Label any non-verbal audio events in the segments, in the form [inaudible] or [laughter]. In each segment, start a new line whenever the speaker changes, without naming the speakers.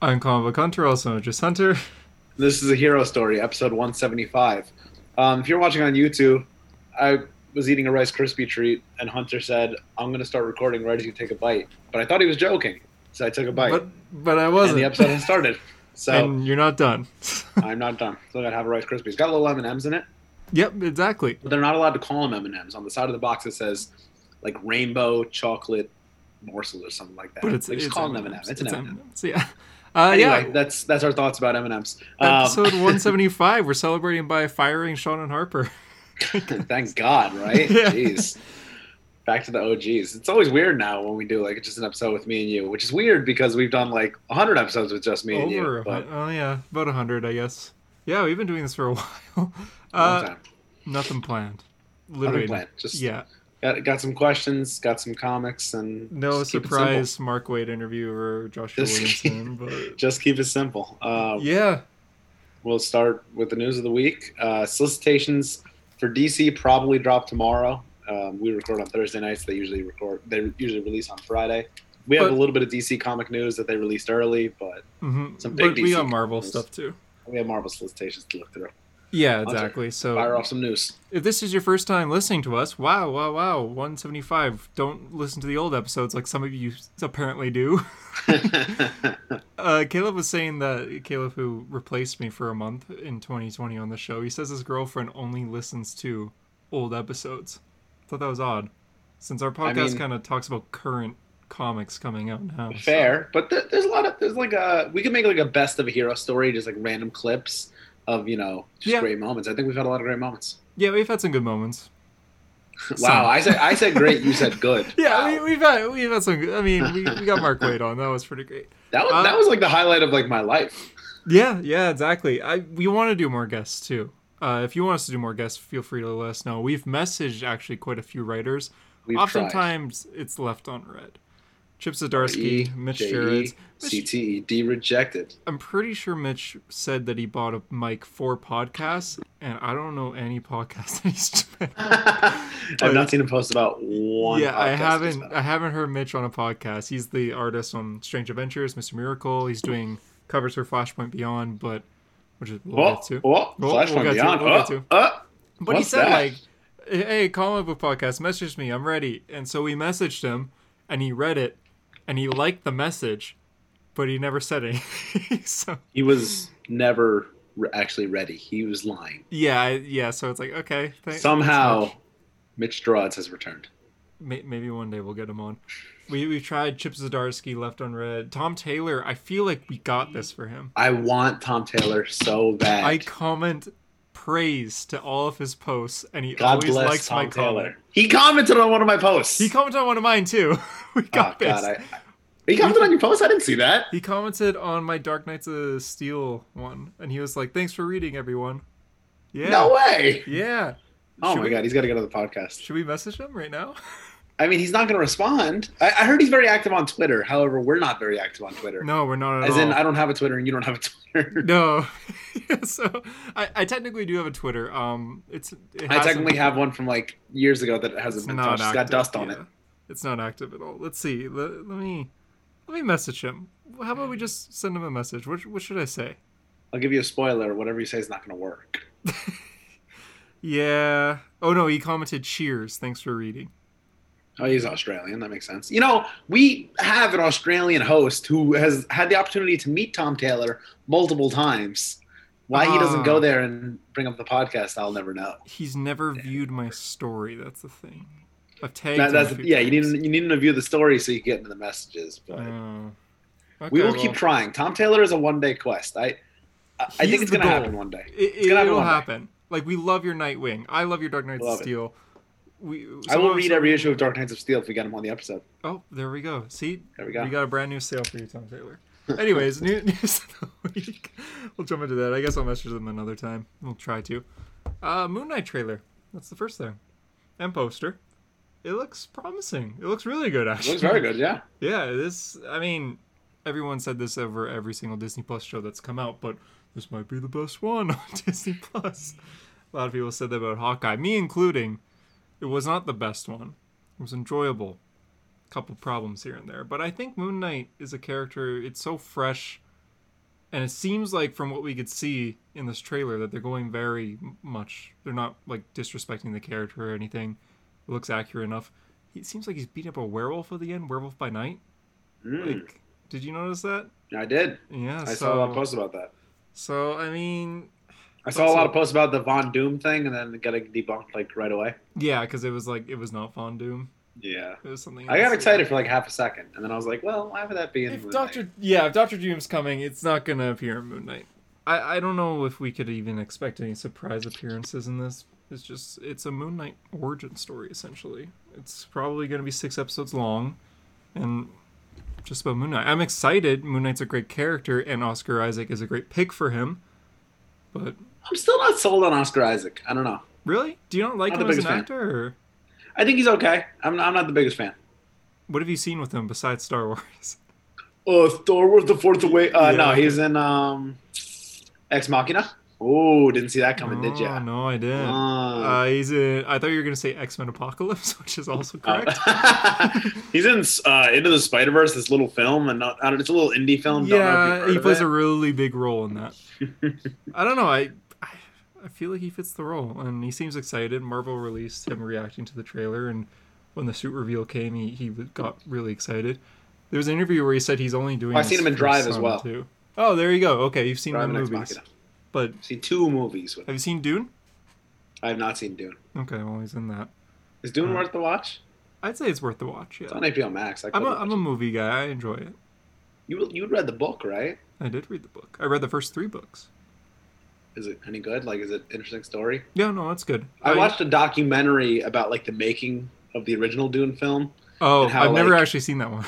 I'm Comic Book Hunter, also known as just Hunter. [laughs]
This is a hero story, episode 175. Um, if you're watching on YouTube, I was eating a Rice Krispie treat, and Hunter said, "I'm going to start recording right as you take a bite." But I thought he was joking, so I took a bite,
But but I
and
wasn't.
the episode has started.
[laughs]
So
And you're not done. [laughs]
[laughs] I'm not done. Still got to have a Rice Krispie. It's got little M and M's in it,
yep, exactly.
but they're not allowed to call them M and M's. On the side of the box, it says like rainbow chocolate morsels or something like that.
But it's
they just
it's
call them M and
M&Ms.
M's. It's an M and M.
[laughs] M&Ms, Yeah. Uh,
Anyway, um,
yeah.
that's that's our thoughts about M and M's. [laughs]
Episode 175. We're celebrating by firing Sean and Harper.
Thank God, right?
[laughs] Yeah.
Jeez. Back to the OGs. It's always weird now when we do like just an episode with me and you, which is weird because we've done like 100 episodes with just [laughs] me and
Over.
you.
a
But
hun- oh yeah, about 100, I guess. Yeah, we've been doing this for a [laughs] while.
long
Uh,
time.
nothing planned.
Nothing
Literally.
planned. Just
Yeah.
got, got some questions, got some comics, and
No
just keep it simple.
surprise Mark Wade interview or Joshua
Just keep- [laughs]
Williamson. But...
Just keep it simple. Uh,
Yeah.
We'll start with the news of the week. Uh, solicitations for DC probably drop tomorrow. Um, we record on Thursday nights. They usually record. They usually release on Friday. We have
But-
a little bit of DC comic news that they released early, but
hmm
Some big
But we
DC
got Marvel
news.
stuff too.
we have Marvel solicitations to look through.
Yeah,
Hunter,
exactly. So
Fire off some
[laughs]
news. [laughs]
If this is your first time listening to us, wow, wow, wow, 175. Don't listen to the old episodes like some of you [laughs] apparently do. [laughs] Uh, Caleb was saying that Caleb, who replaced me for a month in 2020 on the show, he says his girlfriend only listens to old episodes. Thought that was odd, since our podcast
mean-
kind of talks about current comics coming out now. so-
Fair, but th- there's a lot of there's like a we could make like a best of a hero story, just like random clips of you know just
Yeah.
great moments. I think we've had a lot of
[laughs]
great moments.
Yeah, we've had some good moments.
Wow, I said I said great, you said good.
[laughs] Yeah,
Wow.
we, we've had we've had some. Good, I mean, we, we got Mark Wade on. That was pretty great.
that was
uh,
that was like the highlight of like my life.
Yeah, yeah, exactly. I we want to do more guests too. Uh, if you want us to do more guests, feel free to let us know. We've messaged actually quite a few writers.
We've tried.
Oftentimes, it's left unread. Chip
E,
Zdarsky, Mitch Gerrits. Mitch,
CTED E, rejected.
I'm pretty sure Mitch said that he bought a mic for podcasts, and I don't know any podcast [laughs] that he's. been on.
I've not seen a post about one.
yeah, I
podcast
haven't. Uh,
about it.
I haven't heard Mitch on a podcast. He's the artist on Strange Adventures, Mr. Miracle. He's doing covers for Flashpoint Beyond, but which is we'll
Oh,
get to.
oh,
we'll
Flashpoint
get to,
Beyond.
we'll get
oh,
to.
oh.
But he
What's
said
that?
like, "Hey, comic book podcast, message me. I'm ready." And so we messaged him, and he read it, and he liked the message, but he never said anything. [laughs] so
he was never re- actually ready. He was lying.
yeah, I- yeah. So it's like okay, thank-
Somehow,
thanks,
Mitch Draws has returned.
Mitch. May- maybe one day we'll get him on. We we tried Chip Zdarsky, Left Unread, Tom Taylor. I feel like we got this for him.
I want Tom Taylor so bad.
I comment praise to all of his posts, and he
God
always
bless
likes
Tom
my
Taylor.
comment.
He commented on one of my posts.
He commented on one of mine too. [laughs] we got
oh,
this.
God, I, I- he commented on your post. I didn't see that.
He commented on my Dark Knights of Steel one, and he was like, "Thanks for reading, everyone." Yeah.
No way.
Yeah.
Oh
should
my
we,
God, he's got to go to the podcast.
Should we message him right now?
I mean, he's not going to respond. I, I heard he's very active on Twitter. However, we're not very active on Twitter.
No, we're not at
As
all.
in, I don't have a Twitter and you don't have a Twitter.
[laughs] no. so I, I technically do have a Twitter. Um, it's it
I
hasn't-
technically have one from like years ago that hasn't
it's
been
not
touched. It's got
active,
dust on
yeah.
it.
It's not active at all. Let's see. Let, let me let me message him. How about we just send him a message? What what should I say?
I'll give you a spoiler. Whatever you say is not going to work.
Yeah. Oh no, he commented cheers. Thanks for reading.
Oh, he's Australian. That makes sense. You know, we have an Australian host who has had the opportunity to meet Tom Taylor multiple times. Why he
Ah.
doesn't go there and bring up the podcast, I'll never know.
He's never viewed my story. That's the thing. I've tagged.
That,
him
that's
a few
yeah. You need
times.
to- you need to view the story so you get into the messages. But
Oh.
we will
Okay,
keep
well,
trying. Tom Taylor is a one day quest. I I, I
He's
think it's
the
gonna
goal.
happen one day.
It,
gonna happen
will
one day.
happen. Like we love your Nightwing. I love your Dark Knights of
Love it.
Steel. We.
I
some
will
of-
read every issue of Dark Knights of Steel if we get him on the episode.
Oh, there we go. See,
There we go.
We got a brand new sale for you, Tom Taylor. Anyways, new [laughs] news of the week. We'll jump into that. I guess I'll message them another time. We'll try to. Uh, Moon Knight trailer. That's the first thing. And poster. It looks promising. It looks really good,
It
actually.
looks very good. Yeah.
Yeah, this. I mean, everyone said this over every single Disney Plus show that's come out, but this might be the best one [laughs] on Disney Plus. A lot of people said that about Hawkeye, me including. It was not the best one. It was enjoyable. Couple problems here and there, but I think Moon Knight is a character. It's so fresh. and it seems like from what we could see in this trailer that they're going very m- much. They're not like disrespecting the character or anything. It looks accurate enough. It seems like he's beating up a werewolf at the end. Werewolf by night.
Mm,
Like, did you notice that?
I did.
Yeah.
I
so,
saw a lot of posts about that.
So I mean,
I saw a lot
so-
of posts about the Von Doom thing, and then it got debunked like right away.
yeah, because it was like it was not Von Doom.
Yeah.
It was something.
I got
else.
excited for like half a second, and then I was like, "Well, why would that be?" In
If
Moon Knight?
Doctor, yeah, if Doctor Doom's coming, it's not gonna appear in Moon Knight. I I don't know if we could even expect any surprise appearances in this. It's just it's a Moon Knight origin story essentially. It's probably gonna be six episodes long, and just about Moon Knight. I'm excited. Moon Knight's a great character, and Oscar Isaac is a great pick for him. But
I'm still not sold on Oscar Isaac. I don't know.
really, do you not like
Not the
him as an
biggest fan.
actor? Or
I think he's okay. I'm, I'm not the biggest fan.
what have you seen with him besides Star Wars?
[laughs] Oh, Star Wars: The Fourth Awakens. Uh, No,
Yeah.
he's in um, Ex Machina. Oh, didn't see that coming, did
Oh,
ya?
No, I didn't.
Oh.
Uh, he's in. I thought you were gonna say X Men Apocalypse, [laughs] which is also
Oh. [laughs]
correct.
he's in uh, Into the Spider Verse, this little film, and not, I don't, it's a little indie film. Don't know if you've
yeah,
heard
he
of
plays
it.
a really big role in
[laughs]
that. I don't know. I, I I feel like he fits the role, and he seems excited. Marvel released him reacting to the trailer, and when the suit reveal came, he he got really excited. There was an interview where he said he's only doing.
I've seen
this
him in
for
Drive as
Sun,
well.
Too. Oh, there you go. Okay, you've seen
Drive
the
and Ex
movies,
Machina.
but
See two movies. With
have you seen Dune?
I have not seen Dune.
Okay, well he's in that.
Is Dune
Uh,
worth the watch?
I'd say it's worth the watch. Yeah,
It's on HBO Max. I
I'm a,
could-
I'm a movie guy. I enjoy it.
you you read the book, right?
I did read the book. I read the first three books.
Is it any good? Like, is it interesting story?
Yeah, no, that's good.
I watched a documentary about like the making of the original Dune film.
Oh,
and how,
I've never
like-
actually seen that one.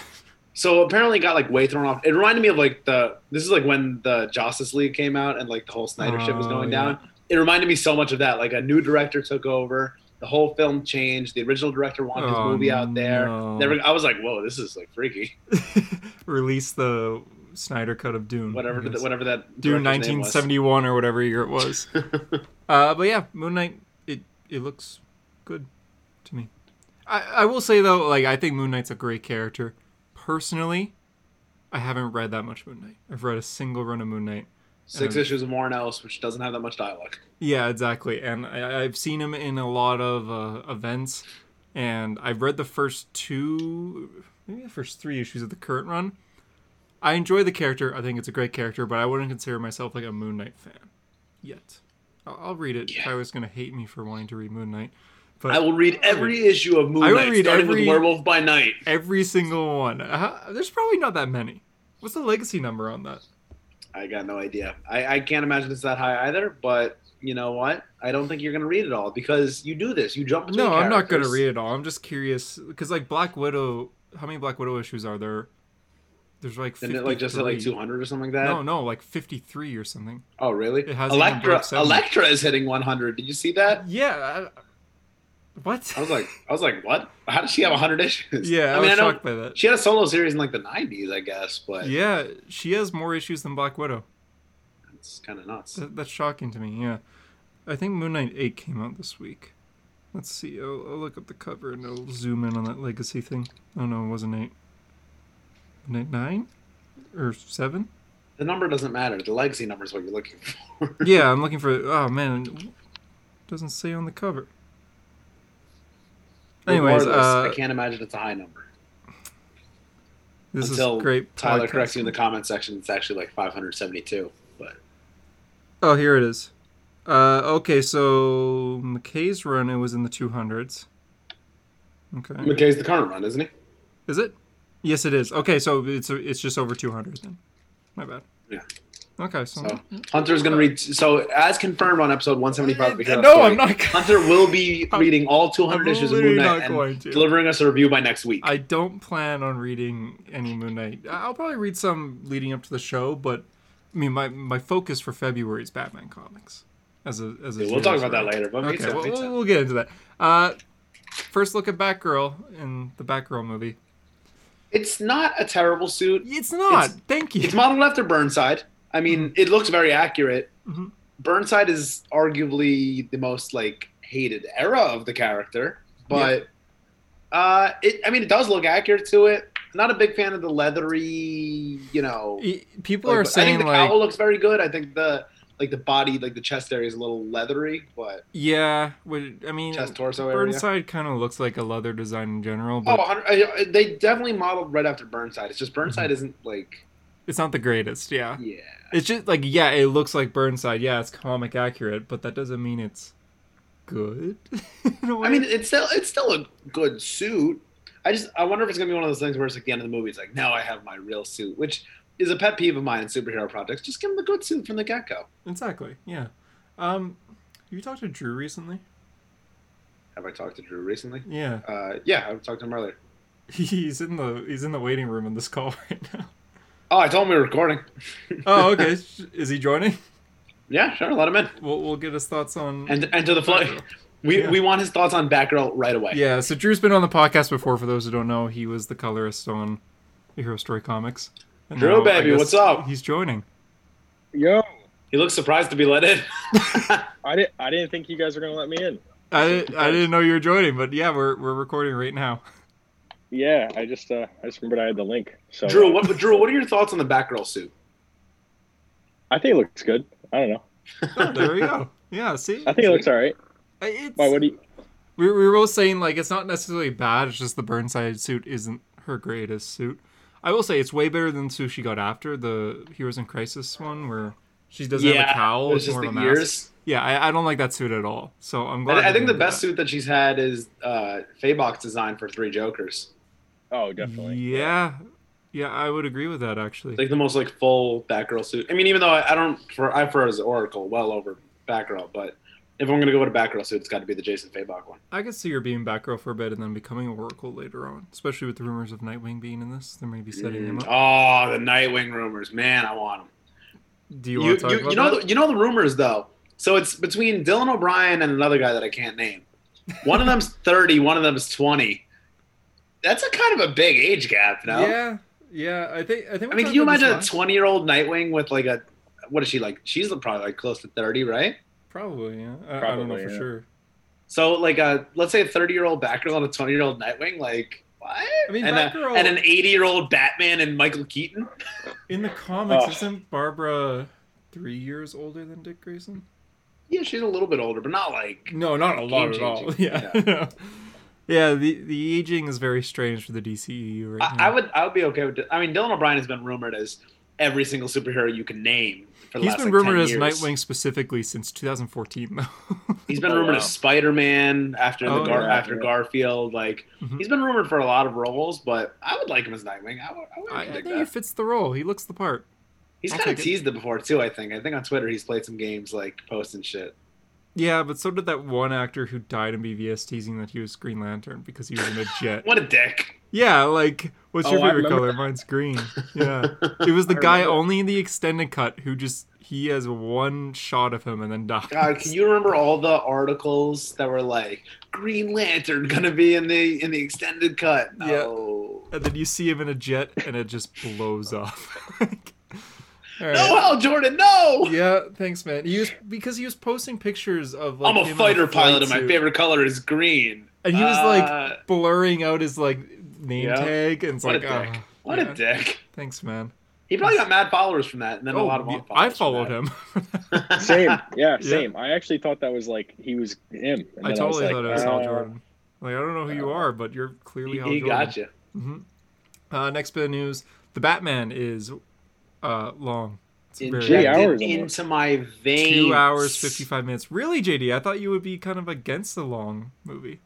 So apparently, it got like way thrown off. It reminded me of like the this is like when the Justice League came out and like the whole Snyder shit was
Oh,
going
yeah.
down. It reminded me so much of that. Like a new director took over, the whole film changed. The original director wanted his
Oh,
movie out there.
no.
They were- I was like, whoa, this is like freaky.
[laughs] Release the Snyder cut of Dune.
Whatever,
I guess.
the, whatever that
Dune
director's name was.
1971 or whatever year it
[laughs]
was. uh, but yeah, Moon Knight. It it looks good to me. I I will say though, like I think Moon Knight's a great character. Personally, I haven't read that much Moon Knight. I've read a single run of Moon Knight.
Six
Um,
issues of Warren Ellis, which doesn't have that much dialogue.
Yeah, exactly. And I, I've seen him in a lot of uh, events, and I've read the first two, maybe the first three issues of the current run. I enjoy the character. I think it's a great character, but I wouldn't consider myself like a Moon Knight fan yet. I'll, I'll read it.
Yeah.
Tyler's gonna hate me for wanting to read Moon Knight, but
I will read every issue of Moon
I will
Knight,
read
starting
every-
with Werewolf by Night.
every single one. Uh, there's probably not that many. What's the legacy number on that?
I got no idea. I, I can't imagine it's that high either. But you know what? I don't think you're gonna read it all because you do this. You jump. Between
No, I'm not gonna
characters.
read it all. I'm just curious because like Black Widow, how many Black Widow issues are there? There's like
Isn't
53.
it like just at like 200 or something like that?
No, no, like 53 or something.
Oh, really?
It has even
Electra.
above 70.
Electra is hitting 100. Did you see that?
Yeah. I, what?
Uh, I was
[laughs]
like, I was like, what? How does she have 100 issues?
yeah, I,
I mean, I
was
know
shocked by that.
she had a solo series in like the 90s, I guess, but yeah.
Yeah, she has more issues than Black Widow.
it's kind of nuts.
That, that's shocking to me. Yeah, I think Moon Knight 8 came out this week. Let's see. I'll, I'll look up the cover and I'll zoom in on that legacy thing. Oh no, it wasn't eight. Moon Knight nine or seven?
The number doesn't matter. The legacy number is what you're looking for.
Yeah, I'm looking for. Oh man, it doesn't say on the cover. Anyways,
Regardless,
uh,
I can't imagine it's a high number.
this
until
is great.
Tyler
podcast.
corrects you in the comment section. It's actually like 572. But
Oh, here it is. Uh, okay, so McKay's run it was in the 200s. Okay,
McKay's the current run, isn't he?
is it? Yes, it is. Okay, so it's it's just over 200 then. My bad.
Yeah.
Okay, so,
So Hunter's going to read. So as confirmed on episode 175 of the Hero
Uh, no,
Story,
I'm not.
Hunter will be
I'm-
reading all 200
I'm
issues of
literally
Moon Knight
not
and
going to.
delivering us a review by next week.
I don't plan on reading any Moon Knight. I- I'll probably read some leading up to the show, but I mean, my, my focus for February is Batman comics. As a as a
we'll talk
series,
about that
right?
later. But
Okay,
pizza,
we'll,
pizza.
we'll, we'll get into that. Uh, first look at Batgirl in the Batgirl movie.
It's not a terrible suit.
It's not.
It's-
thank you. [laughs]
It's modeled after Burnside. I mean,
Mm-hmm.
it looks very accurate.
Mhm.
Burnside is arguably the most like hated era of the character, but uh, it. I mean, it does look accurate to it. not a big fan of the leathery, you know.
E- People
like,
are
but I
saying
think the
like,
cowl looks very good. I think the like the body, like the chest area, is a little leathery, but
yeah. Would, I mean,
chest torso area.
Burnside kind of looks like a leather design in general,
Oh,
but
100, I- I- they definitely modeled right after Burnside. It's just Burnside
Mm-hmm.
isn't like
it's not the greatest. Yeah,
yeah.
it's just like yeah, it looks like Burnside. Yeah, it's comic accurate, but that doesn't mean it's good. [laughs] in a way.
I mean, it's still it's still a good suit. I just I wonder if it's gonna be one of those things where it's at the end of the movie, it's like now I have my real suit, which is a pet peeve of mine in superhero projects. Just give them a good suit from the get go.
exactly. Yeah. Um, you talked to Drew recently.
Have I talked to Drew recently?
Yeah, [laughs]
Uh, yeah, I talked to him earlier.
he's in the he's in the waiting room in this call [laughs] right now.
Oh, I told him we were recording.
Oh,
[laughs]
okay. Is he joining?
Yeah, sure, let him in.
We'll we'll get his thoughts on. [laughs]
And and to the floor. We
Yeah.
we want his thoughts on Batgirl right away.
Yeah, so Drew's been on the podcast before. For those who don't know, he was the colorist on the Hero Story comics. And
Drew,
now, I
baby,
guess
what's up?
He's joining.
Yo,
He looks surprised to be let in.
I didn't. I didn't think you guys were gonna let me in.
I, I didn't know you were joining, but yeah, we're we're recording right now.
Yeah, I just. Uh, I just remembered I had the link. So
Drew, what Drew, what are your thoughts on the Batgirl suit?
I think it looks good. I don't know.
Oh, there we go. [laughs] Yeah, see,
I think it looks all right.
it's,
Why? What do you?
we, we were both saying like it's not necessarily bad. It's just the Burnside suit isn't her greatest suit. I will say it's way better than the suit she got after the Heroes in Crisis one, where she doesn't have a cowl. It's
it's just
more
the
of a mask.
ears.
Yeah, I, I don't like that suit at all. So I'm glad.
I, I
they
think the
didn't do
best
that.
suit that she's had is uh, Faybox design for Three Jokers.
Oh, definitely.
Yeah, yeah, I would agree with that actually.
Like the most like full Batgirl suit. I mean, even though I, I don't, for I prefer as Oracle well over Batgirl, but if I'm gonna go with a Batgirl suit, it's got to be the Jason Faybox one.
I could see her being Batgirl for a bit and then becoming Oracle later on, especially with the rumors of Nightwing being in this. They may be setting him
Mm.
up.
Oh, the Nightwing rumors, man, I want them.
Do you,
You,
want
you,
to talk
you,
about
know,
that?
the, you know the rumors though. So it's between Dylan O'Brien and another guy that I can't name. One of them's
[laughs]
30, one of them's 20. That's a kind of a big age gap, no?
Yeah, yeah. I think I think.
I
we talked
mean, can you
about this
imagine a
last-
20 year old Nightwing with like a, what is she like? She's probably like close to 30, right?
Probably, yeah. I, I don't know
Probably,
for
yeah.
sure.
So, like, a, let's say a 30 year old Batgirl and a 20 year old Nightwing, like, what?
I mean,
and, a-
Batgirl
and an 80 year old Batman and Michael Keaton?
in the comics
Ugh.
isn't Barbara three years older than Dick Grayson?
Yeah, she's a little bit older, but not like.
No, not a lot at all.
Game-changing.
[laughs] Yeah. Yeah, the, the aging is very strange for the DCEU right now.
I, I would I would be okay with it. I mean, Dylan O'Brien has been rumored as every single superhero you can name for the
He's
last
been
like,
rumored
10
as
years.
Nightwing specifically since 2014, though.
He's been
Oh,
rumored
wow.
as Spider Man after
Oh,
the Gar-
yeah.
after Garfield. Like
Mhm.
he's been rumored for a lot of roles, but I would like him as Nightwing. I would, [laughs] I would
I, I
dig
think
that.
he fits the role. He looks the part.
He's
I'll
kind of
take it.
teased it before too. I think. I think on Twitter he's played some games like post and shit.
Yeah, but so did that one actor who died in BVS teasing that he was Green Lantern because he was in a jet.
What a dick!
yeah, like, what's your
Oh, I
favorite
remember
color? Mine's green.
[laughs]
Yeah. It was the
I
guy
remember.
only in the extended cut who just, he has one shot of him and then dies.
God, can you remember all the articles that were like Green Lantern gonna be in the in the extended cut?
Yeah.
No.
and then you see him in a jet and it just blows up. [laughs] All right.
No, Hal Jordan, no.
Yeah, thanks, man. He was because he was posting pictures of like
I'm
him
a
in
fighter
flight
pilot, and my
suit.
favorite color is green.
And he was
Uh,
like blurring out his like name
Yeah.
tag, and it's
What a
like, oh,
dick. What
yeah.
a dick!
thanks, man.
He probably got mad followers from that, and then a lot of
Oh, yeah,
unfollowers
I
from
followed
that.
him. [laughs]
[laughs]
Same. Yeah. Same. I actually thought that was like he was him. And
I
then was
totally
like,
thought it was Hal
uh,
Jordan. Like, I don't know who you
uh,
are, but you're clearly Hal
he, he
Jordan.
got you.
hmm Uh, next bit of news: the Batman is uh, long. It's very
Three
Injected
long.
hours almost.
into my veins.
Two hours, fifty-five minutes. Really, JD? I thought you would be kind of against the long movie.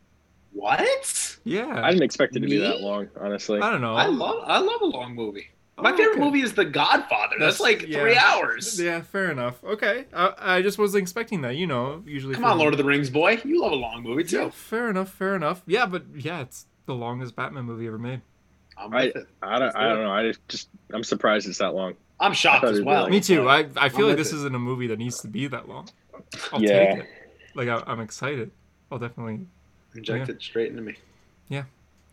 What?
Yeah,
I didn't expect it to be
Me?
that long, honestly.
I don't know.
I love I love a long movie. My
Oh,
favorite
okay.
movie is The Godfather. That's,
That's-
like
yeah.
three hours.
Yeah, fair enough. Okay, I, I just wasn't expecting that. You know, usually.
[laughs] Come
for
on,
me-
Lord of the Rings boy. You love a long movie too.
Yeah, fair enough. Fair enough. Yeah, but yeah, it's the longest Batman movie ever made.
I'm, with it.
I don't. I don't know. I just. I'm surprised it's that long.
I'm shocked
thought
as
it'd be
well.
like-
Me too. I I
uh, I'm
feel like
with
this
it.
is isn't a movie that needs to be that long. I'll
Yeah.
take it. Like I, I'm excited. I'll definitely.
Injected straight into me.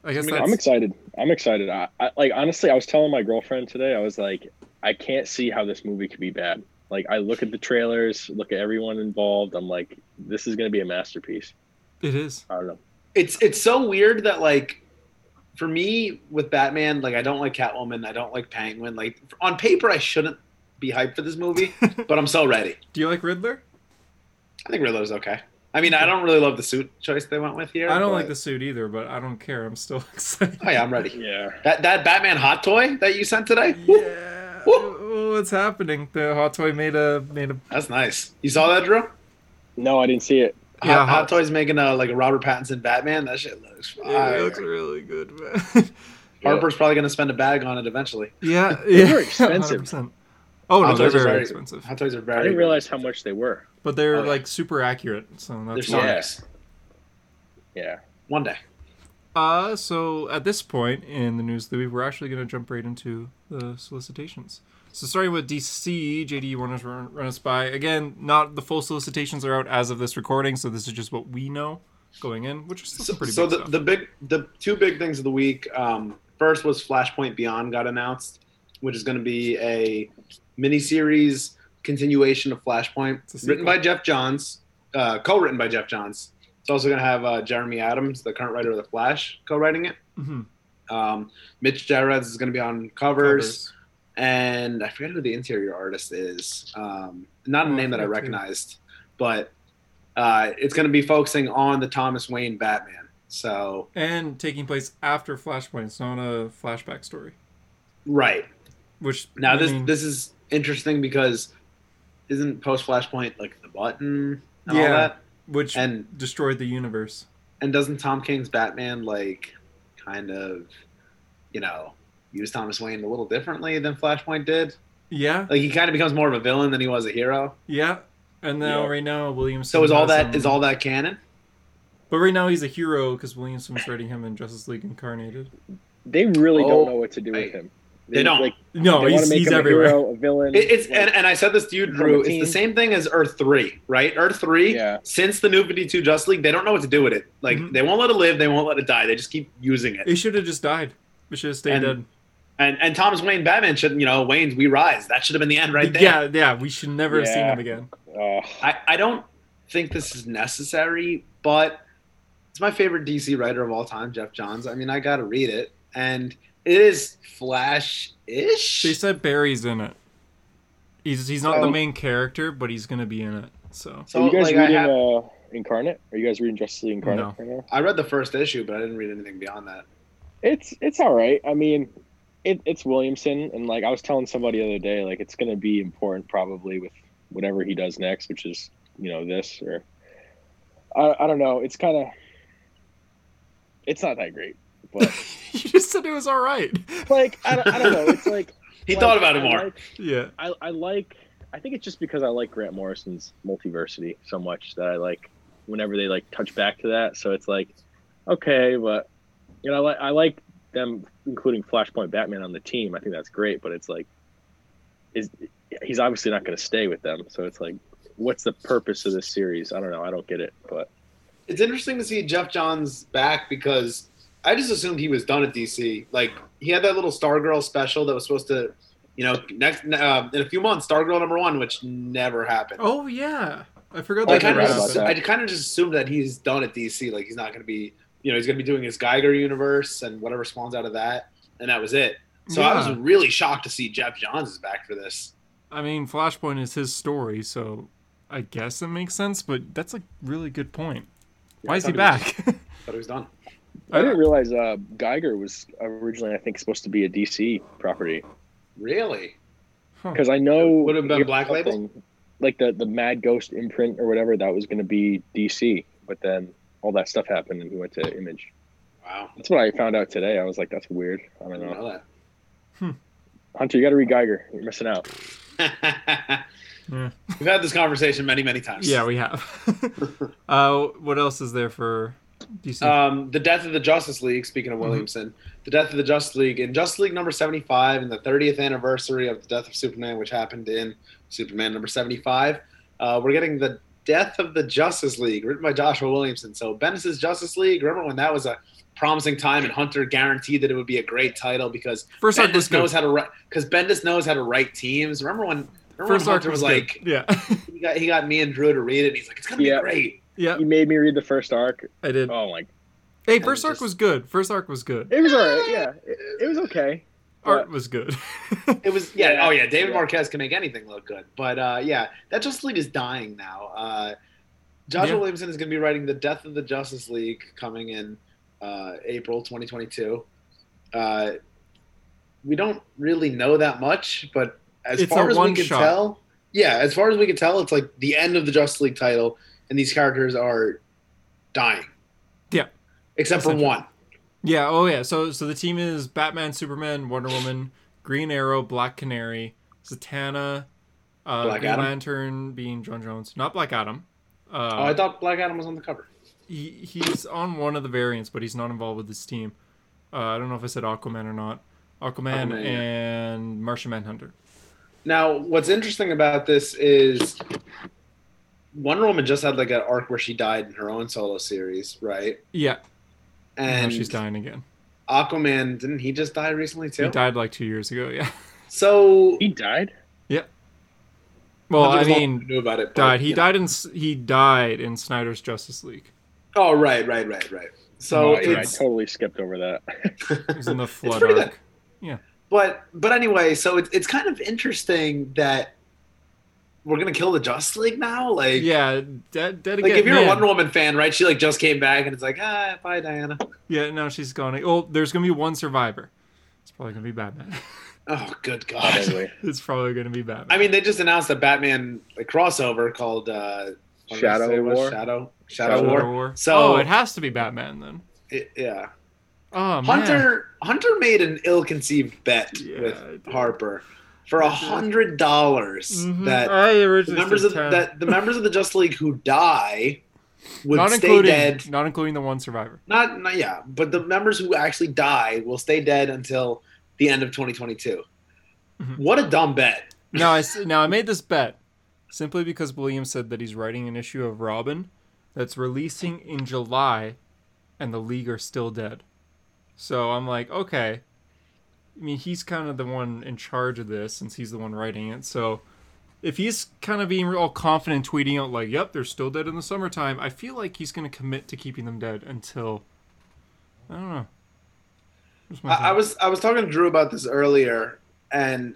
I guess
I mean,
that's.
I'm excited. I'm excited. I, I like honestly. I was telling my girlfriend today. I was like, I can't see how this movie could be bad. Like, I look at the trailers, look at everyone involved. I'm like, this is gonna be a masterpiece.
it is.
I don't know.
it's it's so weird that like for me with Batman, like I don't like Catwoman, I don't like Penguin. Like on paper, I shouldn't be hyped for
[laughs]
this movie, but I'm so ready.
Do you like Riddler?
I think Riddler's okay. I mean, I don't really love the suit choice they went with here.
I don't
but-
like the suit either, but I don't care. I'm still [laughs] excited.
[laughs] Oh yeah, I'm ready.
Yeah.
That that Batman hot toy that you sent today, Woo,
Yeah.
Woo.
Oh, What's happening? The hot toy made a made a
that's nice. You saw that, Drew?
No, I didn't see it.
Yeah,
hot,
hot-
hot toy's making a like a Robert Pattinson Batman. That shit looks fire.
it looks really good, man.
Harper's probably gonna spend a bag on it eventually.
[laughs] yeah, [laughs]
They
yeah,
were expensive.
100%. Oh no,
Hot
they're
toys are
very,
very-
expensive,
Hot toys are
I
very.
didn't
good.
realize how much they were.
but they're
Oh, yeah.
like super accurate. So
They're
that's
so
why.
Yeah.
nice.
Yeah.
One day.
Uh, so at this point in the news, Louis, we're actually going to jump right into the solicitations. So starting with DC, JD, you want to run, run us by again? Not the full solicitations are out as of this recording, so this is just what we know going in, which is still some pretty
so
big
the,
stuff.
the big the two big things of the week um, first was flashpoint beyond got announced which is going to be a miniseries continuation of flashpoint
It's a
written
sequel.
by jeff johns uh, co-written by jeff johns it's also going to have uh, jeremy adams the current writer of the flash co-writing it
Mhm.
um, mitch jarrett is going to be on covers,
Covers.
and i forget who the interior artist is um, not a
Oh, I
name that i
forget too.
recognized but uh, it's going to be focusing on the thomas wayne batman so
and taking place after Flashpoint. It's not a flashback story.
Right.
Which
Now
I
this
mean,
this is interesting because isn't post flashpoint like the button and
Yeah.
all that?
which
And
destroyed the universe.
and doesn't Tom King's Batman like kind of you know use Thomas Wayne a little differently than Flashpoint did?
Yeah,
Like he kind of becomes more of a villain than he was a hero.
yeah. And now
Yeah.
right now, Williamson.
So is all
has
that
him-
is all that canon?
But right now he's a hero because Williamson's writing him in Justice League Incarnated.
They really
Oh,
don't know what to do
right.
with him.
They don't.
Like,
No,
they want
Oh, he's,
to make
he's
him
everywhere.
a hero, a villain.
It, it's
like,
and, and I said this to you, Drew. It's the
Team.
same thing as Earth Three, right? Earth Three.
Yeah.
Since the New Fifty Two Just League, they don't know what to do with it. Like
Mhm.
they won't let it live, they won't let it die. They just keep using it.
It should have just died. It should have stayed
And
dead.
And and Thomas Wayne Batman should you know Wayne's We Rise that should have been the end right there.
Yeah, yeah. We should never have seen
Yeah.
him again.
Ugh.
I I don't think this is necessary, but it's my favorite DC writer of all time, Jeff Johns. I mean, I gotta read it, and it is Flash
They
ish.
said Barry's in it. He's he's not the
So-
main character, but he's gonna be in it. So [laughs]
So
Are you guys
like I
reading
have,
uh, Incarnate? Are you guys reading Justice League Incarnate
No.
right now?
I read the first issue, but I didn't read anything beyond that.
It's it's all right. I mean, it, it's Williamson, and like I was telling somebody the other day, like it's going to be important probably with whatever he does next, which is you know this or I, I don't know. It's kind of it's not that great, but
you just said it was all right.
like I, don't- I don't know. It's like
[laughs] He
like,
thought about it
I
more.
like-
[laughs] Yeah,
I, I like I think it's just because I like Grant Morrison's multiversity so much that I like whenever they like touch back to that. So it's like, okay, but you know, I like I like them including Flashpoint Batman on the team. I think that's great, but it's like is he's obviously not gonna stay with them. So it's like what's the purpose of this series? I don't know, I don't get it. But
It's interesting to see Jeff Johns back because I just assumed he was done at DC. Like he had that little Stargirl special that was supposed to, you know, next uh, in a few months, Stargirl number one, which never happened.
Oh yeah, I forgot
I
that.
Like,
kind,
never
of
forgot
just,
happened.
about
I kind of just assumed that he's done at DC. Like he's not going to be, you know, he's going to be doing his Geiger universe and whatever spawns out of that, and that was it. So I
Yeah.
was really shocked to see Jeff Johns is back for this.
I mean, Flashpoint is his story, so I guess it makes sense. But that's a really good point. Why
I
is he
thought
back? [laughs]
But he was done.
I didn't realize uh, Geiger was originally, I think, supposed to be a DC property
Really?
Huh.
because I know
Would have been Black Label?
something, like the the Mad Ghost imprint or whatever that was going to be DC, but then all that stuff happened and he went to Image.
Wow.
That's what I found out today. I was like, that's weird. I
I
don't
didn't
know.
know
Hunter, you got to read Geiger. You're missing out.
[laughs] that.
Yeah.
We've had this conversation many, many times.
Yeah, we
[laughs]
have. [laughs] uh, what else is there for DC?
Um, the death of the Justice League. Speaking of
Mm-hmm.
Williamson, the death of the Justice League in Justice League number seventy-five, and the thirtieth anniversary of the death of Superman, which happened in Superman number seventy-five. Uh, we're getting the death of the Justice League, written by Joshua Williamson. So Bendis's Justice League. Remember when that was a promising time, and Hunter guaranteed that it would be a great title because
First arc was
Bendis knows
good.
how to because Bendis knows how to write teams. Remember when? Remember
First
when
arc
Hunter was,
was
like,
good. Yeah, [laughs]
he got he got me and Drew to read it. and He's like, it's gonna
Yeah.
be great.
yeah,
You made me read the first arc.
I did.
Oh my
Hey,
And
first arc
just-
was good. First arc was good.
It was alright. Yeah, it, it was okay.
Art was good. [laughs]
It was yeah,
Yeah.
oh yeah, David
Yeah.
Marquez can make anything look good. But uh, yeah, that Justice League is dying now. Uh, Josh
Yeah.
Williamson is going to be writing the Death of the Justice League coming in uh, April 2022. Uh, we don't really know that much, but as
It's
far
a
as we
one
can
shot.
tell, yeah, as far as we can tell, it's like the end of the Justice League title, and these characters are dying.
Yeah.
except for
Essentially.
one.
yeah. Oh yeah. So so the team is Batman, Superman, Wonder Woman, Green Arrow, Black Canary, Zatanna, uh,
Black
Green
Adam?
Lantern being John Jones, not Black Adam. Uh,
Oh, I thought Black Adam was on the cover.
he, he's on one of the variants, but he's not involved with this team. Uh, I don't know if I said Aquaman or not. Aquaman,
Aquaman, yeah.
and Martian Manhunter.
Now, what's interesting about this is Wonder Woman just had like an arc where she died in her own solo series, right?
Yeah, now
And
she's dying again.
Aquaman didn't he just die recently too?
He died like two years ago. Yeah.
So
He died.
Well, I
Hunter was the only one
mean,
who knew about it. but,
died. He
you know.
died in S- he died in Snyder's Justice League.
Oh, right, right, right, right. So
Oh,
You're right, I
it's
totally skipped over that.
It was in
[laughs]
the flood
pretty
arc.
but but anyway, so it's it's kind of interesting that we're gonna kill the Justice League now. Like
Yeah, dead, dead
like
again.
if you're
man.
a Wonder Woman fan, right? She like just came back and it's like, ah, bye, Diana.
yeah, now she's gone. Oh, there's gonna be one survivor. It's probably gonna be Batman. [laughs]
Oh, good God.
Probably.
it's probably gonna be Batman.
I mean, they just announced a Batman like, crossover called uh, what did I
Shadow
say it was?
War?
Shadow Shadow,
Shadow
War.
War.
So-
oh, it has to be Batman then.
It- yeah,
Oh man.
Hunter Hunter made an ill-conceived bet
Yeah, I
with
did.
Harper for
I
a
did.
hundred dollars
Mm-hmm.
Mhm.
that
I
the
Oh,
originally
members
said 10.
of that the members of the Just League who die would
not
stay
including
dead.
not including the one survivor.
Not, not yeah, but the members who actually die will stay dead until the end of 2022.
Mhm.
What a dumb bet!
Now I s- now I made this bet simply because Williams said that he's writing an issue of Robin that's releasing in July, and the league are still dead. So I'm like, okay. I mean, he's kind of the one in charge of this since he's the one writing it. So if he's kind of being all confident, tweeting out like, "Yep, they're still dead in the summertime," I feel like he's going to commit to keeping them dead until I don't know. That's my
I, I
thought.
was I was talking to Drew about this earlier, and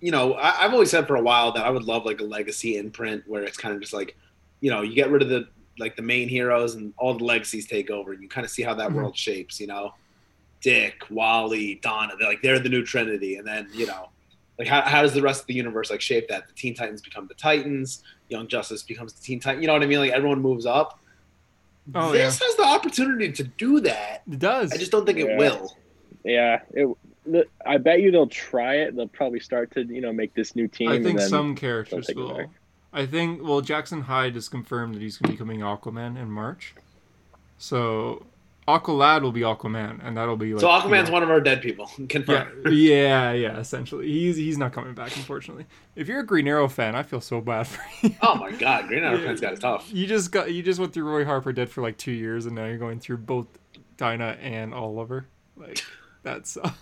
you know I, I've always said for a while that I would love like a legacy imprint where it's kind of just like, you know, you get rid of the like the main heroes and all the legacies take over, and you kind of see how that
Mhm.
world shapes. You know, Dick, Wally, Donna, they're like they're the new Trinity, and then you know, like how how does the rest of the universe like shape that? The Teen Titans become the Titans, Young Justice becomes the Teen Titan. You know what I mean? Like everyone moves up.
Oh,
this has the opportunity to do that.
It does.
I just don't think
Yeah.
it will.
Yeah, it. the- I bet you they'll try it. They'll probably start to you know make this new team.
I
and
think
then-
some characters
take it
will.
back.
I think well, Jackson Hyde has confirmed that he's going to be coming Aquaman in March, so Aqualad will be Aquaman, and that'll be like
So Aquaman's
you know-
one of our dead people. [laughs]
Yeah,
Confirmed.
yeah, yeah. Essentially, he's he's not coming back, unfortunately. If you're a Green Arrow fan, I feel so bad for you.
Oh my God, Green Arrow fans got it tough.
You just got you just went through Roy Harper dead for like two years, and now you're going through both Dinah and Oliver. Like that sucks.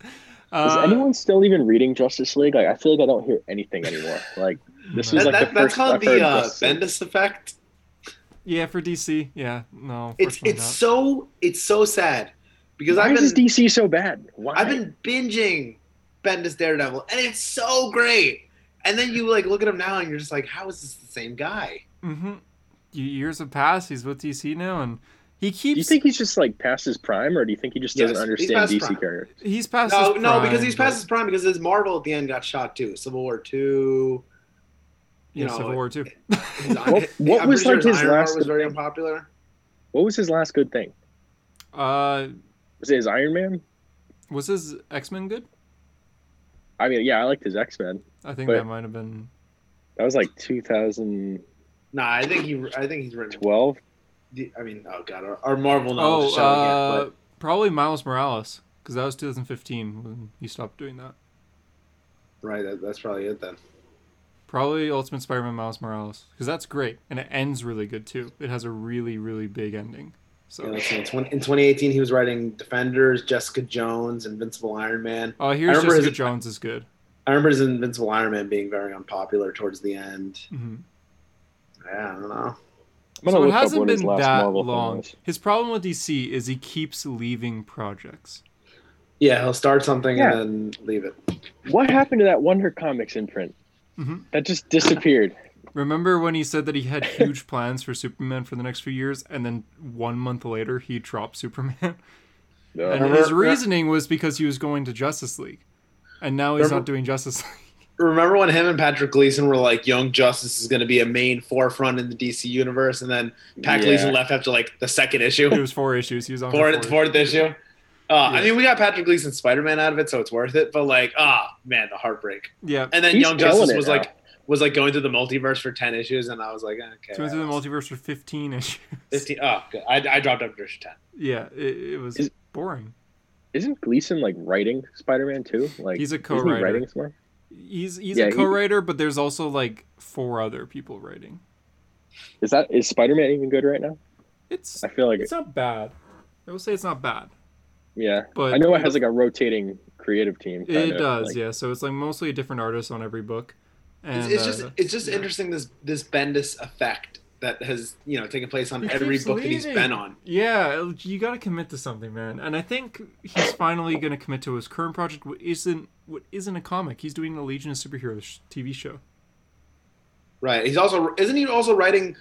[laughs]
Is
Uh,
anyone still even reading Justice League? Like, I feel like I don't hear anything anymore. Like, this
no.
That,
was like the
that, that's
first
called
I've heard
the uh,
Justice League.
Bendis effect.
yeah for DC. Yeah, no,
It's
unfortunately
it's
not.
so it's so sad because
Why
I've
is
been
DC so bad? Why?
I've been binging Bendis Daredevil and it's so great. And then you like look at him now and you're just like, how is this the same guy?
Mm-hmm. Years have passed. He's with DC now, and he
Do you
keeps.
think he's just like past his prime, or do you think he just doesn't
Yes, he's
understand
past
DC
prime.
characters?
he's past.
No,
his
no,
prime,
because he's
but-
past his prime because his Marvel at the end got shot too. Civil War two. you
yeah,
know, eh.
Civil War too.
His-
[laughs] What-
I'm
what
pretty
was, like, his
Iron Heart
last
was very
thing?
unpopular.
What was his last good thing?
uh,
Was it his Iron Man?
was his X Men good?
I mean, yeah, I liked his X Men.
I think
But-
that might have been.
That was like 2012.
Nah, I think he I think he's written The- I mean, oh god, our, our Marvel knowledge
Oh,
is showing yet,
uh,
but
probably Miles Morales, because that was 2015 when he stopped doing that.
right, that, that's probably it then.
Probably Ultimate Spider-Man Miles Morales, because that's great, and it ends really good too. It has a really, really big ending.
Yeah,
So,
let's see, in, 20, in 2018, he was writing Defenders, Jessica Jones, Invincible Iron Man.
oh, here's
remember
Jessica
his-
Jones is good.
I remember his Invincible
Mm-hmm.
Iron Man being very unpopular towards the end.
hmm
Yeah, I don't know.
I'm gonna
so it
look up
hasn't
what his
been
last
that
Marvel
long.
thing was.
His problem with DC is he keeps leaving projects.
Yeah, he'll start something
Yeah.
and then leave it.
What happened to that Wonder Comics imprint?
Mhm.
That just disappeared.
Remember when he said that he
[laughs]
had huge plans for Superman for the next few years, and then one month later he dropped
[laughs]
Superman? And
remember-
his reasoning was because he was going to Justice League, and now he's
Remember-
not doing Justice League. [laughs]
Remember when him and Patrick Gleason were like, "Young Justice is going to be a main forefront in the DC universe," and then Pat
Yeah.
Gleason left after like the second
It [laughs]
issue, [laughs]
was four issues. He was on for
fourth,
four.
fourth issue. Uh, I
Yeah.
mean, we got Patrick Gleason Spider Man out of it, so it's worth it. But like, ah, man, the heartbreak.
Yeah,
And then
He's
Young
killing
Justice
it
was
now.
like, was like going through the multiverse for ten issues, and I was like, okay,
he went through the
that's
multiverse for fifteen issues.
15 oh, good. I, I dropped up to issue ten.
[laughs] Yeah, it, it was
Is-
boring.
Isn't Gleason like writing Spider-Man too? Like
He's a
isn't he
co-writer.
writing some more?
He's he's a
Yeah, he-
co-writer, but there's also like four other people writing.
Is that is Spider-Man even good right now?
It's
I feel like
it's not bad. I will say it's not bad,
yeah.
but
I know it has like a rotating creative team.
it does. yeah, so it's like mostly a different artist on every book. And
It's, it's
uh,
just it's just
yeah.
interesting this this Bendis effect that has you know taken place on
He
every
keeps
book that he's been
leaving.
on.
Yeah, you got to commit to something, man. And I think he's finally going to commit to his current project, what isn't what isn't a comic. He's doing the Legion of Superheroes sh- TV show.
Right. He's also isn't he also writing?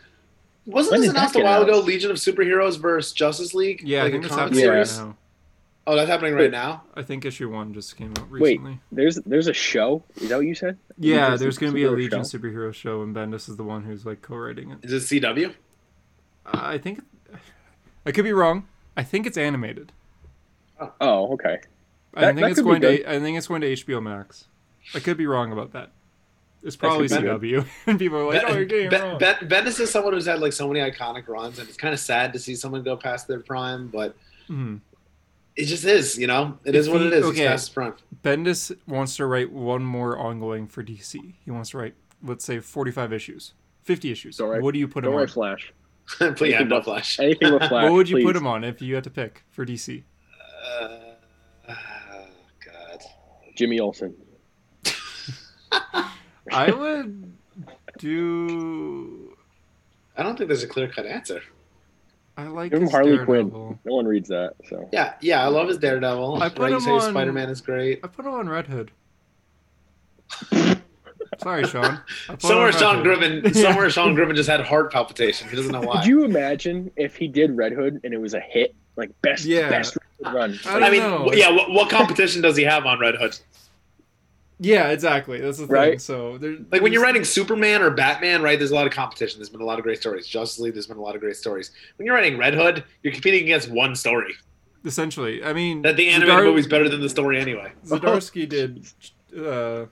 Wasn't
When
this
did that
announced a
get
while ago?
out?
Legion of Superheroes versus Justice League.
Yeah, I
like
think
a
that's
comic
happening
series.
right now.
Oh, that's happening right
Wait.
now.
I think issue one just came out
Wait.
recently.
There's there's a show. Is that what you said?
Yeah,
Legion
there's going to be a
superhero
Legion
show?
superhero show, and Bendis is the one who's like co-writing it.
Is it CW?
I think I could be wrong. I think it's animated.
Oh, okay.
I
That-
think
that
it's
could be
going
good.
to. I think it's going to HBO Max. I could be wrong about that. It's probably
could be good.
CW, [laughs] and people are like, "Oh, you're getting it wrong."
Be- Be- Bendis is someone who's had like so many iconic runs, and it's kind of sad to see someone go past their prime. But
Mhm.
it just is, you know, it
If
is what
he-
it is.
okay.
It's past his [laughs] prime.
Bendis wants to write one more ongoing for DC. He wants to write, let's say, 45 issues, 50 issues.
Don't write-
What do you put
Don't
him
worry,
on?
Flash.
but yeah, no
[laughs]
flash.
Anything with Flash.
What would you
please.
put him on if you had to pick for DC?
[laughs]
Uh, oh, God.
Jimmy Olsen.
I would do.
I don't think there's a clear cut answer.
I like
Give him
his
Harley Quinn.
Daredevil.
No one reads that, so
Yeah, yeah, I love his Daredevil.
I put
like
him
you say,
on-
Spider Man is great.
I put him on Red Hood. Sorry, Sean. I put him
Somewhere
on Red
Sean
Hood.
Griffin,
[laughs] Yeah.
somewhere Sean Griffin just had heart palpitation. He doesn't know why.
Could you imagine if he did Red Hood and it was a hit, like best
Yeah.
best Red Hood run?
I
I
don't
mean,
know.
w- yeah. What, what competition does he have on Red Hood?
Yeah, exactly. That's the thing.
Right?
So, there,
Like when you're writing Superman or Batman, right? There's a lot of competition. There's been a lot of great stories. Justice League. There's been a lot of great stories. When you're writing Red Hood, you're competing against one story.
essentially, I mean,
That the animated
Zadar-
movie's better than the story anyway. [laughs]
Zdarsky did uh,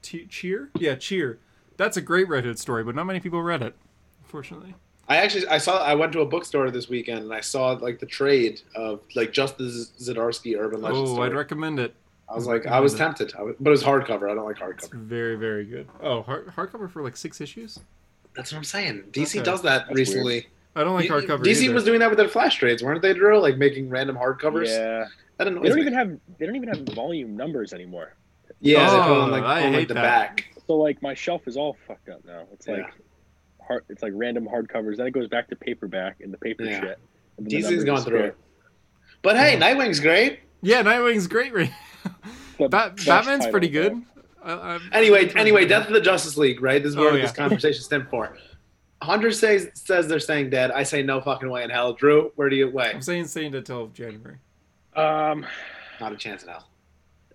t- cheer. Yeah, cheer. That's a great Red Hood story, but not many people read it, unfortunately.
I actually I saw I went to a bookstore this weekend and I saw like the trade of like just the Z- Zdarsky Urban Legend
oh,
story.
I'd recommend it.
I was like I was
recommend
tempted, I was, but it was hardcover. I don't like hardcover.
It's very, very good. Oh, hard, hardcover for like six issues.
That's what I'm saying. DC
Okay.
does that
That's
recently.
I don't like
You-
hardcover.
DC
either.
was doing that with their flash trades, weren't they, Drew? Like making random hardcovers.
Yeah,
That
they
annoys
don't
me.
even have they don't even have volume numbers anymore.
yeah, they put
Oh,
on like,
I
on, like
hate
the
that.
back.
So like my shelf is all fucked up now. It's like
Yeah.
hard, it's like random hardcovers. Then it goes back to paperback and the paper
Yeah.
shit. and then the
DC's
numbers
gone through
disappear.
it. But hey,
Mhm.
Nightwing's great.
Yeah, Nightwing's great. Right?
The
Bat-
best
Batman's
title
pretty
of
good.
all.
I, I'm- [laughs]
Anyway,
I'm-
anyway, Death of the Justice League, right? This is where
Oh,
this
yeah.
conversation stemmed for. Hunter says says they're staying dead. I say no fucking way in hell. Drew, where do you weigh?
I'm saying staying until January.
Um,
Not a chance in hell.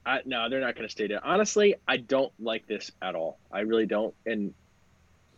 I, no, they're not going to stay dead. Honestly, I don't like this at all. I really don't. And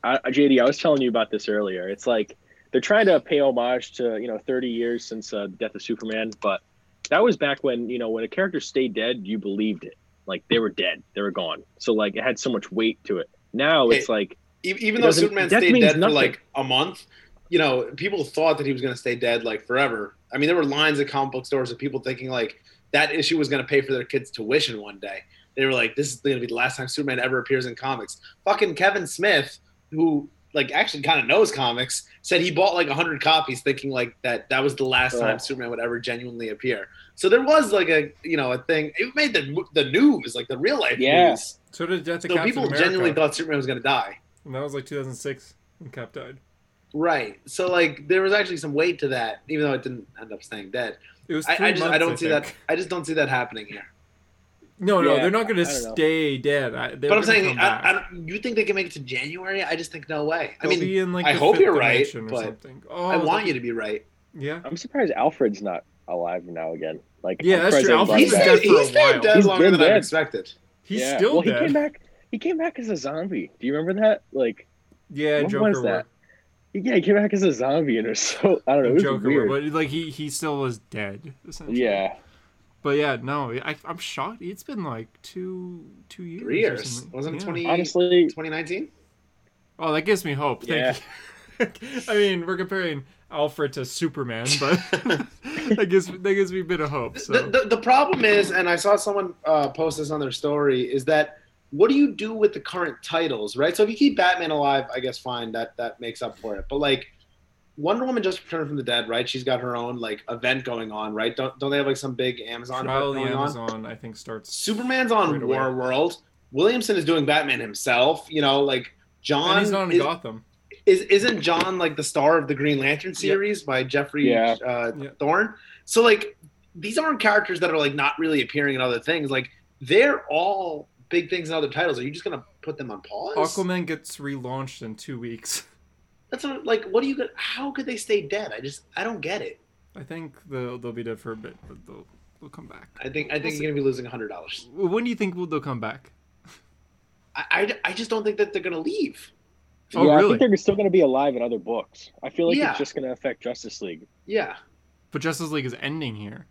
I, I- JD, I was telling you about this earlier. It's like they're trying to pay homage to you know 30 years since uh, the death of Superman, but that was back when you know when a character stayed dead, you believed it. Like they were dead, they were gone. So like it had so much weight to it. Now it's
Hey,
like
E- even
It
though
doesn't-
Superman
death
stayed
means
dead for
nothing.
like a month, you know, people thought that he was going to stay dead like forever. I mean, there were lines at comic book stores of people thinking like that issue was going to pay for their kids' tuition one day. They were like, "This is going to be the last time Superman ever appears in comics." Fucking Kevin Smith, who like actually kind of knows comics, said he bought like hundred copies, thinking like that that was the last
Oh.
time Superman would ever genuinely appear. So there was like a you know a thing. It made the the news, like the real life
Yeah.
news.
So did Death of
So
Captain
people
America.
genuinely thought Superman was going to die.
and that was like 2006 when Cap died.
Right. So like there was actually some weight to that, even though it didn't end up staying dead.
It was
I,
three
I just
months,
I don't see
think.
that I just don't see that happening here.
No, no,
Yeah,
they're not going
I
to
don't know.
stay dead. I, they're
But I'm
gonna
saying
come
I,
back.
I don't, you think they can make it to January? I just think no way. I
They'll
mean,
be in like
I
the
hope
fifth
you're right,
dimension or
but
something. Oh,
I want
that'd
you to be right.
be- Yeah,
I'm surprised Alfred's not alive now again. Like
Yeah,
I'm
that's true.
surprised they brought
Alfred's
He's
him back.
dead for a
stayed, he's stayed
while.
dead
He's
longer
been
than
dead.
I expected.
he's
Yeah.
still
well,
dead.
he came back. He came back as a zombie. Do you remember that? Like,
Yeah,
When
Joker.
was
were-
that? yeah, he came back as a zombie, and it was so I don't know. It was
Joker,
weird.
were- but like he he still was dead. essentially.
yeah,
but yeah, no, I, I'm shocked. It's been like two two years.
Three
or
years.
something.
Wasn't it
Yeah.
20,
honestly,
2019?
Oh, that gives me hope. Thank you. [laughs] I mean, we're comparing Alfred to Superman,
[laughs]
but [laughs] that gives that gives me a bit of hope. So
The, the, the problem is, and I saw someone uh, post this on their story, is that what do you do with the current titles, right? So if you keep Batman alive, I guess fine, that that makes up for it. But like Wonder Woman just returned from the dead, right? She's got her own like event going on, right? Don't don't they have like some big Amazon
Trial of
event
the
going on?
Amazon, I think, starts.
Superman's on
Right away.
War World. Williamson is doing Batman himself. You know, like
and
John
he's not in
is,
Gotham.
is isn't John like the star of the Green Lantern series by Jeffrey
Yeah.
Uh,
Yeah.
Thorne? So like these aren't characters that are like not really appearing in other things. Like they're all big things in other titles. Are you just gonna put them on pause?
Aquaman gets relaunched in two weeks. [laughs]
That's not, like what do you? gonna- How could they stay dead? I just I don't get it.
I think they'll they'll be dead for a bit, but they'll they'll come back.
I think I think you're gonna be losing hundred dollars.
When do you think will they'll come back?
I, I I just don't think that they're gonna leave.
Oh,
yeah, I
really?
think they're still going to be alive in other books. I feel like
Yeah.
it's just going to affect Justice League.
Yeah,
But Justice League is ending here.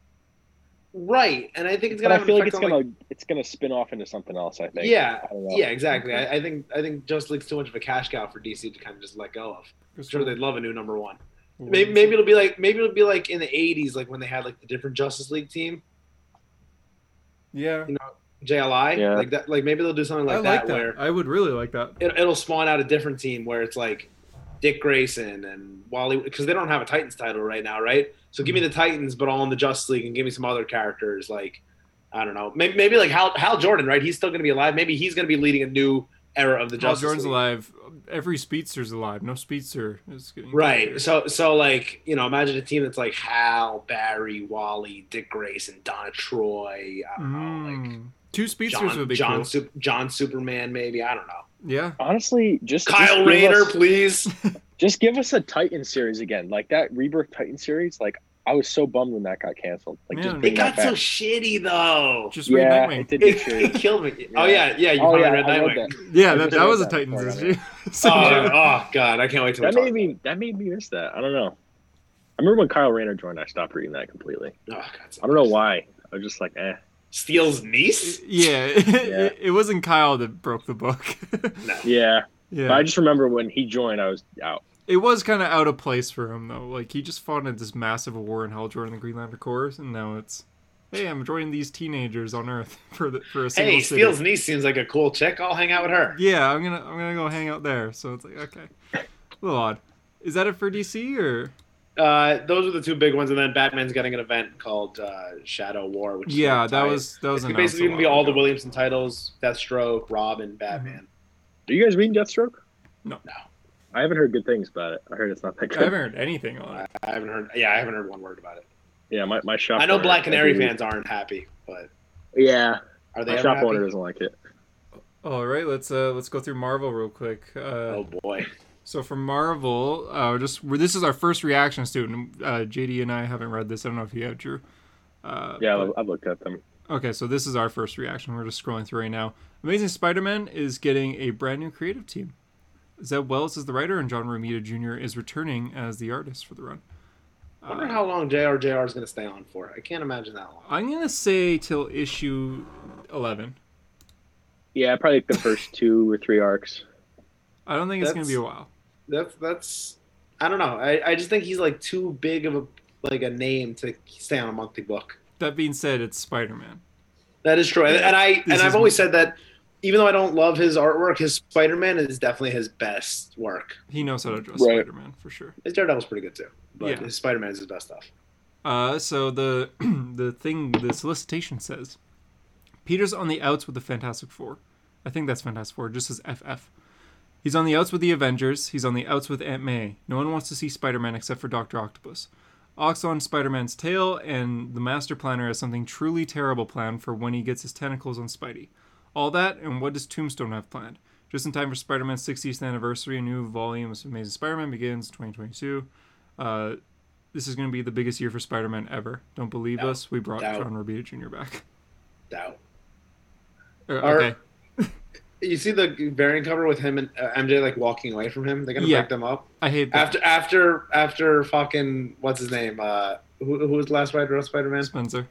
right. And I think it's
But
gonna.
I
have an
feel like
effect
it's
on,
going to it's going to spin off into something else. I think.
Yeah,
I don't know.
Yeah, exactly. I, I think I think Justice League's too much of a cash cow for DC to kind of just let go of. I'm sure they'd love a new number one. Maybe, maybe it'll be like maybe it'll be like in the '80s, like when they had like the different Justice League team,
Yeah,
you know, JLI,
Yeah.
like that. Like maybe they'll do something like,
I like that.
where
I would really like that.
it, it'll spawn out a different team where it's like Dick Grayson and Wally, because they don't have a Titans title right now, right? So give me the Titans, but all in the Justice League, and give me some other characters like I don't know, maybe, maybe like Hal Hal Jordan, right? He's still gonna be alive. Maybe he's gonna be leading a new era of the
Hal
Justice
Oh, Jordan's
League.
alive. Every speedster's alive. No speedster is getting
Right. So so like, you know, imagine a team that's like Hal, Barry, Wally, Dick Grayson, Donna Troy, I don't know, like
Mm. two speedsters
John,
would be
John,
cool.
Sup- John Superman, maybe. I don't know.
yeah,
Honestly, just just
Kyle
give
Rayner,
us- [laughs]
please.
just give us a Titan series again, like that Rebirth Titan series. Like I was so bummed when that got canceled. Like
Man.
just
It
bring
got
that
so
back.
shitty though.
just read
yeah,
Nightwing.
[laughs] it
[laughs]
did get
It,
shitty.
it killed me. Oh yeah, yeah. You
oh
probably
yeah,
read
I read
Nightwing.
that.
Yeah,
I
that,
just
that
read
was a
[laughs]
that
Titans
part of
issue. [laughs]
Oh,
so, yeah.
[laughs]
oh, god, I can't wait till we
That
talk.
made me that made me miss that. I don't know. I remember when Kyle Rayner joined, I stopped reading that completely.
Oh, god,
I don't know why. I was just like, eh.
Steele's niece?
yeah, [laughs] It, it wasn't Kyle that broke the book. [laughs]
No.
Yeah. But
yeah,
I just remember when he joined, I was out.
it was kind of out of place for him though. Like he just fought in this massive war in Hal Jordan and the Green Lantern Corps, and now it's hey, I'm joining these teenagers on Earth [laughs] for the for a single
Hey,
city.
Steele's niece seems like a cool chick. I'll hang out with her.
Yeah, I'm gonna I'm gonna go hang out there. So it's like okay, a little odd. Is that it for DC or?
Uh, those are the two big ones, and then Batman's getting an event called uh, Shadow War, which is
Yeah,
gonna
that
tie-
was that
it's
was announced
basically
a
gonna be
while
all the
ago.
Williamson titles: Deathstroke, Robin, Batman.
Are you guys reading Deathstroke?
No.
No.
I haven't heard good things about it. I heard it's not that
I
good.
haven't heard anything on it.
I haven't heard. Yeah, I haven't heard one word about it.
Yeah, my, my shop.
I know
owner-
Black Canary
every week-
fans aren't happy, but
Yeah.
are they
My
ever
shop
happy?
owner doesn't like it.
All right, let's uh let's go through Marvel real quick. Uh,
Oh boy.
So for Marvel, uh, just we're, this is our first reactions to it. And, uh, JD and I haven't read this. I don't know if you have, Drew.
Oh,
Uh,
Yeah,
but-
I've- I've looked at them.
okay, so this is our first reaction. We're just scrolling through right now. Amazing Spider-Man is getting a brand new creative team. Zeb Wells is the writer, and John Romita Jr. is returning as the artist for the run.
I wonder
Uh,
how long JRJR is gonna stay on for. I can't imagine that long.
I'm gonna say till issue eleven.
Yeah, probably like the first [laughs] two or three arcs.
I don't think it's gonna
That's-
be a while.
That's that's. I don't know. I, I just think he's like too big of a like a name to stay on a monthly book.
That being said, it's Spider-Man.
That is true, and, and I and
This
I've
is-
always said that. Even though I don't love his artwork, his Spider Man is definitely his best work.
He knows how to address
Right.
Spider-Man for sure.
His Daredevil's pretty good too, but
Yeah.
his Spider Man is his best stuff.
Uh, so the [clears throat] the thing the solicitation says, Peter's on the outs with the Fantastic Four. I think that's Fantastic Four, just as FF. He's on the outs with the Avengers. He's on the outs with Aunt May. No one wants to see Spider Man except for Dr. Octopus. Ox on Spider Man's tail, and the Master Planner has something truly terrible planned for when he gets his tentacles on Spidey. All that, and what does Tombstone have planned? Just in time for Spider Man's 60th anniversary, a new volume of Amazing Spider Man begins 2022. Uh, this is going to be the biggest year for Spider Man ever. Don't believe
Doubt.
us? We brought
Doubt.
John Romita Jr. back. [laughs]
Doubt.
Uh,
Our-
okay.
You see the variant cover with him and uh, MJ like walking away from him. They're gonna
Yeah.
break them up
I hate that.
after after after fucking what's his name? Uh, who, who was the last Spider Spider Man?
Spencer.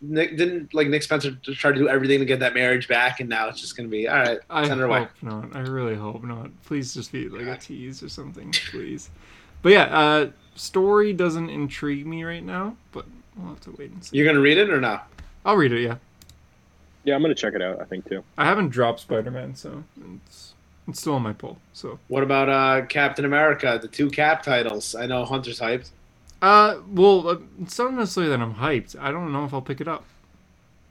Nick didn't like Nick Spencer just try to do everything to get that marriage back, and now it's just gonna be all right.
I
Send
hope
her away.
not. I really hope not. Please just be like
Yeah.
a tease or something, please. But yeah, uh, story doesn't intrigue me right now, but we'll have to wait and see.
You're gonna read it or no?
I'll read it. Yeah,
Yeah, I'm gonna check it out. I think too.
I haven't dropped Spider Man, so it's it's still on my poll. So,
What about uh, Captain America? The two Cap titles. I know Hunter's hyped.
uh, well, uh, it's not necessarily that I'm hyped. I don't know if I'll pick it up.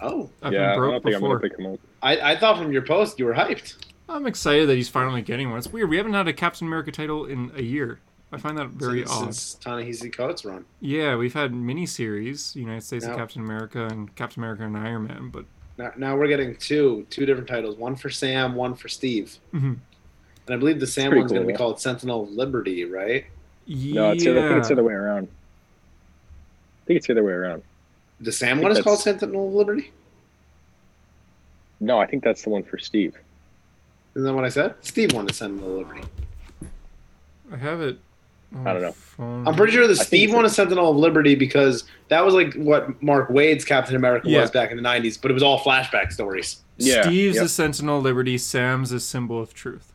Oh,
I've
yeah,
been
I don't
broke
think I'm
before.
gonna pick him up.
I, I thought from your post you were hyped.
I'm excited that he's finally getting one. It's weird. We haven't had a Captain America title in a year. I find that very
since,
odd.
Since Ta-Nehisi Coates run.
Yeah, we've had miniseries, United States
Yeah.
of Captain America and Captain America and Iron Man, but
Now, now we're getting two two different titles. One for Sam, one for Steve.
Mhm.
And I believe the Sam
pretty
one's
cool,
going to be
yeah.
called Sentinel of Liberty, right?
yeah,
No, it's the other, I think it's the other way around. I think it's the other way around.
The Sam
think
one is
that's-
called Sentinel of Liberty.
No, I think that's the one for Steve.
Isn't that what I said? Steve one is Sentinel of Liberty.
I have it. on
I don't
my
know.
phone.
I'm pretty sure the
think
Steve
so.
one is Sentinel of Liberty because that was like what Mark Wade's Captain America
Yeah.
was back in the 90s, but it was all flashback stories.
Yeah,
Steve's
yep.
a sentinel of liberty. Sam's a symbol of truth.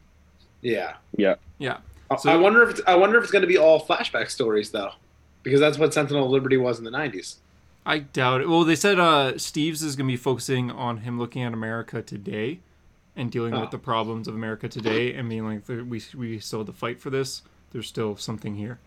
Yeah.
Yeah.
Yeah.
I-
So-
I wonder if it's, I wonder if it's going to be all flashback stories though, because that's what Sentinel of Liberty was in the 90s.
I doubt it. Well, they said uh, Steve's is going to be focusing on him looking at America today and dealing
Oh.
with the problems of America today and being like, "There- we, we still have to fight for this. There's still something here.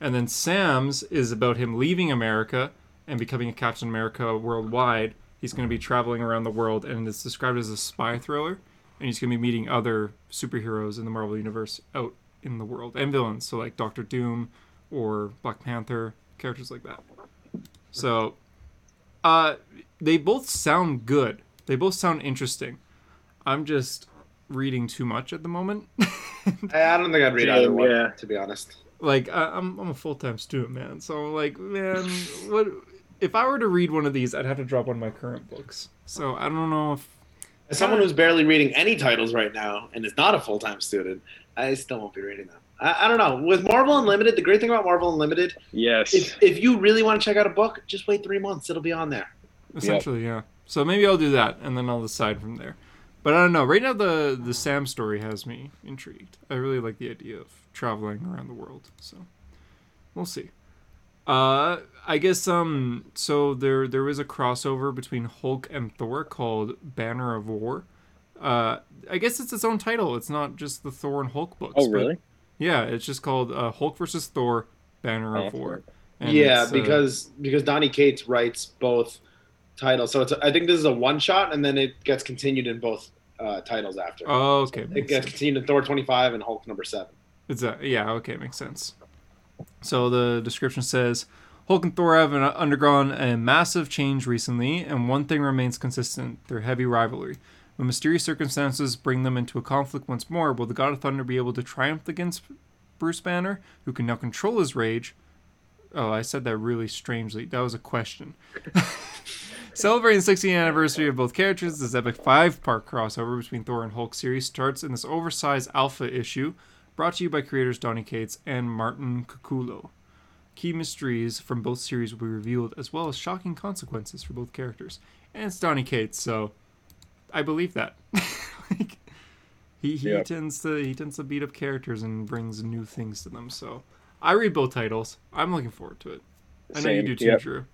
And then Sam's is about him leaving America and becoming a Captain America worldwide. He's going to be traveling around the world and it's described as a spy thriller. And he's going to be meeting other superheroes in the Marvel Universe out in the world and villains. So, like Doctor Doom or Black Panther, characters like that. So, uh, they both sound good. They both sound interesting. I'm just reading too much at the moment. [laughs]
I I don't think I'd read
Same,
either one
yeah.
to be honest.
like I, I'm, I'm a full time student, man. So like, man, what if I were to read one of these? I'd have to drop one of my current books. So I don't know if
As someone who's barely reading any titles right now and is not a full time student, I still won't be reading them. I, I don't know. With Marvel Unlimited, the great thing about Marvel Unlimited,
Yes.
if, if you really want to check out a book, just wait three months. It'll be on there.
essentially, yeah. So maybe I'll do that, and then I'll decide from there. But I don't know. Right now, the the Sam story has me intrigued. I really like the idea of traveling around the world. So we'll see. Uh, I guess um. So there there was a crossover between Hulk and Thor called Banner of War. Uh, I guess it's its own title. It's not just the Thor and Hulk books.
oh,
but-
really?
yeah, it's just called uh, Hulk versus Thor Banner
Oh,
of War. And
yeah,
it's, uh,
because because Donnie Cates writes both titles, so it's I think this is a one shot, and then it gets continued in both uh, titles after.
oh, okay.
it
makes
gets
sense.
continued in Thor twenty five and Hulk number seven.
It's a, yeah, okay, makes sense. So the description says Hulk and Thor have an- undergone a massive change recently, and one thing remains consistent their heavy rivalry. When mysterious circumstances bring them into a conflict once more, will the God of Thunder be able to triumph against Bruce Banner, who can now control his rage? Oh, I said that really strangely. That was a question. [laughs] Celebrating the 60th anniversary of both characters, this epic five part crossover between Thor and Hulk series starts in this oversized alpha issue brought to you by creators Donny Cates and Martin Cuculo. Key mysteries from both series will be revealed, as well as shocking consequences for both characters. And it's Donny Cates, so I believe that. [laughs] like, he he
Yeah.
tends to he tends to beat up characters and brings new things to them. So I read both titles. I'm looking forward to it. I know you
Same,
do too,
yep.
Drew.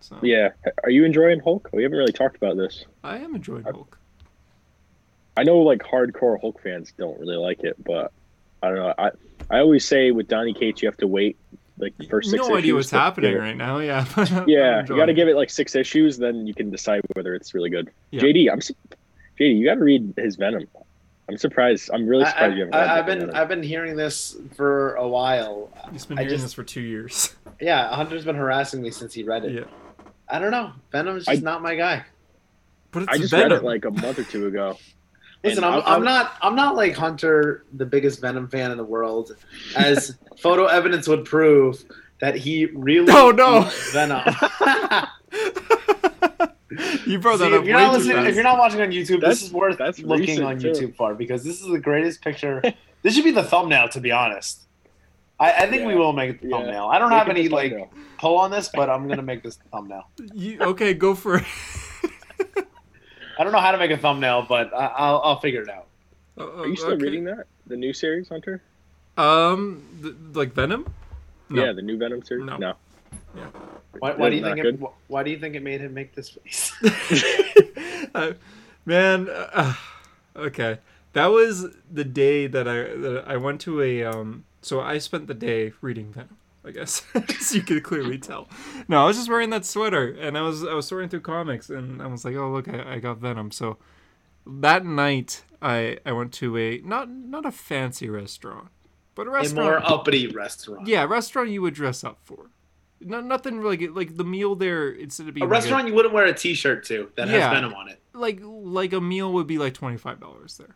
So
Yeah. Are you enjoying Hulk? We haven't really talked about this.
I am enjoying Hulk.
I know like hardcore Hulk fans don't really like it, but I don't know. I I always say with Donny Cates, you have to wait like the first six.
no idea
issues
what's
to
happening
give it-
right now. Yeah. [laughs] but I'm
Yeah, you
enjoying
got to
it.
give it like six issues, then you can decide whether it's really good.
Yeah.
JD, I'm s- JD, you got to read his Venom. I'm surprised. I'm really surprised you haven't. read
I, I've
anything
been
on it.
I've been hearing this for a while.
He's been
I
doing
just-
this for two years. [laughs]
Yeah, Hunter's been harassing me since he read it.
yeah,
I don't know. Venom's just
I-
not my guy.
but it's
I just
Venom.
read it like a month or two ago.
Listen,
And
I'm,
I- I-
I'm not I'm not like Hunter, the biggest Venom fan in the world,
[laughs]
as photo evidence would prove that he really
Oh, no.
eats
[laughs]
Venom.
[laughs] you brought that up
See, if
way
you're not
too
listening,
fast.
if you're not watching on YouTube,
That's-
this is worth
that's
looking
recent,
on
too.
YouTube for because this is the greatest
[laughs]
picture. this should be the thumbnail, to be honest. I, I think we
Yeah.
will make it the
Yeah.
thumbnail. I don't
Make
have
it the
any like
thumbnail.
pull on this, but I'm gonna make this the thumbnail.
You- okay, go for it. [laughs]
I don't know how to make a thumbnail, but I, I'll, I'll figure it out. uh,
Are you still reading that? The new series, Hunter?
Um, th- like Venom. No.
Yeah, the new Venom series.
No.
No.
Why, why do you
Not
think? It,
good?
wh- why do you think it made him make this face? [laughs]
[laughs] Uh, man, uh, uh, okay. That was the day that I that I went to a um. So I spent the day reading Venom. I guess, [laughs] as you can clearly tell. No, I was just wearing that sweater, and I was I was sorting through comics, and I was like, oh look, I, I got Venom. So that night, I I went to a not not a fancy restaurant, but a
a
restaurant
more uppity restaurant.
Yeah, restaurant you would dress up for. No, nothing like like the meal there instead of being
A
like
restaurant you wouldn't wear a T-shirt to that
Yeah.
has Venom on it.
like like a meal would be like twenty five dollars there.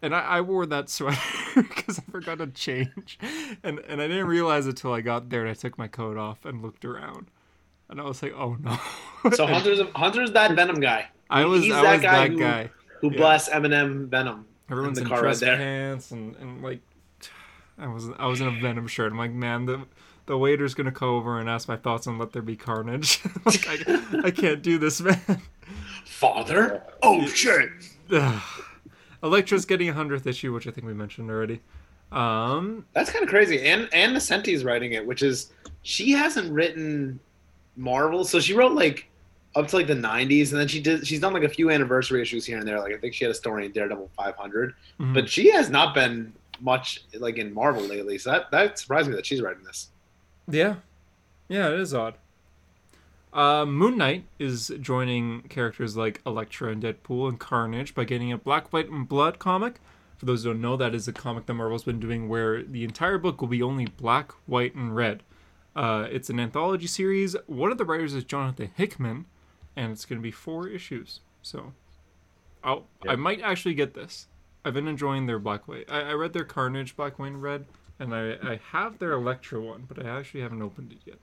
And I, I wore that sweater [laughs] because I forgot to change, and and I didn't realize it till I got there and I took my coat off and looked around, and I was like, oh no.
So
And
Hunter's Hunter's that Venom guy
[laughs] I was
he's
I
that
was
guy
that
who-
guy.
who
Yeah.
blasts Eminem Venom.
Everyone's
the
in,
car right
dress
there.
pants and and like, [sighs] I was I was in a Venom shirt. I'm like, man, the the waiter's gonna come over and ask my thoughts on Let There Be Carnage. [laughs] like I, I can't do this, man.
Father? Oh shit!
Ugh. Electra's getting a hundredth issue, which I think we mentioned already. Um,
That's kind of crazy. And and Vicenti's writing it, which is she hasn't written Marvel, so she wrote like up to like the '90s, and then she did. She's done like a few anniversary issues here and there. Like I think she had a story in Daredevil 500,
mhm.
but she has not been much like in Marvel lately. So that that surprised me that she's writing this.
yeah, yeah, it is odd. Uh, Moon Knight is joining characters like Elektra and Deadpool and Carnage by getting a Black, White, and Blood comic. For those who don't know, that is a comic that Marvel's been doing where the entire book will be only black, white, and red. Uh, it's an anthology series. One of the writers is Jonathan Hickman, and it's going to be four issues. So, I'll, I might actually get this. I've been enjoying their Black White. I, I read their Carnage Black White and Red, and I, I have their Electra one, but I actually haven't opened it yet.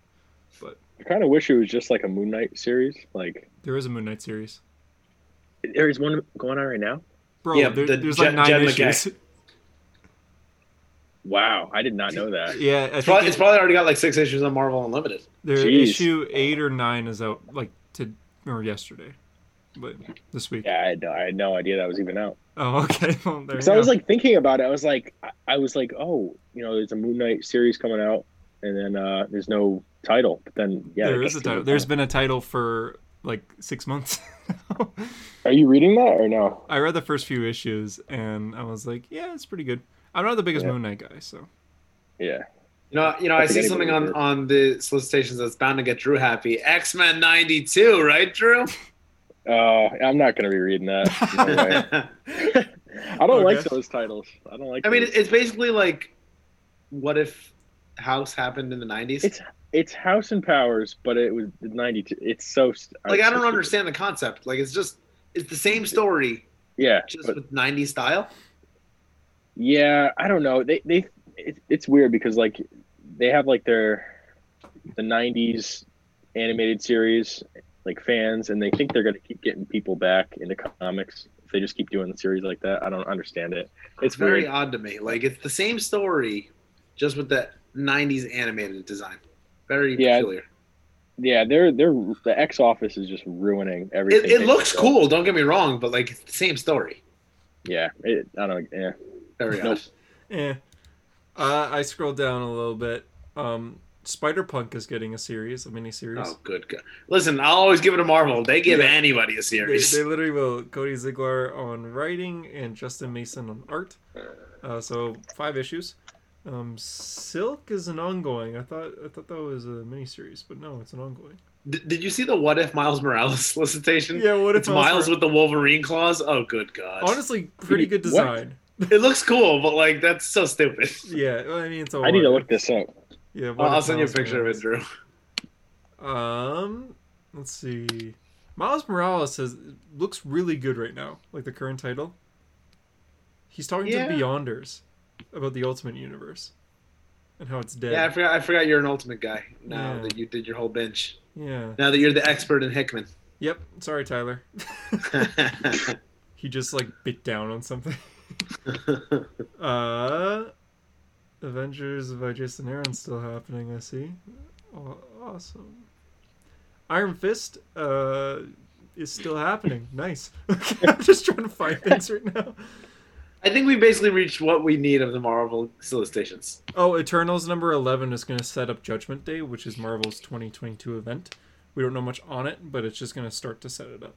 I kind of wish it was just like a Moon Knight series. Like,
There is a Moon Knight series,
there is one going on right now.
bro.
Yeah,
there-
the
there's
Jed-
like nine
Jed McKay.
issues. [laughs]
Wow, I did not know that.
Yeah, I
It's
think
probably, it's probably already got like six issues on Marvel Unlimited.
their
Jeez.
issue eight or nine is out like to or yesterday, but this week.
Yeah, I had, no, I had no idea that was even out.
Oh, okay. [laughs] Well, there
Because
you
I was
go.
like thinking about it. I was like, I, I was like, oh, you know, there's a Moon Knight series coming out, and then uh there's no title. But then, yeah,
there
I
is
guess
a title.
there's
There's been a title for like six months. [laughs] now.
Are you reading that or no?
I read the first few issues and I was like, yeah, it's pretty good. I'm not the biggest
Yeah.
Moon Knight guy, so
Yeah.
You know, you know,
I
I
think
see something
anybody
on
would.
on the solicitations that's bound to get Drew happy. X Men '92, right, Drew?
Oh, I'm not gonna be
[laughs]
reading that. No way.
I
I don't like
Okay.
those titles. I don't like.
mean,
those.
it's basically like, what if House happened in the '90s?
It's it's House and Powers, but it was '92. It's so st-
like
it's
I
so
don't
stupid.
understand the concept. Like it's just it's the same story,
Yeah,
just
but-
with '90s style.
yeah, I don't know. They they it, it's weird because like they have like their the '90s animated series like fans, and they think they're gonna keep getting people back into comics if they just keep doing the series like that. I don't understand it. It's
very
weird.
odd to me. Like it's the same story, just with the '90s animated design. Very
Yeah,
peculiar.
Yeah, they're they're the X Office is just ruining everything.
It, it
they
looks
do.
cool. Don't get me wrong, but like it's the same story.
Yeah, it, I don't. Yeah.
Very
Nope.
odd.
yeah. Uh, I scrolled down a little bit. Um, Spider Punk is getting a series, a mini series.
Oh, good. go- Listen, I'll always give it to Marvel. They give
Yeah.
anybody a
They,
series.
they literally will. Cody Ziegler on writing and Justin Mason on art. Uh, so five issues. Um, Silk is an ongoing. I thought I thought that was a miniseries, but no, it's an ongoing.
D- did you see the what if Miles Morales [laughs] solicitation?
Yeah, what if
It's Miles with the Wolverine claws. Oh, good god!
Honestly, pretty good
What?
design.
it looks cool, but like that's so stupid.
[laughs] Yeah, I mean, it's a
I need to
what
look
if.
this up.
Yeah, what
Well, I'll
if
send you a
Miles
picture of
Morales.
it, Drew.
Um, let's see. Miles Morales says looks really good right now, like the current title. He's talking
Yeah.
to Beyonders about the Ultimate Universe and how it's dead.
Yeah, I forgot. I forgot you're an ultimate guy. Now
Yeah.
that you did your whole binge.
yeah.
Now that you're the expert in Hickman.
Yep. Sorry, Tyler. he just like bit down on something. [laughs] Uh, Avengers by Jason Aaron still happening. I see. Aw- Awesome. Iron Fist uh is still happening. Nice. [laughs] I'm just trying to find things right now.
I think we basically reached what we need of the Marvel solicitations.
Oh, Eternals number 11 is going to set up Judgment Day, which is Marvel's 2022 event. We don't know much on it, but it's just going to start to set it up.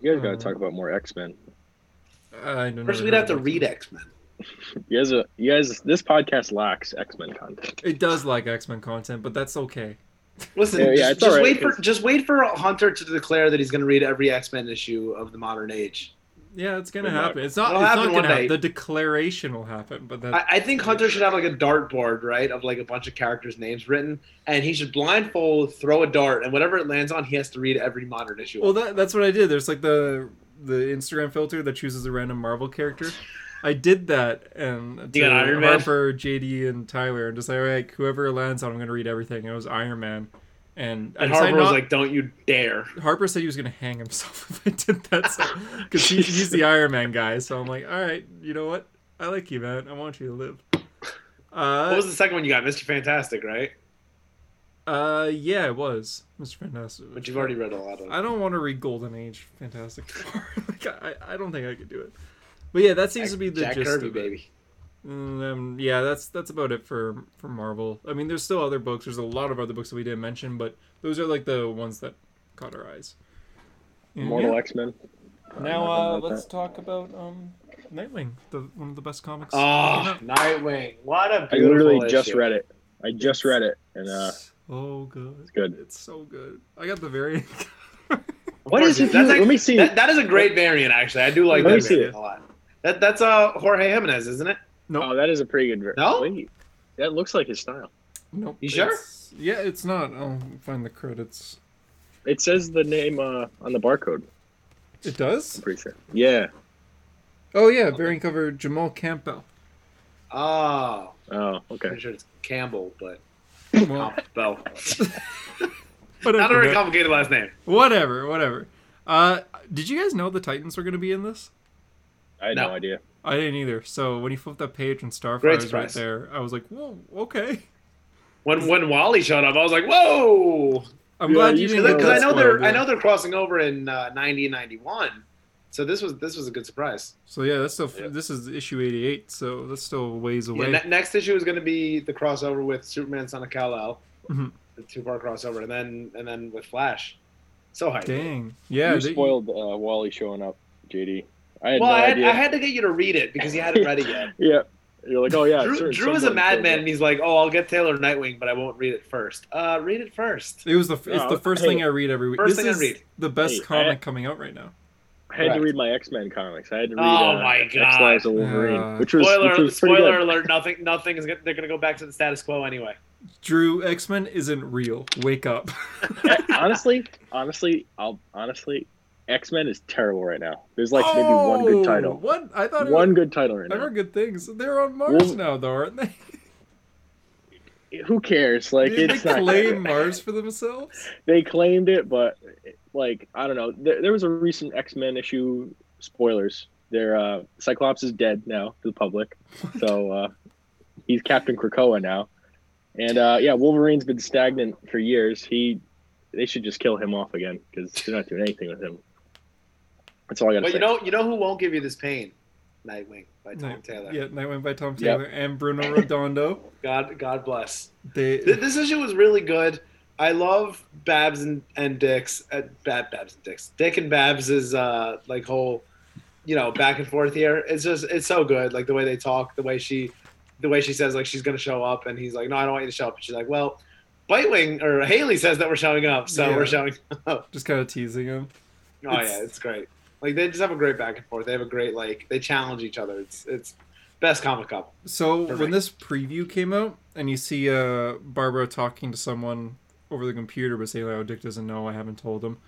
You guys got to
Uh,
talk about more X Men.
I don't know.
First, we'd have to read X Men.
You guys, are, you guys, this podcast lacks X Men content.
It does like X Men content, but that's okay.
Listen,
Yeah, yeah,
just,
it's
just
alright,
wait for
'cause-
just wait for Hunter to declare that he's going to read every X Men issue of the modern age.
Yeah, it's gonna
Good luck.
happen. It's not.
It'll
it's
happen
not
one
gonna happen.
day.
The declaration will happen, but that.
I, I think Hunter should have like a dartboard, right, of like a bunch of characters' names written, and he should blindfold, throw a dart, and whatever it lands on, he has to read every modern issue.
Well, that, that's what I did. There's like the the Instagram filter that chooses a random Marvel character. I did that and
You got Iron Man?
Harper, JD, and Tyler, and just like, all right, whoever lands on, I'm gonna read everything. And it was Iron Man, and, I decided
and Harper was
not-
like, "Don't you dare!"
Harper said he was gonna hang himself [laughs] if I did that, because he, he's
[laughs]
the Iron Man guy. So I'm like, all right, you know what? I like you, man. I want you to live.
What
Uh,
was the second one you got, Mister Fantastic, right?
uh, yeah, it was Mr. Fantastic.
But you've already read a lot of.
I don't want to read Golden Age Fantastic Four. [laughs] like, I, I don't think I could do it. But yeah, that seems to be the
Jack
gist
Kirby,
of it.
baby.
Mm, Um, yeah, that's that's about it for for Marvel. I mean, there's still other books. There's a lot of other books that we didn't mention, but those are like the ones that caught our eyes. And
Mortal
yeah.
X Men.
Now uh, let's talk about um, Nightwing, the one of the best comics.
Oh, Nightwing! What a
I
beautiful
literally just
issue.
read it. I just read it, and uh,
so good.
it's good.
It's so good. I got the [laughs] variant.
Of
What
course
is it?
That's
Let
like-
me see.
That, that is a great variant, actually. I do like
Let me
that
see
variant
it.
a lot. That, that's uh Jorge Jimenez, isn't it?
Oh, that is a pretty good. Ver-
No?
Wait, that looks like his style.
nope.
You sure?
it's- Yeah, it's not. I'll find the credits.
It says the name uh, on the barcode.
It does.
I'm pretty sure. Yeah.
Oh yeah, variant cover Jamal Campbell.
Oh,
Oh, okay.
I'm sure it's Campbell, but
[laughs] Well,
Campbell. Oh. [laughs] Not a
whatever,
very
man.
complicated last name.
whatever, whatever. Uh, did you guys know the Titans were going to be in this?
I had no,
No.
idea.
I didn't either. So when you flipped that page and Starfire
Great
was right
surprise.
there, I was like, "Whoa, okay."
When when Wally showed up, I was like, "Whoa!"
I'm
Yeah,
glad
you
you
should-
didn't.
Because I
that's
know
what
they're
did.
I know they're crossing over in uh, 90 and 91, so this was this was a good surprise.
So yeah, that's still
Yeah.
this is issue 88, so that's still a ways
Yeah,
away.
ne- next issue is going to be the crossover with Superman Son of Kal El,
Mhm.
the two part crossover, and then and then with Flash. So hyped.
Dang. Yeah.
you
they-
spoiled uh, Wally showing up, JD. I had
Well,
no
I had,
idea.
I had to get you to read it because you hadn't read it yet.
yeah. You're like, oh [laughs] yeah.
Drew,
certain
Drew is a
someone showed
madman,
up.
and he's like, "Oh, I'll get Taylor Nightwing, but I won't read it first. Uh, read it first.
It was the it's
No,
the first
hey,
thing I read every week.
first
this
thing I
is
read.
the best
Hey, eh. I-
comic coming out right now.
I had to
Correct.
read my X Men comics. I had to read.
Oh
uh,
my
X
God.
Lives of Wolverine,
Uh,
which was which
spoiler,
was pretty
spoiler
good.
alert! Nothing, nothing is. Gonna, they're going to go back to the status quo anyway.
Drew X Men isn't real. Wake up.
honestly, honestly, I'll honestly, X Men is terrible right now. There's like maybe one good
Oh,
title,
What I thought it
one good title right
I heard
now.
good things. They're on Mars
Well-
now, though, aren't they?
Who cares? Like
Did
it's
they
not.
claim Mars for themselves?
They claimed it, but like I don't know. There, there was a recent X Men issue. Spoilers. There, uh, Cyclops is dead now to
[laughs]
the public, so uh, he's Captain Krakoa now, and uh, yeah, Wolverine's been stagnant for years. He, they should just kill him off again because they're not doing anything with him. That's all I gotta
But
say.
you know, you know who won't give you this pain? Nightwing by Tom
Night-
Taylor.
Yeah, Nightwing by Tom
Yep.
Taylor and Bruno Redondo.
God, God bless. Th-
They
This issue was really good. I love Babs and, and Dix. Uh, Bab, Babs and Dix. Dick and Babs is uh, like whole, you know, back and forth here. It's just it's so good. Like the way they talk, the way she, the way she says like she's gonna show up, and he's like, no, I don't want you to show up. And she's like, well, Bitewing or Haley says that we're showing up, so
Yeah.
we're showing. [laughs] up.
Just kind of teasing him.
Oh
It's-
yeah, it's great. Like they just have a great back and forth. They have a great like they challenge each other. It's it's best comic couple.
So when
Perfect.
this preview came out, and you see uh, Barbara talking to someone over the computer, but saying, "Oh, Dick doesn't know. I haven't told him."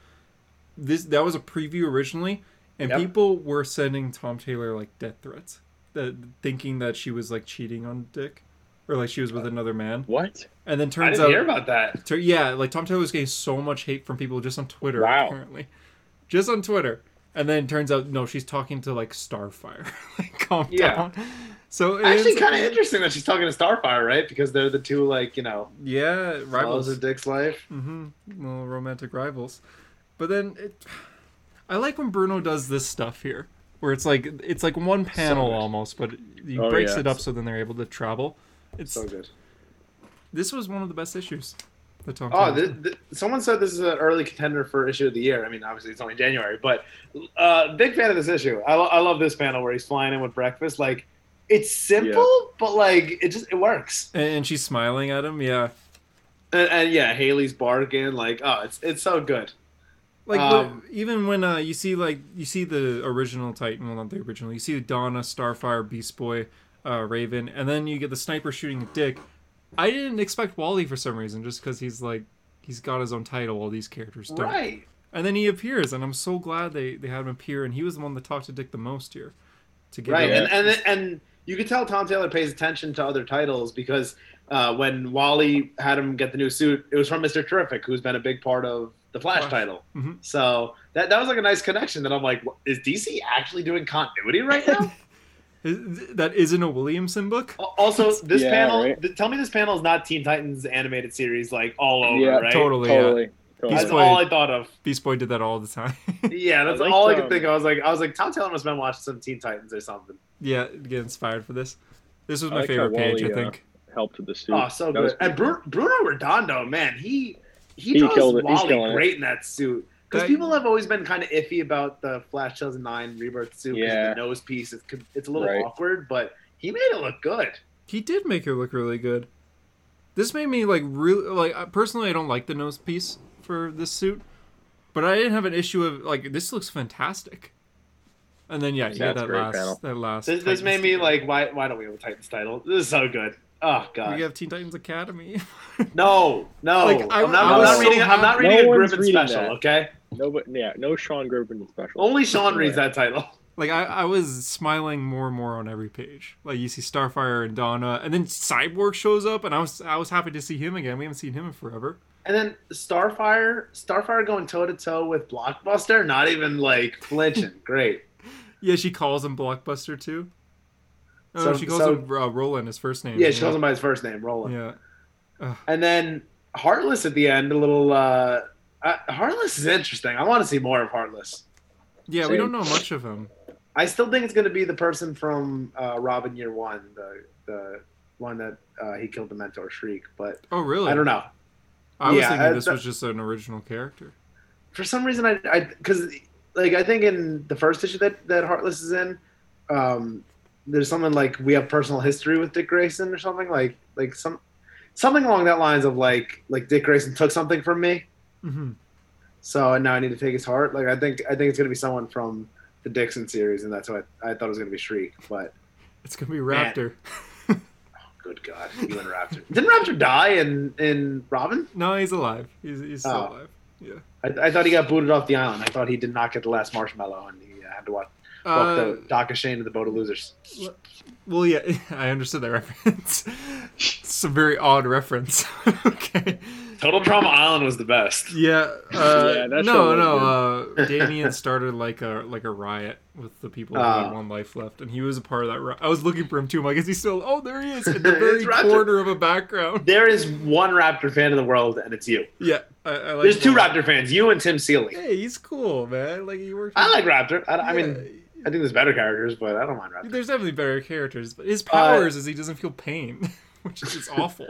This that was a preview originally, and
Yep.
people were sending Tom Taylor like death threats, that thinking that she was like cheating on Dick, or like she was with another man.
What?
And then
Uh, I
turns
didn't
out,
hear about that.
tur- yeah, like Tom Taylor was getting so much hate from people just on Twitter,
Wow.
apparently, just on Twitter. And then turns out, no, she's talking to like Starfire. [laughs] like, calm
Yeah.
down. So it
Actually,
is-
kind of interesting that she's talking to Starfire, right? Because they're the two like you know
Yeah,
rivals
rivals.
of Dick's life.
Mm-hmm. Little romantic rivals. But then it, I like when Bruno does this stuff here, where it's like it's like one panel
good.
almost, but he
Oh,
breaks
yeah.
it up so then they're able to travel. It's
So good.
this was one of the best issues. The Tom.
Oh,
Taylor.
th- th- someone said this is an early contender for issue of the year. I mean, obviously it's only January, but uh, big fan of this issue. I, lo- I love this panel where he's flying in with breakfast. Like, it's simple, but like it just it works.
and, and she's smiling at him. Yeah,
And, and yeah, Haley's barking. Like, oh, it's it's so good.
like
Um,
but even when uh, you see like you see the original Titan, well not the original. You see Donna, Starfire, Beast Boy, uh, Raven, and then you get the sniper shooting at Dick. I didn't expect Wally for some reason, just because he's like he's got his own title. All these characters don't.
Right.
And then he appears, and I'm so glad they, they had him appear, and he was the one that talked to Dick the most here. To get
Right,
him-
Yeah.
and, and and you could tell Tom Taylor pays attention to other titles because uh, when Wally had him get the new suit, it was from Mister Terrific, who's been a big part of the Flash
Flash.
title.
Mhm.
So that that was like a nice connection. That I'm like, "What- is DC actually doing continuity right
[laughs]
now?
that isn't a Williamson book.
Al- also, this
Yeah,
panel.
right.
th- tell me, this panel is not Teen Titans animated series like all over,
Yeah,
right?
Totally, yeah.
Totally. totally.
He's
That's
played-
all I
[laughs]
thought of.
Beast Boy did that all the time. [laughs]
Yeah, that's
I liked,
all I could
um,
think. of. I was like, I was like, Tom Taylor must have been watching some Teen Titans or something.
yeah, get inspired for this. This was
I
my
like how
favorite page, I
Wally, uh,
think.
Helped with the suit.
Oh, so
That
good.
was
And Bru- Bruno Redondo, man, he he,
He
draws
killed it. He's
Wally
killing it.
great in that suit. Because
That-
people have always been kind of iffy about the Flash 2009 Rebirth suit because
Yeah.
the nose piece. It's, it's a little
Right.
awkward, but he made it look good.
He did make her look really good. This made me like really like I- personally. I don't like the nose piece for this suit, but I didn't have an issue of like this looks fantastic. And then yeah, you
Yeah,
get
it's a
that
great
last
panel.
that last.
This, this
Titans-
made me like, why why don't we have a Titans title? This is so good. Oh god,
We have Teen Titans Academy. [laughs]
no, no.
Like, I-
I, am not,
I
I'm
was
not
so
reading. I'm not
happy-
reading
No
a
one's
Griffin
reading
special.
that.
Okay,
no, but yeah, no Sean Gerben special.
only Sean reads that title.
Like I, I was smiling more and more on every page. Like you see Starfire and Donna, and then Cyborg shows up, and I was I was happy to see him again. We haven't seen him in forever.
And then Starfire, Starfire going toe to toe with Blockbuster, not even like flinching. Great.
Yeah, she calls him Blockbuster too. Oh,
So-
she calls
so-
him uh, Roland, his first name.
Yeah, she calls him by his first name, Roland.
Yeah,
And then Heartless at the end, a little. Uh, uh, Heartless is interesting. I want to see more of Heartless.
yeah. We
Same.
don't know much of him.
I still think it's going to be the person from uh, Robin Year One, the the one that uh, he killed the Mentor Shriek. But
Oh, really?
I don't know.
I was
Yeah,
thinking
I-
this
that-
was just an original character.
For some reason, I I because like I think in the first issue that that Heartless is in, um, there's something like we have personal history with Dick Grayson or something like like some something along that lines of like like Dick Grayson took something from me. Mm-hmm.
hmm
So and now I need to take his heart. Like I think I think it's gonna be someone from the Dixon series, and that's why I, I thought it was gonna be Shriek. But
It's gonna be Raptor.
good God, you and Raptor [laughs] didn't Raptor die in in Robin?
[laughs] No, he's alive. He's, he's still
Oh.
alive. Yeah.
I, I thought he got booted off the island. I thought he did not get the last marshmallow, and he uh, had to watch walk
Uh,
the dock of Shane to the boat of losers.
Well, yeah, [laughs] I understood that reference. [laughs] it's a very odd reference. [laughs] okay.
Total Trauma Island was the best.
Yeah.
[laughs]
Uh,
Yeah, that
no,
show
no. Uh, Damien started like a like a riot with the people who
Ah.
had one life left, and he was a part of that. Ri- I was looking for him too. I'm like, is he still? Oh, there he is in the
[laughs]
very
It's Raptor.
corner of a background.
There is one Raptor fan in the world, and it's you.
Yeah, I, I like.
There's two
that.
Raptor fans, you and Tim Seeley.
Hey, he's cool, man. Like he works.
I
with-
like Raptor. I, I mean,
Yeah.
I think there's better characters, but I don't mind Raptor.
there's definitely better characters, but his powers is he doesn't feel pain, [laughs] which is just
[laughs]
awful.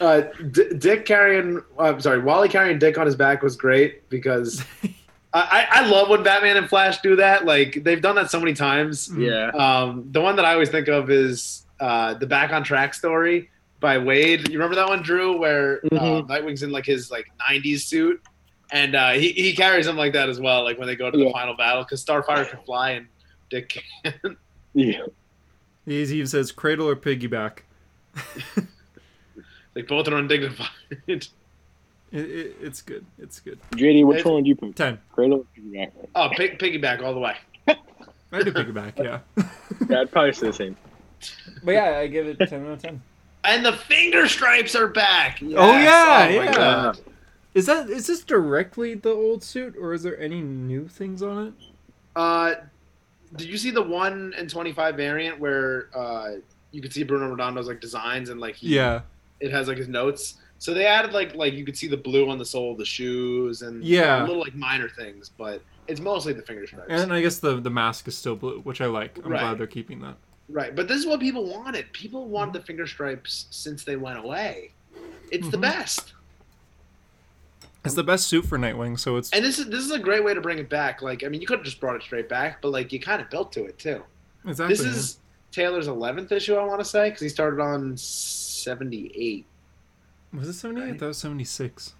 Uh, D- Dick carrying, uh, I'm sorry, Wally carrying Dick on his back was great because I, I I love when Batman and Flash do that. Like they've done that so many times.
Yeah.
Um, the one that I always think of is uh, the Back on Track story by Wade. You remember that one, Drew, where uh,
Mhm.
Nightwing's in like his like '90s suit, and uh, he he carries him like that as well. Like when they go to the
Yeah.
final battle, because Starfire can fly and Dick. can't.
Yeah.
He's- He says cradle or piggyback.
They both are undignified.
It, it, it's good. It's good.
JD, which
It's-
one would you pick?
Ten.
Cradle or piggyback?
[laughs] oh, pig, piggyback all the way.
I do
[laughs]
piggyback. Yeah.
Yeah, I'd probably say the same.
But yeah, I give it ten out of ten.
And the finger stripes are back.
Oh, yeah,
Oh, my
yeah.
Uh,
God.
Is that is this directly the old suit, or is there any new things on it?
Uh, did you see the one in 25 variant where uh, you could see Bruno Redondo's like designs and like he,
Yeah,
it has like his notes? So they added like like you could see the blue on the sole of the shoes and
Yeah.
little like minor things, but it's mostly the finger stripes.
and I guess the the mask is still blue, which I like. I'm
Right.
glad they're keeping that.
right, but this is what people wanted. People wanted the finger stripes since they went away. It's the
Mhm.
best.
It's the best suit for Nightwing, so it's
And this is this is a great way to bring it back. Like I mean, you could have just brought it straight back, but like you kind of built to it too.
exactly.
This is Taylor's 11th issue, I want to say, because he started on 78.
was it seventy eight?
right?
That was seventy six.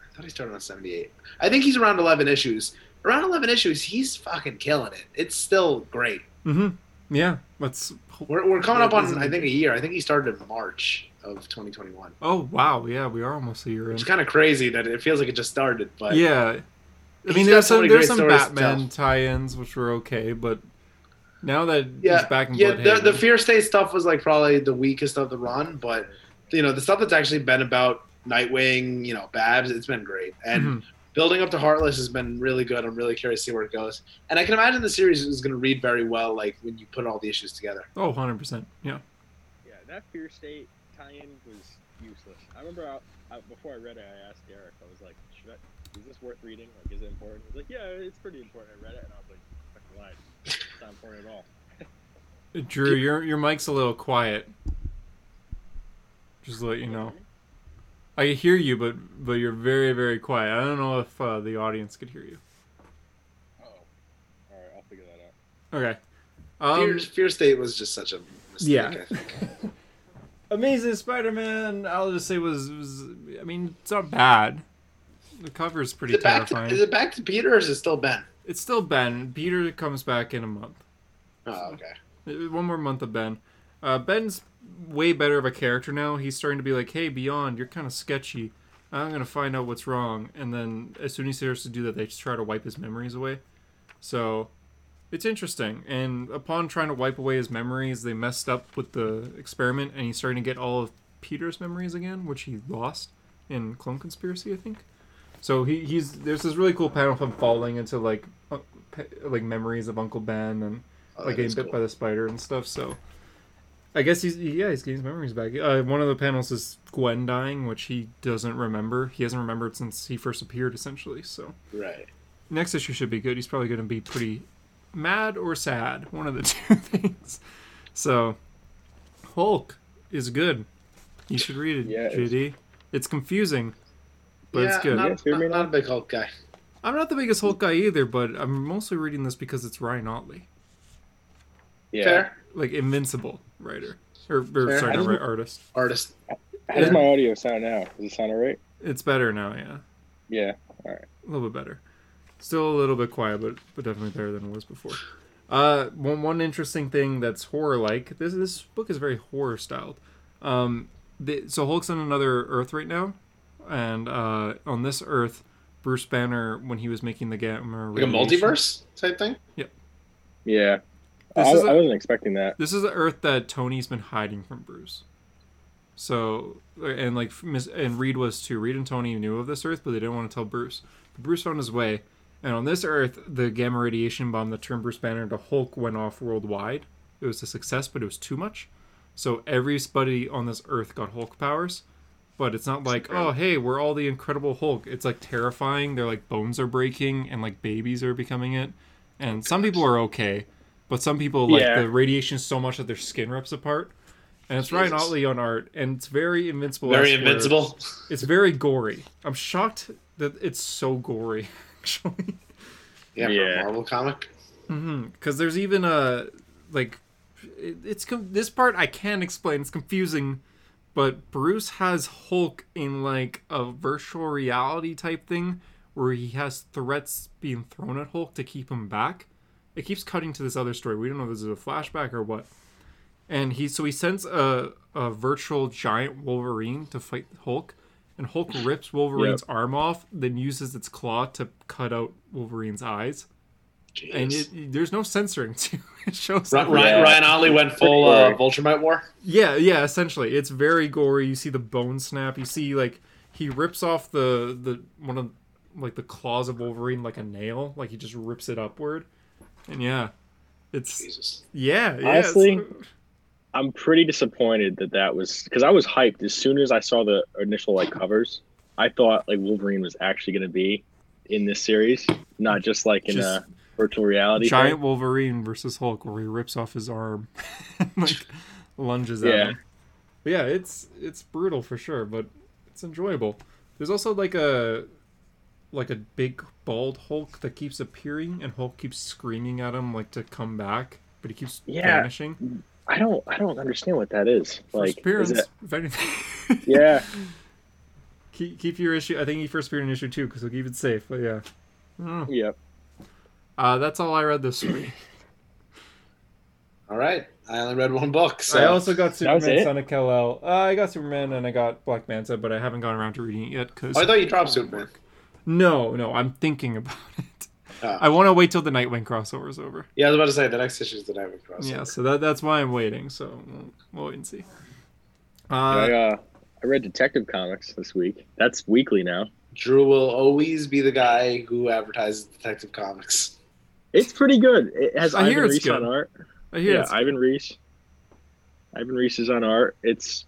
I thought he started on 78. I think he's around 11 issues. Around 11 issues, he's fucking killing it. It's still great.
Mm-hmm. Yeah. Let's.
We're, we're coming up
Yeah,
on,
isn't
I
it?
think, a year. I think he started in March of 2021.
Oh wow. Yeah, we are almost a year in.
It's kind of crazy that it feels like it just started, but
Yeah. I
He's
mean,
got
there's
so
some
many
there's some
great stories to
Batman tie-ins which were okay, but now that
yeah,
he's back in
yeah. The,
Bloodhaven,
the Fear State stuff was like probably the weakest of the run, but you know the stuff that's actually been about Nightwing, you know, Babs, it's been great, and
Mhm.
building up to Heartless has been really good. I'm really curious to see where it goes. And I can imagine the series is going to read very well, like when you put all the issues together.
[clears throat] oh, 100 percent. Yeah.
Yeah, that Fear State tie-in was useless. I remember I, I, before I read it, I asked Derek. I was like, Should I, "Is this worth reading? Like, is it important?" He's like, "Yeah, it's pretty important." I read it, and I was like, "Fucking lied. It's not important at all."
Drew, your your mic's a little quiet. Just to let [laughs] you know, I hear you, but but you're very very quiet. I don't know if uh, the audience could hear you.
Oh, all right, I'll figure that out.
Okay.
Fear,
Um,
Fear State was just such a mistake.
Yeah.
I think.
[laughs] Amazing Spider-Man. I'll just say was, was I mean it's not bad. The cover's
Is
pretty
it, back to,
terrifying.
is it back to Peter or is it still Ben?
It's still Ben. Peter comes back in a month.
Oh, okay.
Uh, One more month of Ben. Uh, Ben's way better of a character now. He's starting to be like, hey, Beyond, you're kind of sketchy. I'm going to find out what's wrong. And then as soon as he starts to do that, they just try to wipe his memories away. So it's interesting. And upon trying to wipe away his memories, they messed up with the experiment and he's starting to get all of Peter's memories again, which he lost in Clone Conspiracy, I think. So he, he's there's this really cool panel of him falling into like uh, pe- like memories of Uncle Ben and
Oh,
like
that
getting
is
bit
cool.
by the spider and stuff. So I guess he's yeah he's getting his memories back. Uh, one of the panels is Gwen dying, which he doesn't remember. He hasn't remembered since he first appeared, essentially. So
Right.
next issue should be good. He's probably going to be pretty mad or sad, one of the [laughs] two things. So Hulk is good. You should read it,
Yeah, it's-
JD. It's confusing, but
yeah,
it's good.
Not,
Yes, hear
not-
me
not a big Hulk guy.
I'm not the biggest Hulk guy either, but I'm mostly reading this because it's Ryan Otley.
Yeah,
Fair
like invincible writer or, or
Fair.
sorry,
I
not
didn't-
ri- artist.
artist.
How does my audio sound now? Does it sound alright?
It's better now, yeah,
Yeah.
a little bit better. Still a little bit quiet, but but definitely better than it was before. Uh, one one interesting thing that's horror like this this book is very horror styled. Um, the, so Hulk's on another Earth right now, and uh, on this Earth, Bruce Banner when he was making the gamma
Like a
radiation-
multiverse type thing?
Yeah.
This
I,
is a-
I wasn't expecting that.
This is the Earth that Tony's been hiding from Bruce. So and like Miss and Reed was too. Reed and Tony knew of this Earth, but they didn't want to tell Bruce. But Bruce found his way, and on this Earth, the gamma radiation bomb that turned Bruce Banner into Hulk went off worldwide. It was a success, but it was too much. So everybody on this Earth got Hulk powers, but it's not like oh hey we're all the Incredible Hulk. It's like terrifying. They're like bones are breaking and like babies are becoming it, and some people are okay, but some people like
Yeah.
the radiation is so much that their skin rips apart. And it's Ryan
Jesus.
Otley on art, and it's very invincible.
Very
esque, where
invincible.
It's very gory. I'm shocked that it's so gory, [laughs] actually.
Yeah, for a
Yeah.
Marvel comic.
Because Mm-hmm. there's even a like, it, it's com- this part I can't explain. It's confusing, but Bruce has Hulk in like a virtual reality type thing where he has threats being thrown at Hulk to keep him back. It keeps cutting to this other story. We don't know if this is a flashback or what. And he so he sends a, a virtual giant Wolverine to fight Hulk, and Hulk rips Wolverine's arm off, then uses its claw to cut out Wolverine's eyes.
Jeez.
And it, there's no censoring [laughs] to it shows
Ri- Ryan,
everything.
Ryan, Ollie went full uh,
Pretty
Vulturemite War.
Yeah, yeah, essentially. It's very gory. You see the bone snap. You see like he rips off the the one of like the claws of Wolverine like a nail, like he just rips it upward. And yeah. It's
Jesus.
yeah, yeah.
Honestly,
it's-
I'm pretty disappointed that that was because I was hyped as soon as I saw the initial like covers. I thought like Wolverine was actually going to be in this series, not just like in
Just
a virtual reality.
giant
thing.
Wolverine versus Hulk where he rips off his arm [laughs] and, like lunges at
Yeah.
him. But yeah, it's it's brutal for sure, but it's enjoyable. There's also like a like a big bald Hulk that keeps appearing and Hulk keeps screaming at him like to come back, but he keeps
Yeah.
vanishing.
I don't, I don't understand what that is.
First
Like,
appearance,
is it,
if anything.
[laughs] yeah,
keep, keep your issue. I think he first appeared in issue two because he'll keep it safe. But yeah, I don't know.
yeah.
Uh, that's all I read this week.
All right. I only read one book. So.
I also got
That was
Superman,
it?
Son of Kal El. Uh, I got Superman and I got Black Manta, but I haven't gone around to reading it yet because
Oh, I thought you dropped Superman.
no, no, I'm thinking about it.
Oh.
I want to wait till the Nightwing crossover is over.
Yeah, I was about to say the next issue is the Diamond Cross.
Yeah, so that that's why I'm waiting. So we'll, we'll wait and see. Uh,
I, uh, I read Detective Comics this week. That's weekly now.
Drew will always be the guy who advertises Detective Comics.
It's pretty good. It has
I hear
Ivan
it's
Reese
good.
on art.
I hear
Yeah,
it's
Ivan Reese. Ivan Reese is on art. It's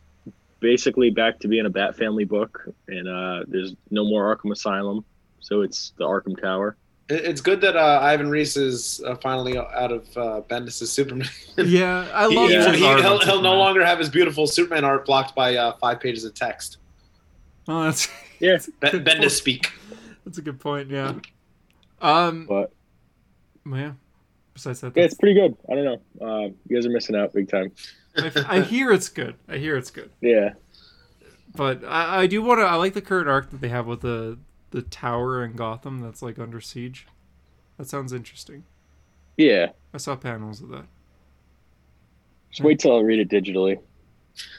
basically back to being a Bat Family book, and uh, there's no more Arkham Asylum, so it's the Arkham Tower.
It- It's good that uh, Ivan Reese is uh, finally out of uh, Bendis' Superman.
yeah. I
He-
love
[laughs] he- uh,
his
he-
art on
he'll, he'll no
Superman.
longer have his beautiful Superman art blocked by uh, five pages of text.
Oh, that's [laughs]
Yeah,
Be-
Good
Bendis
point.
speak.
That's a good point. Yeah. Um.
but
well, Yeah. Besides that,
yeah, it's pretty good. I don't know. Um, you guys are missing out big time.
that's- I, I hear it's good. I hear it's good.
Yeah,
But I, I do want to. I like the current arc that they have with the the tower in Gotham that's like under siege. That sounds interesting.
yeah.
I saw panels of that.
Just wait till I read it digitally.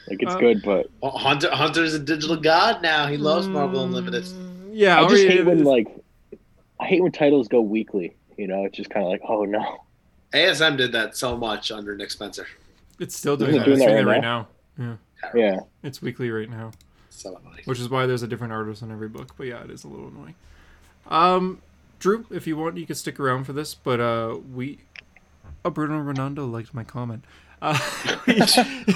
Like it's
Uh,
good, but
Well, Hunter Hunter's a digital god now. He loves Marvel Unlimited.
Mm, Yeah,
I just
or-
hate when like I hate when titles go weekly. You know, it's just kind of like, oh no.
ASM did that so much under Nick Spencer.
it's still doing
Isn't
that.
it
It's
doing that
doing it
right
right now. Yeah,
Yeah,
it's weekly right now.
So annoying.
which is why there's a different artist in every book. But yeah, it is a little annoying. Um, Drew, if you want, you can stick around for this. But uh, we, oh, Bruno Renando liked my comment. Uh, [laughs] we-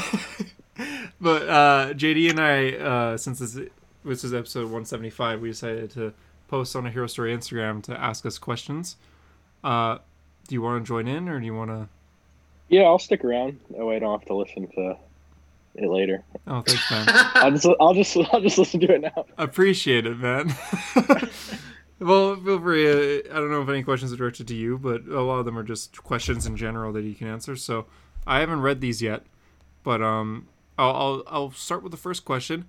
but uh, JD and I, uh, since this this is episode 175, we decided to post on a Hero Story Instagram to ask us questions. Uh, do you want to join in, or do you want to?
yeah. I'll stick around. That way, I don't have to listen to it later.
Oh, thanks, man.
I'll just, I'll just, [laughs] I'll just listen to it now.
appreciate it man [laughs] well feel free uh, i don't know if any questions are directed to you but a lot of them are just questions in general that you can answer so i haven't read these yet but um i'll i'll, I'll start with the first question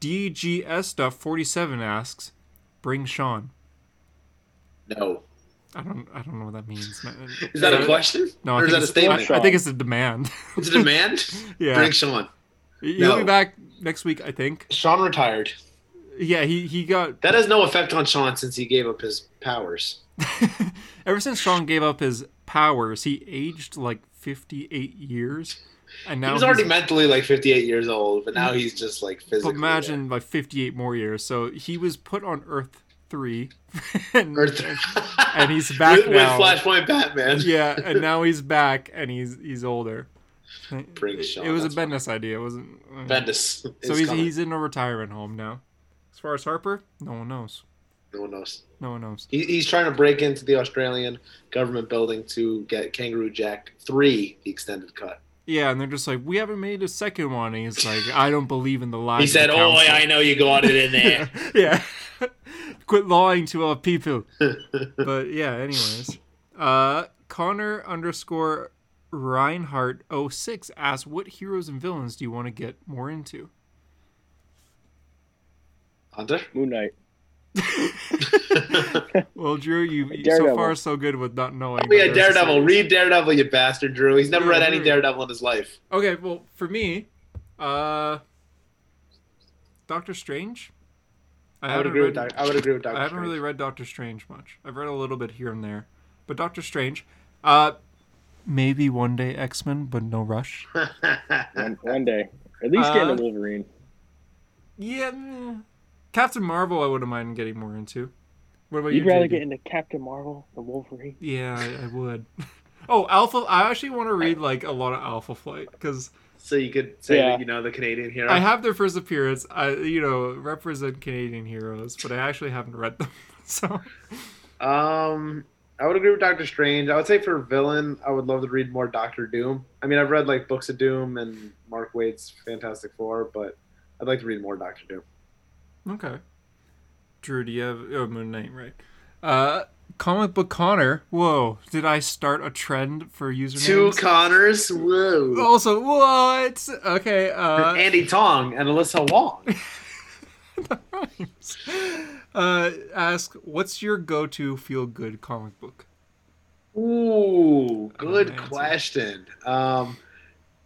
dgs stuff 47 asks bring sean
[laughs] no.
i don't i don't know what that means man.
Is that a question?
no I
or
think
is that a
it's-
statement?
i think it's a demand [laughs]
It's a demand.
yeah
Bring Sean.
he'll
No.
be back next week i think
Sean retired.
yeah he he got
That has no effect on Sean since he gave up his powers.
[laughs] Ever since Sean gave up his powers, he aged like 58 years. And now
he was already
he's-
mentally like 58 years old, but now he's just like
but
physically.
imagine like 58 more years. So he was put on Earth 3. [laughs] and,
there. [laughs] Earth-
and he's
[laughs]
back
with,
now.
with Flashpoint Batman.
yeah,
[laughs]
and now he's back and he's he's older.
Bring
it,
Sean,
it was a
that's
Bendis idea, it wasn't
Bendis.
So
is
he's
coming.
he's in a retirement home now. As far as Harper, no one knows.
no one knows.
No one knows.
He, he's trying to break into the Australian government building to get Kangaroo Jack three, the extended cut.
Yeah, and they're just like, we haven't made a second one. And he's like, I don't believe in the lies.
he
of
said,
the
"Oh,
council."
I know you got it in there."
[laughs] yeah. Quit lying to our people. [laughs] but yeah, anyways. Uh Connor oh, underscore Reinhardt 06 asks, What heroes and villains do you want to get more into?
[laughs]
[laughs]
Hunter?
Moon Knight.
Well, Drew, you you- so
Daredevil.
far so good with not knowing.
Oh, yeah,
that there's a
Daredevil.
series.
Read Daredevil, you bastard, Drew. He's never
Yeah,
read any
Drew.
Daredevil in his life.
Okay, well, for me, uh, Doctor Strange. I,
I would
haven't
agree with
read.
Doc- I would agree with Doctor
I haven't
Strange.
really read Doctor Strange much. I've read a little bit here and there, but Doctor Strange. Uh, maybe one day X Men, but no rush.
[laughs]
One, one day. At least get
Uh,
into Wolverine.
Yeah, mm. Captain Marvel. I wouldn't mind getting more into. What about
You'd
you?
rather
JD?
get into Captain Marvel than Wolverine?
Yeah, I, I would. [laughs] oh, Alpha. I actually want to read like a lot of Alpha Flight because
so you could say
Yeah.
that you know the Canadian hero.
I have their first appearance. I you know represent Canadian heroes, but I actually haven't read them. [laughs] So
Um, I would agree with Doctor Strange. I would say for villain, I would love to read more Doctor Doom. I mean, I've read like books of Doom and Mark Waid's Fantastic Four, but I'd like to read more Doctor Doom.
okay, Drew, do you have oh, Moon Knight right? Uh, comic book Connor. Whoa, did I start a trend for
Two
usernames?
Connors, whoa.
also, what? Okay, uh,
Andy Tong and Alyssa
[laughs]
Wong.
uh, ask what's your go-to feel-good comic book?
Ooh,
Oh,
good
man, it's a-
question. Um,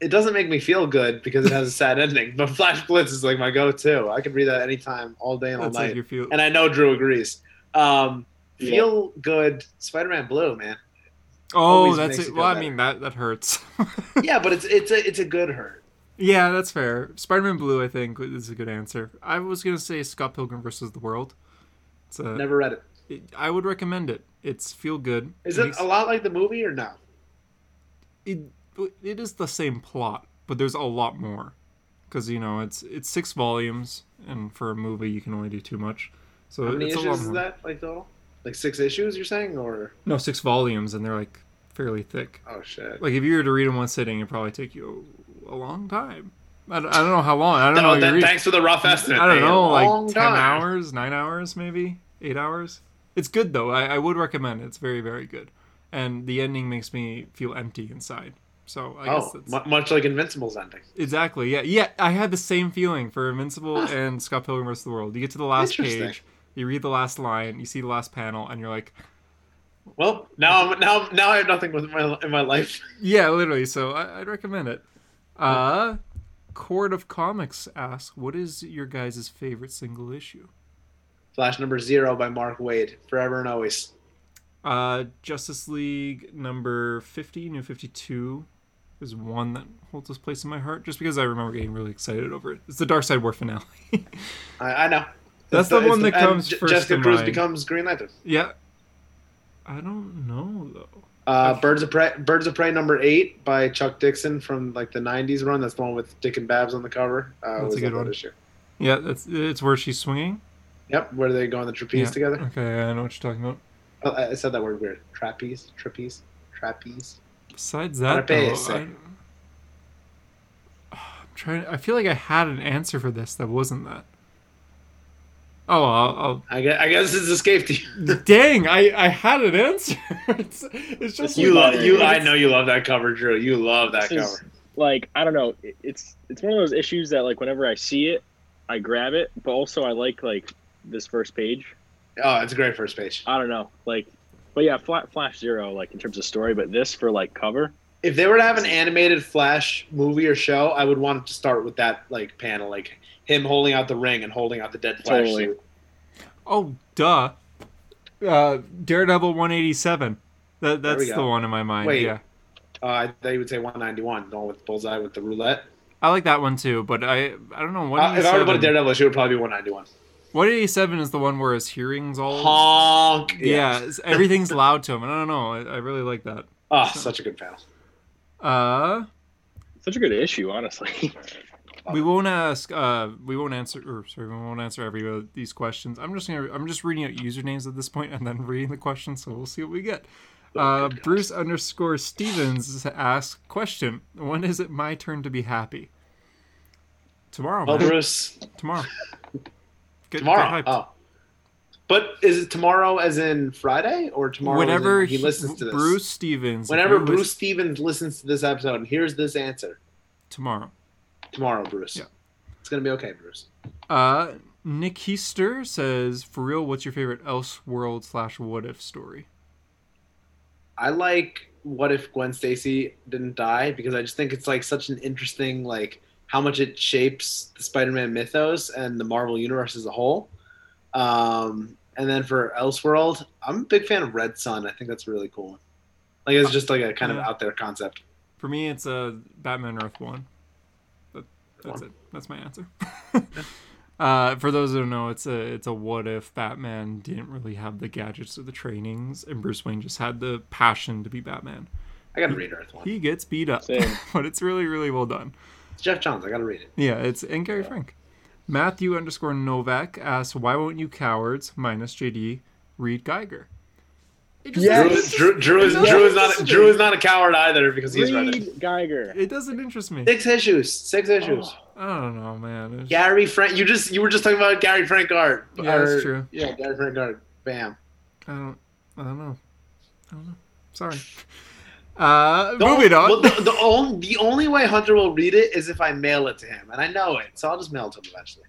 it doesn't make me feel good because it has a sad [laughs] ending, but Flash Blitz is like my go-to. I could read that anytime, all day and all
That's
night.
like your feel.
and I know Drew agrees. Um,
Yeah.
feel good, Spider-Man Blue, man.
Oh,
always
that's
makes
it.
it
Well,
feel
I mean that that hurts. [laughs]
yeah, but it's it's a it's a good hurt.
Yeah, that's fair. Spider-Man Blue, I think, is a good answer. I was gonna say Scott Pilgrim versus the World. It's a,
Never read it.
it- I would recommend it. It's feel good.
Is it
makes-
a lot like the movie or no?
It, it is the same plot, but there's a lot more, because you know it's it's six volumes, and for a movie you can only do too much. So
How many
it's a lot
issues is
more.
that? Like total? Like six issues? You're saying or
No, six volumes, and they're like fairly thick.
oh shit.
Like if you were to read in one sitting, it'd probably take you a, a long time. I, don't- I don't know how long. I don't
No,
know. what
that-
you're reading.
thanks for the rough estimate.
I don't
man.
know,
Long
like ten
time.
hours, nine hours, maybe eight hours. It's good though. I, I would recommend it. It's very, very good. And the ending makes me feel empty inside. So I guess
Oh,
that's
mu much like Invincible's ending.
exactly yeah. Yeah, I had the same feeling for Invincible
Huh.
and Scott Pilgrim vs. the World. You get to the last
Interesting.
page, you read the last line, you see the last panel, and you're like,
Well, now I'm now now I have nothing with my in my life.
yeah, literally. So I, I'd recommend it. Uh, Court of Comics asks, what is your guys' favorite single issue?
Flash number zero by Mark Wade, forever and always.
Uh, Justice League number 50, New 52 is one that holds this place in my heart just because I remember getting really excited over it. It's the Dark Side War finale.
I, I know.
That's
It's
the one
it's
that
and
comes
J-
first
Jessica
to
Cruz
mind.
becomes Green Lantern.
yeah. I don't know though.
Uh,
Okay.
Birds of Prey, Birds of Prey number eight by Chuck Dixon from like the '90s run. That's the one with Dick and Babs on the cover.
That's
Uh,
a
was
good
on that
one.
issue.
Yeah, that's it's where she's swinging.
Yep, where they go on the trapeze
Yeah. [clears throat]
together.
Okay, I know what you're talking about.
Oh, I I said that word weird. Trapeze, trapeze, trapeze.
Besides that, though,
Trapeze.
I, am trying. I feel like I had an answer for this that wasn't that. Oh, I'll, I'll
I guess, I guess it's escaped you. [laughs]
Dang, I, I had an answer. [laughs] it's, it's just
You
like-
love you. I know you love that cover, Drew. You love that
This is-
cover.
Like, I don't know. It- It's it's one of those issues that like whenever I see it, I grab it, but also I like like this first page.
Oh, it's a great first page.
I don't know. Like but yeah, Flash, Flash Zero, like in terms of story, but this for like cover.
If they were to have an animated Flash movie or show, I would want it to start with that like panel, like him holding out the ring and holding out the dead Flash
Totally.
suit.
Oh, duh. Uh, Daredevil 187. That
There we
that's the
go.
one in my mind.
Wait.
Yeah,
Uh, I thought you would say 191, the one with Bullseye with the roulette.
I like that one too. But I I don't know.
Uh, if I were to put a
187,
Daredevil, she would probably be 191.
187 is the one where his hearing's all.
Honk.
Yeah, it's- everything's loud to him. And I don't know. I, I really like that.
Oh, such a good panel.
Uh,
Such a good issue, honestly. [laughs]
we
Uh-huh.
won't ask. Uh, we won't answer. Or sorry, we won't answer every of these questions. I'm just gonna. I'm just reading out usernames at this point and then reading the questions. So we'll see what we get.
Oh,
Uh, Bruce underscore Stevens asks question: When is it my turn to be happy? Tomorrow,
Well,
man.
Oh, Bruce,
Tomorrow. Get- get
tomorrow.
hyped.
Oh. But is it tomorrow as in Friday or tomorrow as in
Whenever
when he listens to this?
Bruce Stevens. if
Whenever
you
Bruce
listen-
Stevens listens to this episode and hears this answer,
tomorrow.
tomorrow, Bruce.
Yeah.
It's going to be okay, Bruce.
Uh, Nick Heaster says, "For real, what's your favorite Elseworld slash What If story?"
I like what if Gwen Stacy didn't die because I just think it's like such an interesting like how much it shapes the Spider-Man mythos and the Marvel universe as a whole. Um, and then for Elseworld, I'm a big fan of Red Sun. I think that's a really cool. one. Like it's just like a kind of
Yeah.
out there concept.
For me, it's uh, Batman Earth One. That, that's it. That's my answer. [laughs] uh, for those who don't know, it's a it's a what if Batman didn't really have the gadgets or the trainings, and Bruce Wayne just had the passion to be Batman.
I gotta read Earth One.
He gets beat up,
Same.
[laughs] but it's really really well done.
It's Jeff Johns. I gotta read it.
Yeah, it's and Gary E Frank. Matthew underscore Novak asks, "Why won't you cowards minus JD read Geiger?" It just
Yes!
doesn't interest-
Drew, Drew, Drew is
No,
Drew is
listen
not
to
Drew
me.
is not a coward either because he's read it.
Reed Geiger.
It doesn't interest me.
Six issues. Six issues.
Oh.
I don't know, man. It's-
Gary Frank. You just you were just talking about Gary Frank art.
Yeah, that's true.
Yeah, Gary Frank art. Bam.
I don't. I don't know. I don't know. Sorry. Uh,
The
moving on.
on- Well, the, the, only, the only way Hunter will read it is if I mail it to him, and I know it, so I'll just mail it to him eventually.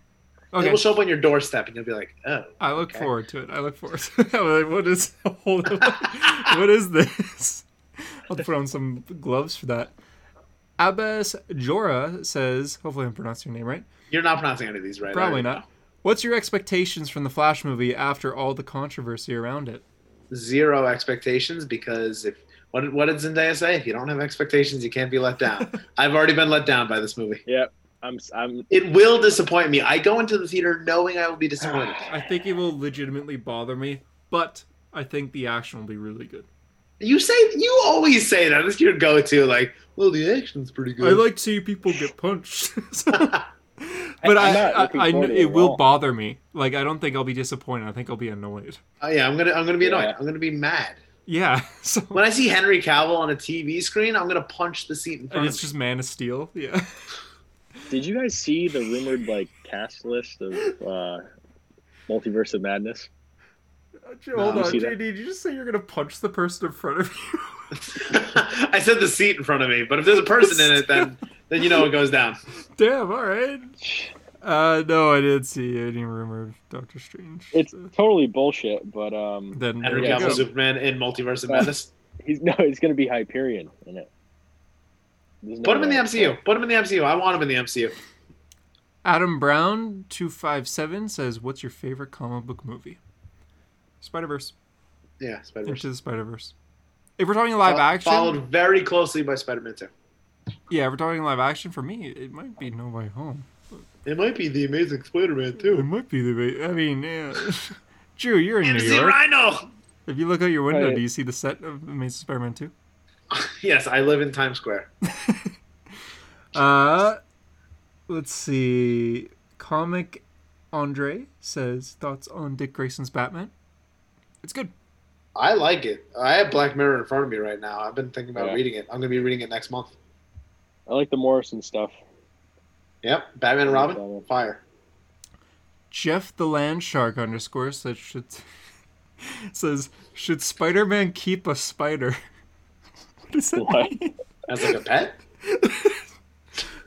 [laughs]
It
okay,
will show up on your doorstep, and you'll be like, "Oh,
I look
okay.
forward to it. I look forward. To it. [laughs] I'm like, what is? Hold on. [laughs] what is this? [laughs] I'll put on some gloves for that. Abbas Jora says, hopefully I'm pronouncing your name right.
you're not pronouncing any of these right."
Probably
are you?"
not. What's your expectations from the Flash movie after all the controversy around it?
Zero expectations because if what did- what did Zendaya say? If you don't have expectations, you can't be let
[laughs]
down. I've already been let down by this movie.
I'm I'm
It will disappoint me. I go into the theater knowing I will be disappointed.
I think it will legitimately bother me, but I think the action will be really good.
You say you always say that. It's your go-to. Like, well, the action's pretty good.
I like to see people get punched. [laughs] but
I'm
I,
not
I,
looking
I,
forward
kn-
to it
it
at
will
all.
bother me. Like I don't think I'll be disappointed. I think I'll be annoyed. [laughs]
Oh, yeah, I'm gonna I'm gonna be annoyed.
Yeah.
I'm gonna be mad.
Yeah. [laughs] So
When I see Henry Cavill on a TV screen, I'm gonna punch the seat in
and
front
it's
of me.
just Man of Steel. Yeah. [laughs]
Did you guys see the rumored like cast list of uh, Multiverse of Madness?
Hold
you
on,
see that?
JD. Did you just say you're gonna punch the person in front of you? [laughs]
[laughs] I said the seat in front of me, but if there's a person in it, then then you know it goes down.
Damn. All right. Uh, no, I didn't see any rumor of Doctor Strange.
It's
So
totally bullshit, but um,
then there
Henry
we
Yeah.
Cavill,
go.
Superman in Multiverse of Madness.
he's [laughs] no, he's gonna be Hyperion in it. There's no
Put him in the
way.
MCU. Put him in the MCU. I want him in the MCU.
Adam Brown two five seven says, "What's your favorite comic book movie?" Spider Verse.
Yeah, Spider Verse.
Into the Spider Verse. If we're talking live action,
Followed very closely by Spider Man Two.
Yeah, if we're talking live action, for me, it might be No Way Home.
It might be the Amazing Spider Man
It might be the way. I mean, yeah. [laughs] Drew, you're in New
See Oh,
York.
Rhino.
If you look out your window,
Right.
do you see the set of Amazing Spider-Man 2?
Yes, I live in Times Square.
Uh, let's see. Comic Andre says thoughts on Dick Grayson's Batman. It's good.
I like it. I have Black Mirror in front of me right now. I've been thinking about
Yeah.
reading it. I'm gonna be reading it next month.
I like the Morrison stuff.
Yep, Batman and Robin.
Batman.
Fire.
Jeff the Land Shark underscore says should [laughs] says should Spider-Man keep a spider? [laughs] what does that
What?
mean?
As like a pet.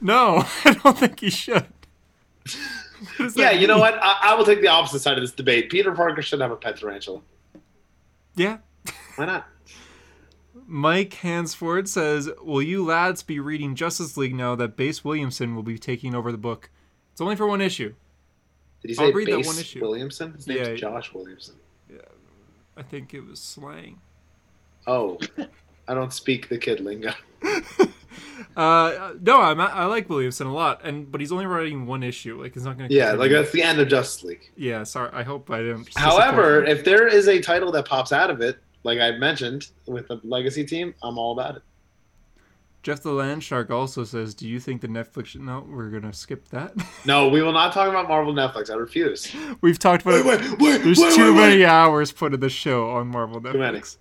No, [laughs] I don't think he should. What does
Yeah,
that
you know
mean?
what? I, I will take the opposite side of this debate. Peter Parker should have a pet tarantula.
Yeah.
Why not?
Mike Hansford says, Will you lads be reading Justice League now that Base Williamson will be taking over the book? It's only for one issue.
Did he
I'll
say
read that
Base
one issue.
Williamson? His name's
Yeah.
Josh Williamson.
I think it was slang. [laughs]
Oh, I don't speak the
[laughs]
kid lingo.
Uh, no, I'm, I like Williamson a lot, and but he's only writing one issue. Like, it's not going to.
Yeah, like that's the end of Justice League.
Yeah, sorry. I hope I didn't.
However,
disappoint
if there is a title that pops out of it, like I mentioned with the Legacy team, I'm all about it.
you. Jeff the Land Shark also says, Do you think the Netflix. should-" No, we're going to skip that. [laughs]
No, we will not talk about Marvel Netflix. I refuse.
We've talked about it.
wait, wait,
There's too many hours put in the show on Marvel
many.
Netflix.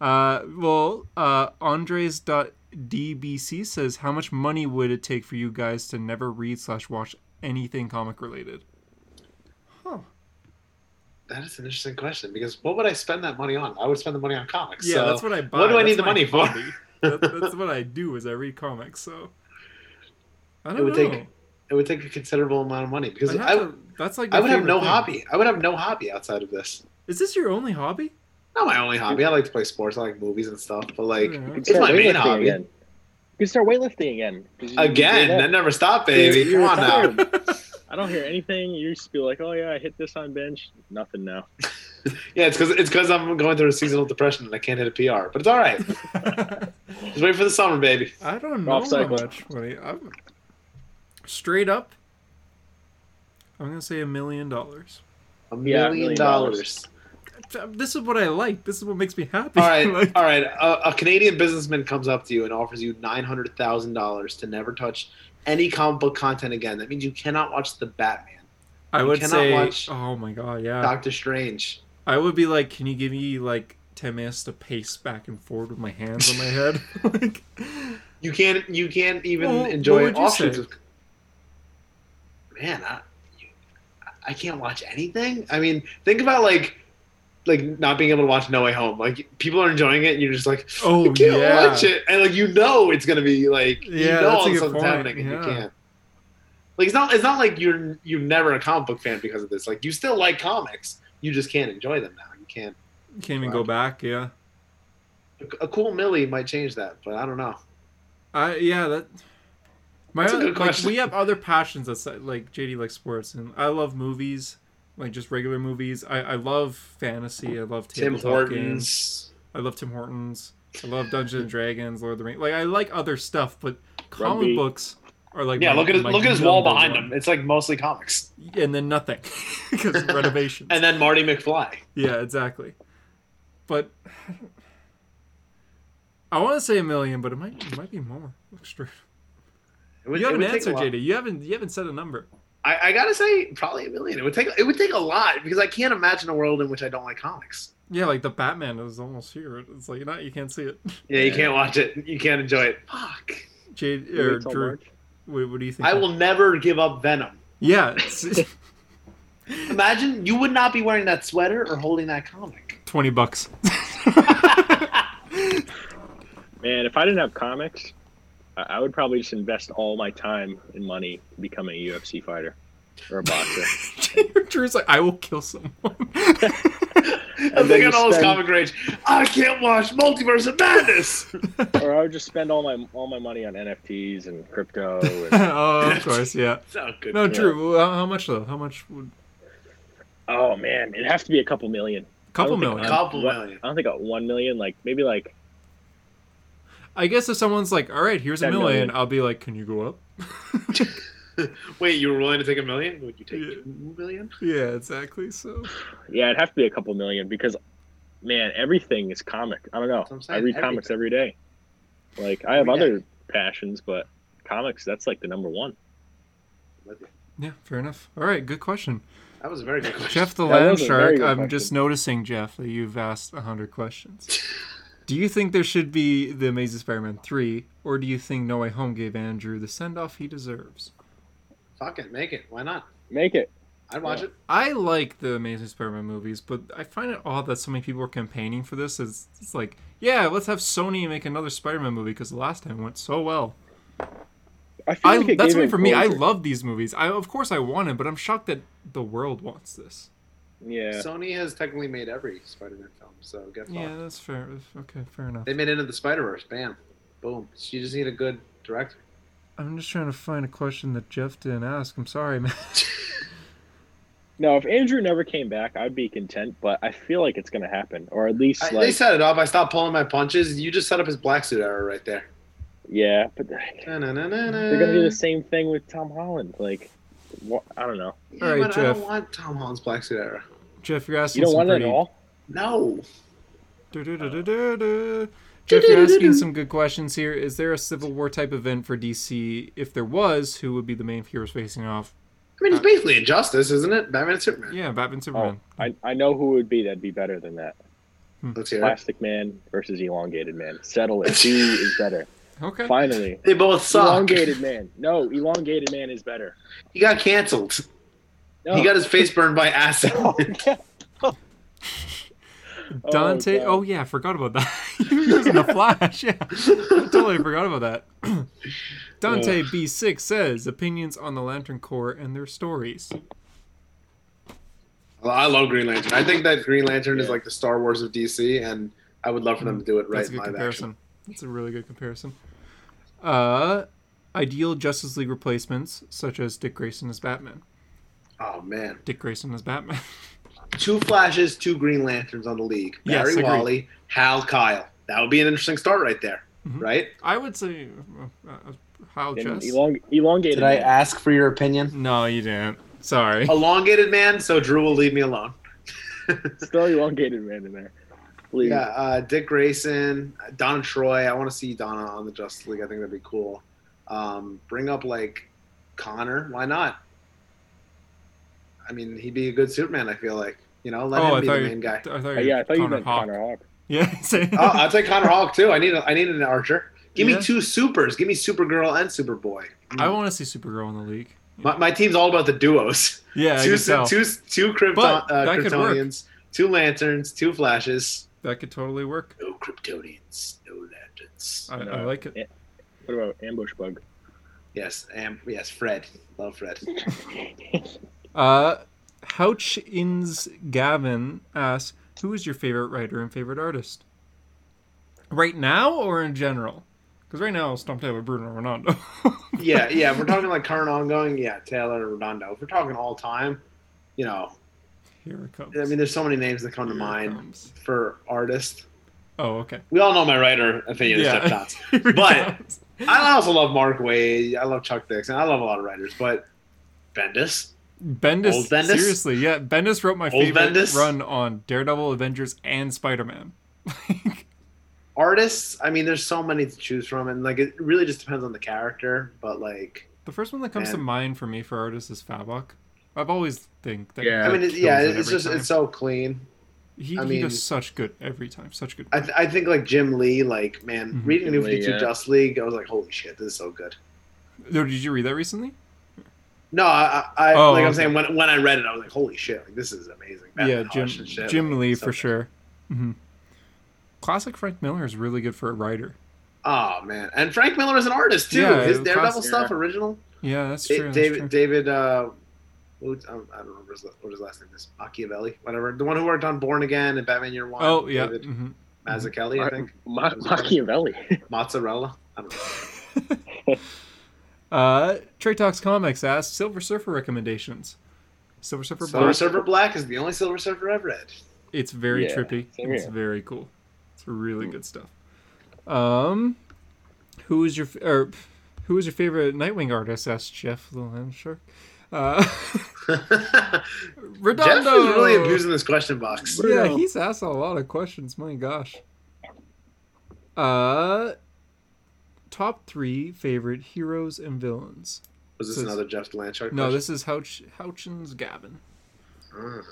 Uh, well, uh, Andres.dbc says, how much money would it take for you guys to never read slash watch anything comic related? Huh.
That is an interesting question because what would I spend that money on? I would spend the money on comics.
Yeah,
so
that's what I buy.
what do I need
That's my
the money for? [laughs]
hobby. that, that's what I do is I read comics, so. I don't
would
know.
take- It would take a considerable amount of money because
I'd have
I,
to- that's like
I
my
would have
favorite
no
thing.
hobby. I would have no hobby outside of this.
Is this your only hobby?
Not my only hobby. I like to play sports. I like movies and stuff. But like
Yeah.
You
It's my main hobby.
Again. You can start weightlifting again. 'cause you- you
again,
did that.
that never stopped, baby. Come on now.
I don't hear anything. You used to be like, oh yeah, I hit this on bench. Nothing now.
Yeah, it's because it's because I'm going through a seasonal depression and I can't hit a PR. But it's all right. [laughs] Just wait for the summer, baby.
I don't know
Off
how
cycle.
much money. I'm straight up. I'm gonna say a million dollars.
A
Yeah,
million
million
dollars.
dollars.
This is what I like. This is what makes me happy.
All right,
[laughs] Like,
all right. A, a Canadian businessman comes up to you and offers you nine hundred thousand dollars to never touch any comic book content again. That means you cannot watch the Batman,
I
you
would
cannot
say.
watch
oh my god, yeah.
Doctor Strange.
I would be like, can you give me like ten minutes to pace back and forward with my hands on my head? [laughs] like,
You can't. You can't even
Well, what
enjoy
would you
offshoots.
say?
Of... Man, I, you, I can't watch anything. I mean, think about like, like not being able to watch No Way Home. Like people are enjoying it, and you're just like,
oh
I can't
yeah.
watch it, and like you know it's gonna be like you
Yeah,
know
that's
all
a
this
good
stuff's
point,
happening, and
yeah.
you can't. Like it's not. It's not like you're you're never a comic book fan because of this. Like you still like comics, you just can't enjoy them now. You can't.
Can't even go back. Yeah.
A, a cool Millie might change that, but I don't know.
I yeah that. My
That's a
other-
good
like
question.
we have other passions that like JD likes sports and I love movies, like just regular movies. I I love fantasy. I love
Tim
tabletop games.
Hortons.
I love Tim Hortons. I love Dungeons and Dragons, Lord of the Rings. Like I like other stuff, but comic
Rugby.
books are like
Yeah,
my-
look at his,
my
look at his wall
number
behind
one.
him. It's like mostly comics,
and then nothing [laughs]
[laughs]
because renovations.
and then Marty McFly.
yeah, exactly. But I want to say a million, but it might it might be more. Look straight.
It would-
you
it
haven't
would take a
answered,
lot.
JD. You haven't you haven't said a number.
I, I gotta say, probably a million. It would take it would take a lot because I can't imagine a world in which I don't like comics.
Yeah, like the Batman is almost here. It's like not you can't see it.
Yeah, you
Yeah.
can't watch it. You can't enjoy it. Fuck.
JD
You
or
wait till
Drew,
March.
wait, what do you think?
I will never give up Venom.
Yeah, it's-
[laughs]
Imagine you would not be wearing that sweater or holding that comic.
twenty bucks. [laughs]
Man, if I didn't have comics, I, I would probably just invest all my time and money to become a UFC fighter or a boxer.
[laughs]
Drew's like, I will kill someone. [laughs]
I'm
then
thinking
you
all this
spend-
comic rage. I can't watch Multiverse of
[laughs]
Madness.
or I would just spend all my all my money on NFTs and crypto.
[laughs]
And,
oh, of course, yeah.
so good.
No, Drew. How, how much though? How much? Would,
oh man, it'd have to be a couple million.
couple
think-
million.
Couple
What-
million.
I don't think a one million. Like maybe like
I guess if someone's like, all right, here's a
Ten
million,
million.
I'll be like, can you go up?
Wait, you were willing to take a million? Would you take
Yeah.
two million?
Yeah, exactly. So
yeah, it'd have to be a couple million because man, everything is comic. I don't know.
That's what I'm
I
saying,
read comics every day. Like I have
Every
other passions, but comics that's like the number one.
yeah, fair enough. All right, good question,
That was a very good question.
Jeff the
That
Land
was a
Shark.
very good
I'm
question.
just noticing, Jeff, that you've asked hundred questions. do you think there should be the Amazing Spider-Man three, or do you think No Way Home gave Andrew the send-off he deserves?
Fuck it, make it. Why not?
Make it.
I'd watch
Yeah.
it.
I like the Amazing Spider-Man movies, but I find it odd that so many people are campaigning for this. It's, it's like, yeah, let's have Sony make another Spider-Man movie because the last time went so well.
I feel
I,
like it
that's
gave
what
him
for me. I
closure.
love these movies. I of course I want it, but I'm shocked that the world wants this.
Yeah.
Sony has technically made every Spider-Man film, so get fucked.
Yeah, that's fair. Okay, fair enough.
They made Into the Spider-Verse. Bam, boom. You just need a good director.
I'm just trying to find a question that Jeff didn't ask. I'm sorry, man. [laughs]
No, if Andrew never came back, I'd be content, but I feel like it's gonna happen. Or at least
I, they
like
set it up. I stopped pulling my punches. You just set up his black suit error right there.
Yeah, but
They're
they're gonna
Uh,
do the same thing with Tom Holland. Like what I don't know.
Yeah,
All right,
but I
Jeff.
don't want Tom Holland's black suit error.
Jeff, you're asking
You don't
some
want it at
pretty.
all?
No.
Du-du-du-du-du-du. Jeff, you're asking some good questions here. Is there a Civil War type event for DC? If there was, who would be the main heroes facing off?
I mean, it's basically Injustice, isn't it? Batman and Superman.
Uh, Yeah, Batman,
Oh,
Superman.
I, I know who would be that'd be better than that.
Let's hear it.
Plastic Man versus Elongated Man. Settle it.
[laughs]
Who is better?
Okay.
Finally.
They both suck.
Elongated Man. No, Elongated Man is better.
He got canceled.
No.
Oh. [laughs]
[laughs]
He got his face burned by acid.
Oh, yeah.
[laughs] Dante.
God.
Oh, yeah, I forgot about that. [laughs] he was in the Flash. Yeah, I totally forgot about that. [clears throat] Dante B6 says opinions on the Lantern Corps and their stories.
I love Green Lantern. I think that Green Lantern is
Yeah.
like the Star Wars of DC, and I would love for them to do it right
Mm, That's a
in
good
live
comparison.
action.
That's a really good comparison. Uh, ideal Justice League replacements such as Dick Grayson as Batman.
Oh man,
Dick Grayson as Batman. [laughs]
two Flashes, two Green Lanterns on the league.
Yes,
Barry
agreed.
Wally, Hal Kyle. That would be an interesting start right there,
Mhm.
right?
I would say uh, uh, Hal
And
Jess.
elong- elongated.
Did I
man.
ask for your opinion?
No, you didn't. Sorry.
Oh,
Elongated man, so Drew will leave me alone.
Still elongated man in there. Please.
Yeah, uh, Dick Grayson, Donna Troy. I want to see Donna on the Justice League. I think that'd be cool. Um, bring up like Connor. Why not? I mean, he'd be a good Superman. I feel like you know, let
Oh, I
him be
thought
the
you- [laughs]
main guy.
I thought
Uh, yeah, I thought you
Connor
meant
Hawke.
Connor Hawk.
Yeah. [laughs] same.
oh, I'll take Connor Hawk too. I need a, I need an Archer. Give
Yeah.
me two supers. Give me Supergirl and Superboy.
I want to see Supergirl in the league.
my, my team's all about the duos.
Yeah, I
two
can tell.
two two Krypton,
But
uh,
that could work.
Kryptonians, two Lanterns, two Flashes.
that could totally work.
No Kryptonians, no Lanterns.
I, I
No.
like it.
What about ambush bug?
Yes, am yes, Fred. Love Fred.
Uh, Houchins Gavin asks, "Who is your favorite writer and favorite artist? Right now or in general? Because right now, it's Tom Taylor, Bruno Redondo. [laughs]
yeah, yeah. If we're talking like current ongoing, yeah, Taylor Redondo. If we're talking all time, you know,
Here it comes.
I mean there's so many names that come to
Here it
mind
comes.
for artists.
Oh, okay.
We all know my writer opinion
Yeah. [laughs]
is Jeff Johns.
Here it
But-
comes.
I also love Mark Wade, I love Chuck Dixon, I love a lot of writers, but Bendis.
Bendis,
Old Bendis?
seriously, yeah, Bendis wrote my
Old
favorite
Bendis?
run on Daredevil, Avengers, and Spider Man.
Artists, I mean there's so many to choose from and like it really just depends on the character, but like
The first one that comes to
Man.
mind for me for artists is Fabok. I've always think that.
Yeah.
I
that
mean it,
kills
yeah,
it
it's
every
just
time.
it's so clean.
he,
I
he
mean-
does such good every time, such good.
I, th- I think like Jim Lee, like man,
Mhm.
reading New
Jim Lee,
Fifty Two
yeah.
Just League, I was like, holy shit, this is so good.
No, did you read that recently?
No, I, I I-
Oh,
like I'm
okay.
saying when when I read it, I was like, holy shit, like this is amazing.
yeah,
Batman
Jim
Hush and shit,
Jim
like,
Lee
so
for
good.
sure. hmm Classic Frank Miller is really good for a writer.
Oh man, and Frank Miller is an artist too.
Yeah,
His
it
Daredevil
costs-
stuff
yeah.
original.
Yeah, that's
Da-
true. that's
David
true.
David. Uh, who's- I don't I don't remember his, la- what his last name is. Machiavelli, whatever. The one who worked on Born Again and Batman Year One.
oh yeah.
David
mhm.
[laughs]
Mazzucchelli, I think.
Ma- Machiavelli. [laughs]
Mozzarella. I don't know.
Uh, Trey Talks Comics asked Silver Surfer recommendations. Silver Surfer
Silver
Black.
Surfer Black is the only Silver Surfer I've read.
It's very
Yeah,
trippy.
same
It's
here.
very cool. It's really
Mm.
good stuff. Um, who is your f- or pff, who is your favorite Nightwing artist? Asked Jeff Shark. Uh, [laughs]
[laughs]
Redondo.
Jeff is really abusing this question box.
Yeah,
Bruno.
he's asked a lot of questions. My gosh. Uh, top three favorite heroes and villains.
Was this
Says-
another Jeff Blanchard?
No,
question?
this is Houch Houchins Gavin.
Uh,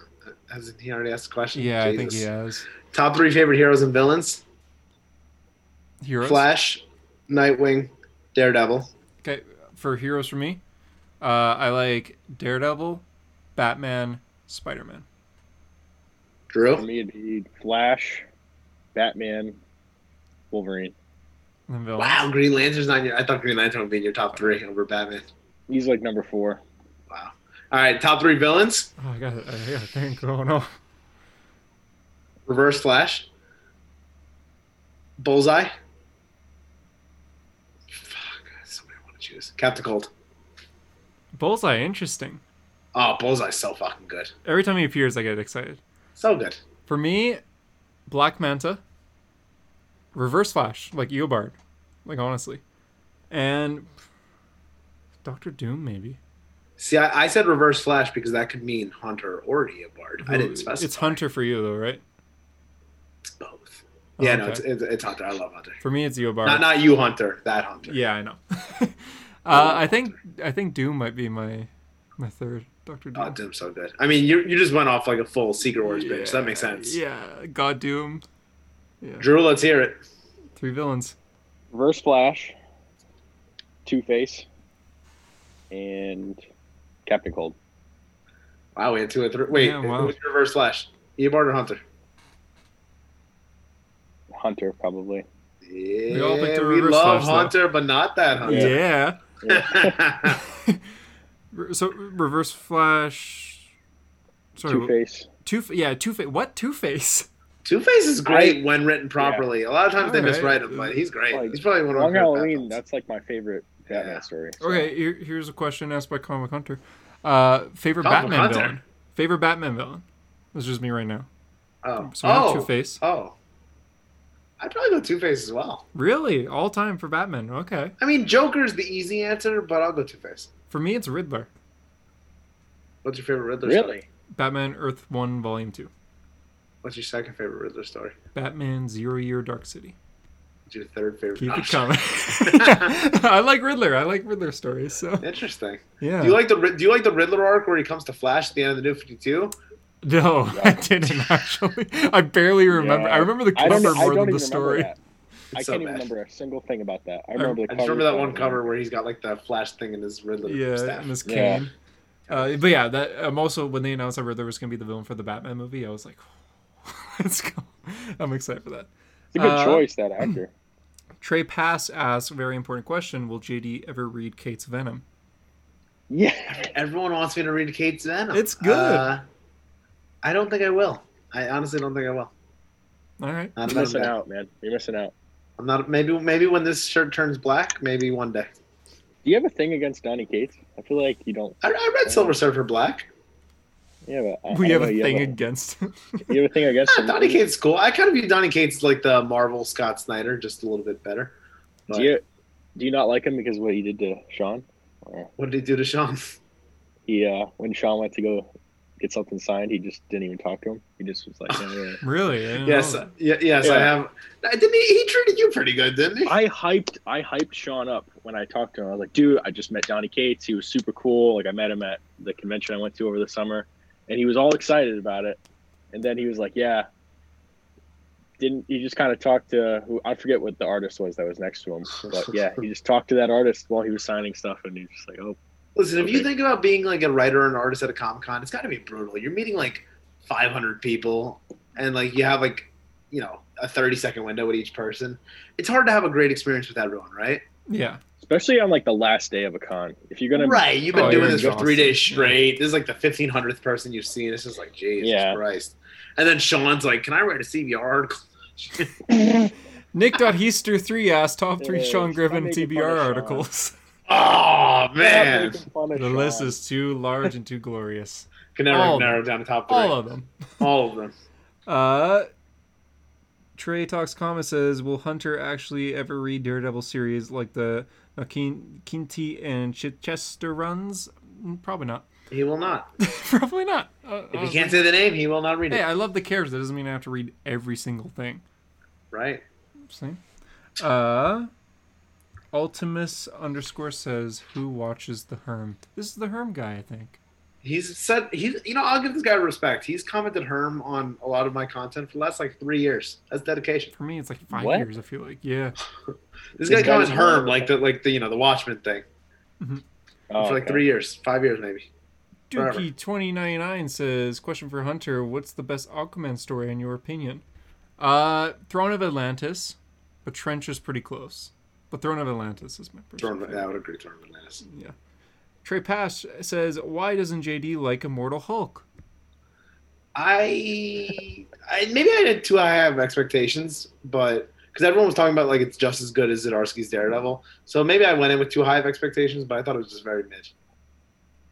hasn't he already asked the question?
Yeah, I think
Jesus.
he has
Top three favorite heroes and villains:
heroes.
Flash, Nightwing, Daredevil.
Okay, for heroes for me, uh, I like Daredevil, Batman, Spider Man.
For
Drew.
me, it'd be Flash, Batman, Wolverine.
And then villains.
Wow, Green Lantern's not in your. I thought Green Lantern would be in your top three over Batman.
He's like number four.
Wow. All right, top three villains:
Oh, I got I got a thing going on.
Reverse Flash, Bullseye. Fuck, somebody want to choose. Captain Cold.
Bullseye, interesting.
Oh, Bullseye's so fucking good.
Every time he appears, I get excited.
So good.
For me, Black Manta, Reverse Flash, like Eobard, like honestly, and Doctor Doom maybe.
See, I, I said Reverse Flash because that could mean Hunter or Eobard. I didn't specify.
It's Hunter for you though, right?
It's both.
Oh,
Yeah,
okay.
no, it's, it's, it's Hunter. I love Hunter.
For me, it's Eobard.
Not not you, Hunter. That Hunter.
Yeah, I know. [laughs] uh, I think I think Doom might be my my third Doctor Doom.
Oh, Doom's so good. I mean, you you just went off like a full Secret Wars binge. so that makes sense.
Yeah, God Doom. Yeah,
Drew, let's hear it.
three villains.
Reverse Flash, Two Face, and Captain Cold.
Wow, we had two or three. Wait,
Yeah, wow.
who's your reverse flash? Eobard or Hunter?
Hunter probably.
Yeah, we,
all picked a reverse
love
flash, though.
Hunter, but not that
Yeah.
Hunter. [laughs] Ah.
[laughs] Re- So Reverse Flash. Sorry.
Two
what-
Face.
Two. Fa- Yeah. Two Face. What? Two
[laughs]
Face.
Two Face is great when written properly. A lot of times they
Alright.
miswrite him, but he's great.
Like,
he's probably one of my
Long
favorite
Halloween.
Batmans.
That's like my favorite Batman
Yeah.
story. so-
Okay. Here, here's a question asked by Comic Hunter. Uh, favorite
Comic
Batman
Hunter.
villain. Favorite Batman villain. This is just me right now.
Oh,
So
oh,
Two Face.
oh. I'd probably go Two Face as well.
Really, all time for Batman. Okay.
I mean, Joker's the easy answer, but I'll go Two Face.
For me, it's Riddler.
What's your favorite Riddler? Story?
Really?
Batman Earth One Volume Two.
What's your second favorite Riddler story?
Batman Zero Year Dark City.
What's your third favorite?
Keep
Oh,
Ah,
it coming. [laughs] I like Riddler. I like Riddler stories. So
Interesting.
yeah.
Do you like the Rid- Do you like the Riddler arc where he comes to Flash at the end of the New Fifty Two?
No, [laughs] I didn't actually. I barely remember.
Yeah.
I remember the
I don't.
cover
I
more
don't
than
even
the story.
remember that. I can't
so
even
bad.
remember a single thing about that. I remember the
I
cover.
just remember that one cover where he's got like the Flash thing in his Riddler
Yeah,
staff.
Miss
Yeah.
Kane. Uh, but yeah, that um, also when they announced that Riddler was gonna be the villain for the Batman movie, I was like, [laughs] let's go. I'm excited for that.
It's a good
Uh,
choice that actor.
Trey Pass asks a very important question: Will JD ever read Kate's Venom?
Yeah.
Everyone wants me to read Kate's Venom.
It's good.
Uh, I don't think I will. I honestly don't think I will.
All right,
Not that
You're
I'm,
missing
bad.
out, man. You're missing out.
I'm not. Maybe maybe when this shirt turns black, maybe one day.
Do you have a thing against Donny Cates? I feel like you don't.
I, I read Silver Surfer Black.
Yeah, but I- I
we
don't
have
know,
a
you
thing
Have
against.
a, you have a thing against [laughs]
Ah,
him.
Donny Cates is cool. I kind of view Donny Cates as, like the Marvel Scott Snyder, just a little bit better. But
Do you do you not like him because of what he did to Sean? Or
what did he do to Sean?
he uh, when Sean went to go get something signed, he just didn't even talk to him. He just was like, "Yeah, yeah, yeah."
[laughs] really? I didn't
yes,
know.
y- yes, I
Yeah.
have. I- Didn't he? He treated you pretty good, didn't he?
I hyped I hyped Sean up when I talked to him. I was like, dude, I just met Donnie Cates. He was super cool. Like I met him at the convention I went to over the summer and he was all excited about it. And then he was like, Yeah. Didn't he just kinda talked to who I forget what the artist was that was next to him. But yeah, he just talked to that artist while he was signing stuff and he was just like, Oh
Listen, if you
Okay.
think about being like a writer or an artist at a Comic Con, it's got to be brutal. You're meeting like 500 people, and like you have like, you know, a 30 second window with each person. It's hard to have a great experience with everyone, right?
Yeah.
especially on like the last day of a con. If you're gonna [laughs]
right. [laughs] You've been
Oh,
doing
you're
this for three
exhausted.
days straight. This is like the 1500th person you've seen. It's just like, Jesus
Yeah.
Christ. And then Sean's like, "Can I write a CBR article?"
Nick.Heaster3 asked top three
Yeah,
Sean
stop
Griffin
making fun of
TBR
Sean.
articles.
[laughs]
[laughs]
Oh man,
Stop making fun of
The list
Sean.
is too large and too glorious.
can never
All of
narrow down the top three.
All of them.
All of them.
Uh, Trey Talks Comic says, Will Hunter actually ever read Daredevil series like the Kinty and Chichester runs? Mm, Probably not. [laughs]
He will not.
Probably not. Uh,
If he
honestly.
can't say the name, he will not read
Hey,
it.
I love the character. That doesn't mean I have to read every single thing.
Right.
See? Uh, Ultimus underscore says, Who watches the Herm? This is the Herm guy, I think.
He's said he's you know I'll give this guy respect. He's commented Herm on a lot of my content for the last like three years. That's dedication.
For me, it's like five
What?
years. I feel like, yeah,
This
This
guy
guy's
comments Herm
horrible.
like the like the you know the Watchmen thing
Oh,
for like
okay.
three years, five years maybe. Forever.
Dookie twenty ninety nine says, "Question for Hunter: What's the best Aquaman story in your opinion?" Uh, Throne of Atlantis, but Trench is pretty close. But Throne of Atlantis is my
Throne
personal
of,
favorite.
I would agree. Throne of Atlantis.
Yeah. Trey Pass says, "Why doesn't JD like Immortal Hulk?"
I, I maybe I did too. I have expectations, but because everyone was talking about like it's just as good as Zdarsky's Daredevil, so maybe I went in with too high of expectations, but I thought it was just very mid.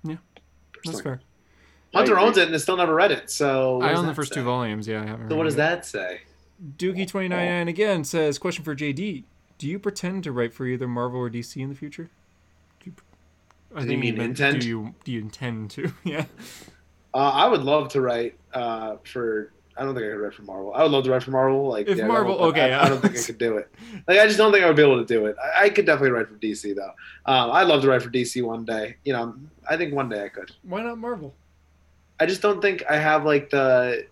Yeah. That's
Personally.
fair.
Hunter
I agree.
owns it and has still never read it, so what
I
does
own the
that
first
say?
two volumes. Yeah, I haven't.
So
read
what does
it.
that say?
Dookie twenty ninety nine again says, "Question for JD: Do you pretend to write for either Marvel or DC in the future?" Do you, I
you
think
mean
meant,
intend?
Do you do you intend to? [laughs] Yeah.
Uh, I would love to write uh, for. I don't think I could write for Marvel. I would love to write for Marvel. Like
If
yeah,
Marvel-
I don't-
okay,
I, I don't
yeah.
think I
[laughs]
could do it. Like I just don't think I would be able to do it. I, I could definitely write for DC though. Um, I'd love to write for DC one day. You know, I think one day I could.
Why not Marvel?
I just don't think I have like the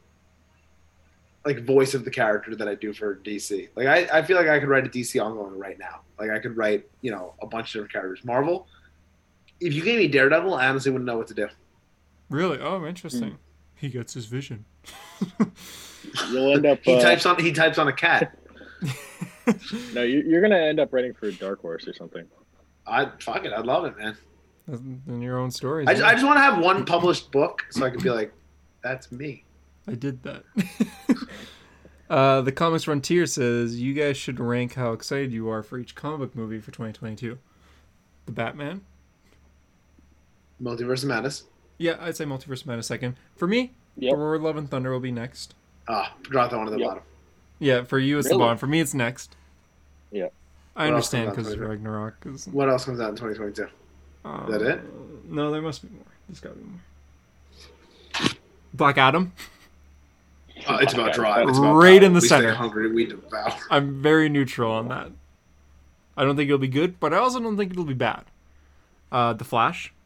like voice of the character that I do for DC. Like I, I feel like I could write a DC ongoing right now. Like I could write you know a bunch of different characters. Marvel. If you gave me Daredevil, I honestly wouldn't know what to do.
Really?
Hmm.
Oh, interesting. He gets his vision.
You'll end up.
He
uh,
types on he types on a cat.
No, you, you're gonna end up writing for Dark Horse or something.
I fuck it. I love it, man.
in your own stories.
I just,
yeah.
I just want to have [clears throat] one published book so I can be like, that's me.
I did [laughs] that. uh, the Comics Frontier says you guys should rank how excited you are for each comic book movie for 2022. The Batman.
Multiverse of Madness.
Yeah, I'd say Multiverse of Madness second. For me,
Yep.
Thor: Love and Thunder will be next.
Ah, drop that one to the
Yep.
bottom.
Yeah, for you it's the
Really?
bottom. For me it's next.
Yeah.
I
What else
understand
comes out
because
later?
Ragnarok is.
What else comes out in 2022?
Um,
that it?
No, there must be more. There's got to be more. Black Adam.
Oh, it's about drive. It's about
Right
drive.
in the
we stay
center.
hungry. We devour.
I'm very neutral on that. I don't think it'll be good, but I also don't think it'll be bad. Uh, the Flash.
[laughs]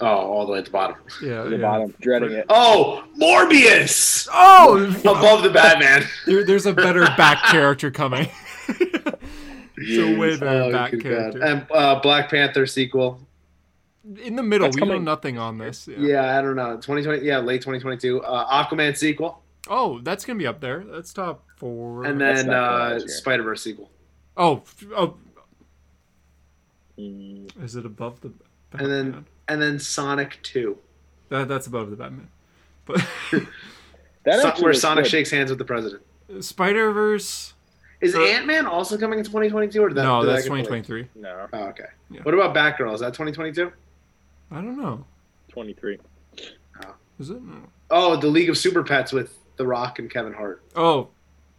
Oh, all the way at the bottom.
Yeah, yeah.
The bottom, dreading it.
Oh, Morbius
[laughs] Oh,
above the [laughs] Batman.
there, there's a better back character coming. [laughs] So way
Yes.
better
Oh,
back
good God.
character.
And uh, Black Panther sequel.
In the middle,
That's
we know
coming.
nothing on this.
Yeah. I don't know. 2020. Yeah, late 2022. Uh, Aquaman sequel,
Oh, that's gonna be up there. That's top four.
and
That's
then
not gonna
uh,
last year.
Spider Verse sequel,
oh, f- oh,
Mm,
is it above the?
and then and then Sonic Two,
that, that's above the Batman.
[laughs]
But
That
So-
actually
where
looks
Sonic
good.
shakes hands with the president.
Spider Verse.
Is
Uh,
Ant Man also coming in 2022? Or did that,
No,
did
that's
that get delayed?
2023.
No,
Oh, okay.
Yeah.
What about Batgirl? Is that 2022?
I don't know.
twenty-three.
Is it? No.
Oh, the League of Super Pets with The Rock and Kevin Hart.
Oh,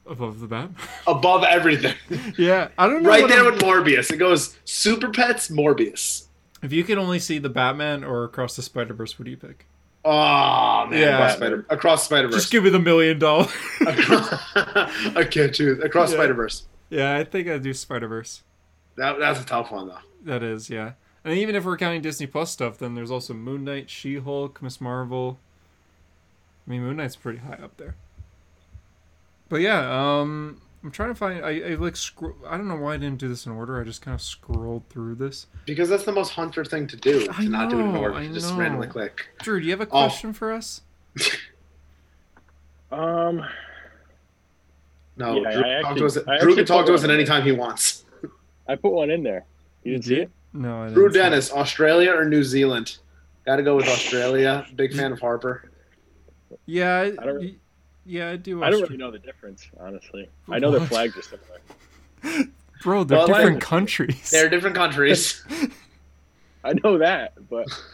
above the Batman.
Above everything,
[laughs]
[laughs]
yeah, I don't know.
right
what
there
I'm-
with Morbius. It goes Super Pets, Morbius.
If you could only see the Batman or across the Spider Verse, what do you pick?
Oh man,
Yeah.
across Spider across Spider
Just
Verse.
give me the million dollar.
[laughs] I can't choose across
Yeah.
Spider Verse.
[laughs] yeah, I think I do Spider Verse.
That, that's a tough one though.
That is, yeah. And even if we're counting Disney Plus stuff, then there's also Moon Knight, She Hulk, Miss Marvel. I mean, Moon Knight's pretty high up there. But yeah, um, I'm trying to find. I, I like. Scro- I don't know why I didn't do this in order. I just kind of scrolled through this.
Because that's the most hunter thing to do. To
I
not do it in
know,
order.
I
to just
know.
randomly click.
Drew, do you have a
Oh.
question for us?
Um,
No, Drew,
Yeah, I
can talk
actually-
to us,
I
Drew
actually
can talk
put
to us at
one
any
in.
time he wants.
I put one in there. You didn't see it?
No, I didn't.
Drew
see it.
Dennis, Australia or New Zealand? Gotta go with Australia. Big fan of Harper.
Yeah, I,
I don't-
yeah, I do.
I don't
Austra-
really know the difference, honestly. I know their
What?
flags are similar.
Bro, they're
Well, like-
different countries.
They're different countries.
I know that, but
[laughs]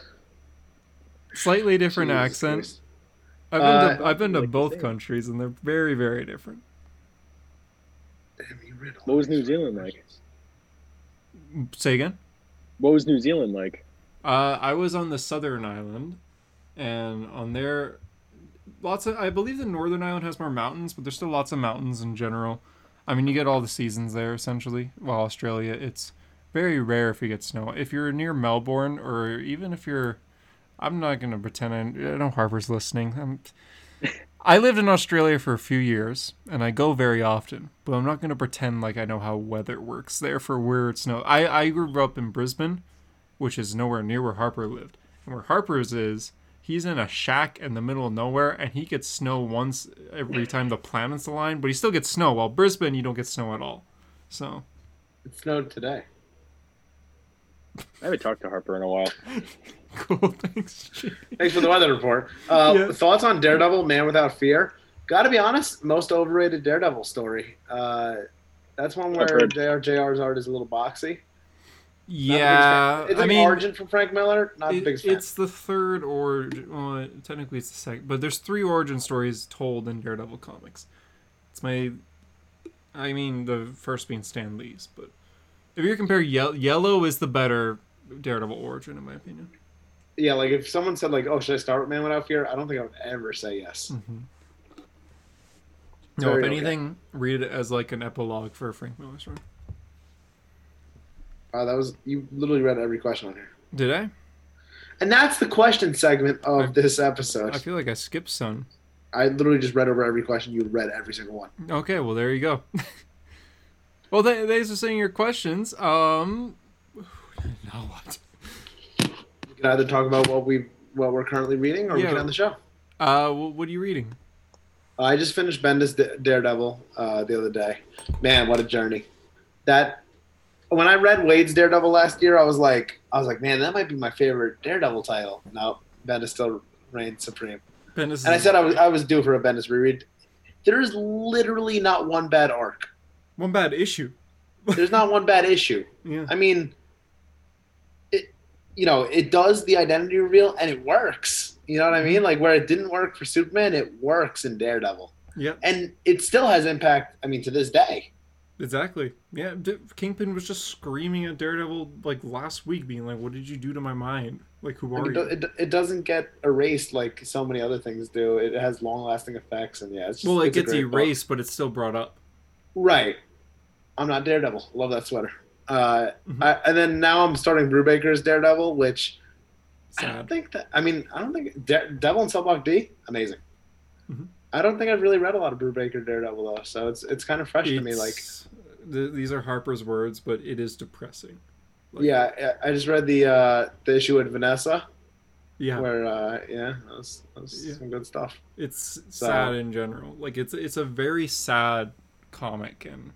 Slightly different
Jesus
accents.
Christ.
I've been to,
Uh,
I've been to
like the
both
same.
countries and they're very very different.
Damn, you read all
What was
these
New Zealand like?
Say again.
what was New Zealand like?
Uh, I was on the southern island, and on there, lots of. I believe the northern island has more mountains, but there's still lots of mountains in general. I mean, you get all the seasons there essentially. While Australia, it's very rare if you get snow. If you're near Melbourne, or even if you're, I'm not gonna pretend. I, I know Harper's listening. I'm, I lived in Australia for a few years, and I go very often. But I'm not gonna pretend like I know how weather works there for where it snows. I I grew up in Brisbane which is nowhere near where Harper lived. And where Harper's is, he's in a shack in the middle of nowhere, and he gets snow once every time the planets align, but he still gets snow. While Brisbane, you don't get snow at all. So [laughs]
It snowed today.
I haven't talked to Harper in a while.
cool. Thanks. Jay.
Thanks for the weather report. Uh,
Yeah.
Thoughts on Daredevil, Man Without Fear? Gotta be honest, most overrated Daredevil story. Uh, that's one where
I've heard.
JRJR's art is a little boxy. Not the biggest fan.
Yeah,
it's like
I mean,
origin from Frank Miller. Not the
it-
biggest fan.
it's the third or well, technically it's the second, but there's three origin stories told in Daredevil comics. It's my, I mean, the first being Stan Lee's, but if you compare Ye- Yellow is the better Daredevil origin in my opinion.
Yeah, like if someone said like, "Oh, should I start with Man Without Fear?" I don't think I would ever say yes.
Hmm. No, Mm-hmm.
Very
if
okay.
anything, read it as like an epilogue for Frank Miller's run.
Wow, Uh, that was you literally read every question on here,
Did I?
and that's the question segment
I-
of this
I
episode.
feel like I skipped some.
I literally just read over every question. You read every single one.
Okay, well there you [laughs] go. well, th- thanks for sending your questions. Um, [sighs] now what?
You can either talk about what we what we're currently reading, or we
Yeah.
can end the show.
Uh, wh- what are you reading?
I just finished Bendis D- Daredevil uh, the other day. Man, what a journey! That when I read Wade's Daredevil last year, I was like, I was like, man, that might be my favorite Daredevil title. No, Bendis still reigns supreme.
Bendis is-
And I said I was I was due for a Bendis reread. There is literally not one bad arc.
one bad issue.
There's not one bad issue.
Yeah.
I mean, it you know it does the identity reveal and it works. You know what I
Mm-hmm.
mean? Like where it didn't work for Superman, it works in Daredevil,
Yep.
and it still has impact. I mean, to this day.
Exactly. Yeah. D- Kingpin was just screaming at Daredevil like last week, being like, "What did you do to my mind? Like, who
Like,
are
it, do,
you?"
it, it doesn't get erased like so many other things do. It has long lasting effects, and yeah, it's just,
Well, it
it's a
gets
great book.
erased, but it's still brought up.
Right. I'm not Daredevil. Love that sweater. Uh,
Mhm.
I, and then now I'm starting Brubaker's Daredevil, which I don't
Sad.
think that. I mean, I don't think Dare, Devil and Cellblock D, amazing.
Mhm.
I don't think I've really read a lot of Brubaker Daredevil though, so it's it's kind of fresh to me. Like,
It's- th- these are Harper's words, but it is depressing. Like,
yeah, I I just read the uh, the issue with Vanessa,
Yeah.
where uh, yeah, that was, that was
Yeah.
some good stuff.
it's
So-
sad in general. Like it's it's a very sad comic, and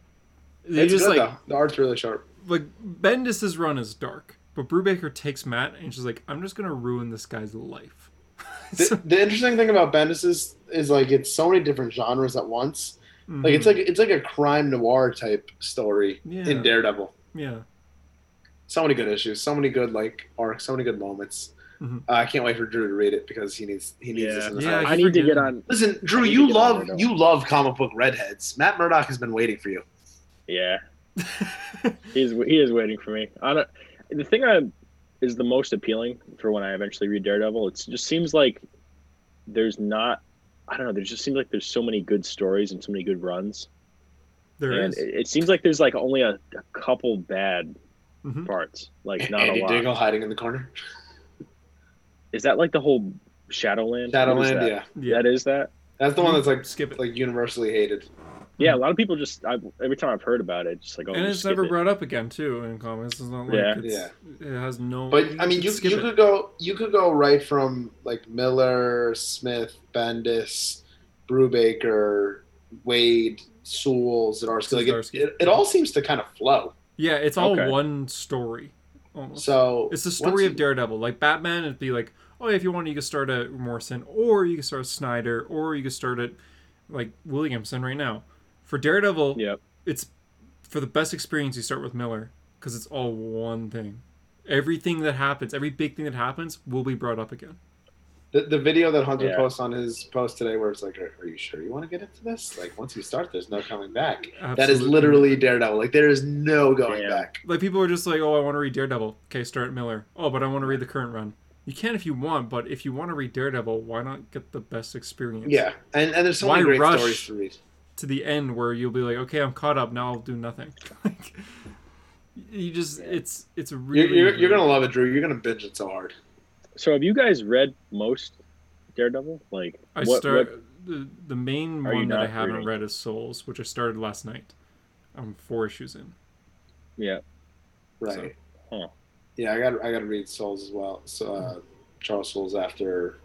they
It's
just
good
like
though. The art's really sharp.
like Bendis's run is dark, but Brubaker takes Matt and she's like, "I'm just gonna ruin this guy's life." [laughs] So-
The, the interesting thing about Bendis is, is like it's so many different genres at once. Like
Mm-hmm.
it's like it's like a crime noir type story
Yeah.
in Daredevil. [laughs]
yeah,
So many good issues, so many good like arcs, so many good moments.
Mhm.
Uh, I can't wait for Drew to read it because he needs he needs this.
Yeah.
In his
Yeah,
life.
I
I need to
forget.
get on.
Listen, Drew,
I need
you
to get on
love
Daredevil.
you love comic book redheads. Matt Murdock has been waiting for you.
Yeah, he's he is waiting for me. I don't. The thing I is the most appealing for when I eventually read Daredevil. It just seems like there's not. I don't know. There just seems like there's so many good stories and so many good runs,
there
and
is.
it, it seems like there's like only a, a couple bad
Mhm.
parts, like not
Andy
a lot.
Diggle hiding in the corner.
Is that like the whole Shadowland? What is
Shadowland,
that?
yeah,
Yeah,
That is that.
that's the one that's like
skip it.
like universally hated.
Yeah, a lot of people just I, every time I've heard about it, just like oh,
Mm-hmm. and
just
it's
skip
never
it.
brought up again too in comics. It's not like
Yeah.
it's, it has no.
But I mean, you,
skip
you
it.
could go you could go right from like Miller, Smith, Bendis, Brubaker, Wade, Sewell, Zdarsky. Like it,
Zdarsky.
it, it all seems to kind of flow.
yeah, it's all
Okay.
one story. Almost.
So
It's the
once
story
you-
of Daredevil. Like Batman, it'd be like, oh, if you want, you can start at Morrison, or you can start at Snyder, or you can start at like Williamson right now. For Daredevil,
Yeah.
it's for the best experience you start with Miller because it's all one thing. Everything that happens, every big thing that happens, will be brought up again.
the, the video that Hunter
Yeah.
posts on his post today, where it's like, are, are you sure you want to get into this? Like once you start, there's no coming back. That is
Absolutely.
literally Daredevil. Like there is no going
Yeah.
back.
like people are just like, oh, I want to read Daredevil. Okay, start at Miller. Oh, but I want to read the current run. You can if you want, but if you want to read Daredevil, why not get the best experience?
Yeah, and and there's so
Why
many great
rush?
stories to read.
to the end where you'll be like, okay, I'm caught up. Now I'll do nothing. [laughs] like, you just
Yeah.
it's it's really
You're, you're, you're gonna love it, Drew. You're gonna binge it so hard.
So have you guys read most Daredevil? Like
I
what,
start
what-
the the main
Are you
one that I
not
haven't
reading?
read is Souls, which I started last night. I'm four issues in.
yeah.
Right.
So, huh.
Yeah, I got I got to read Souls as well. So uh,
Mm-hmm.
Charles Souls after,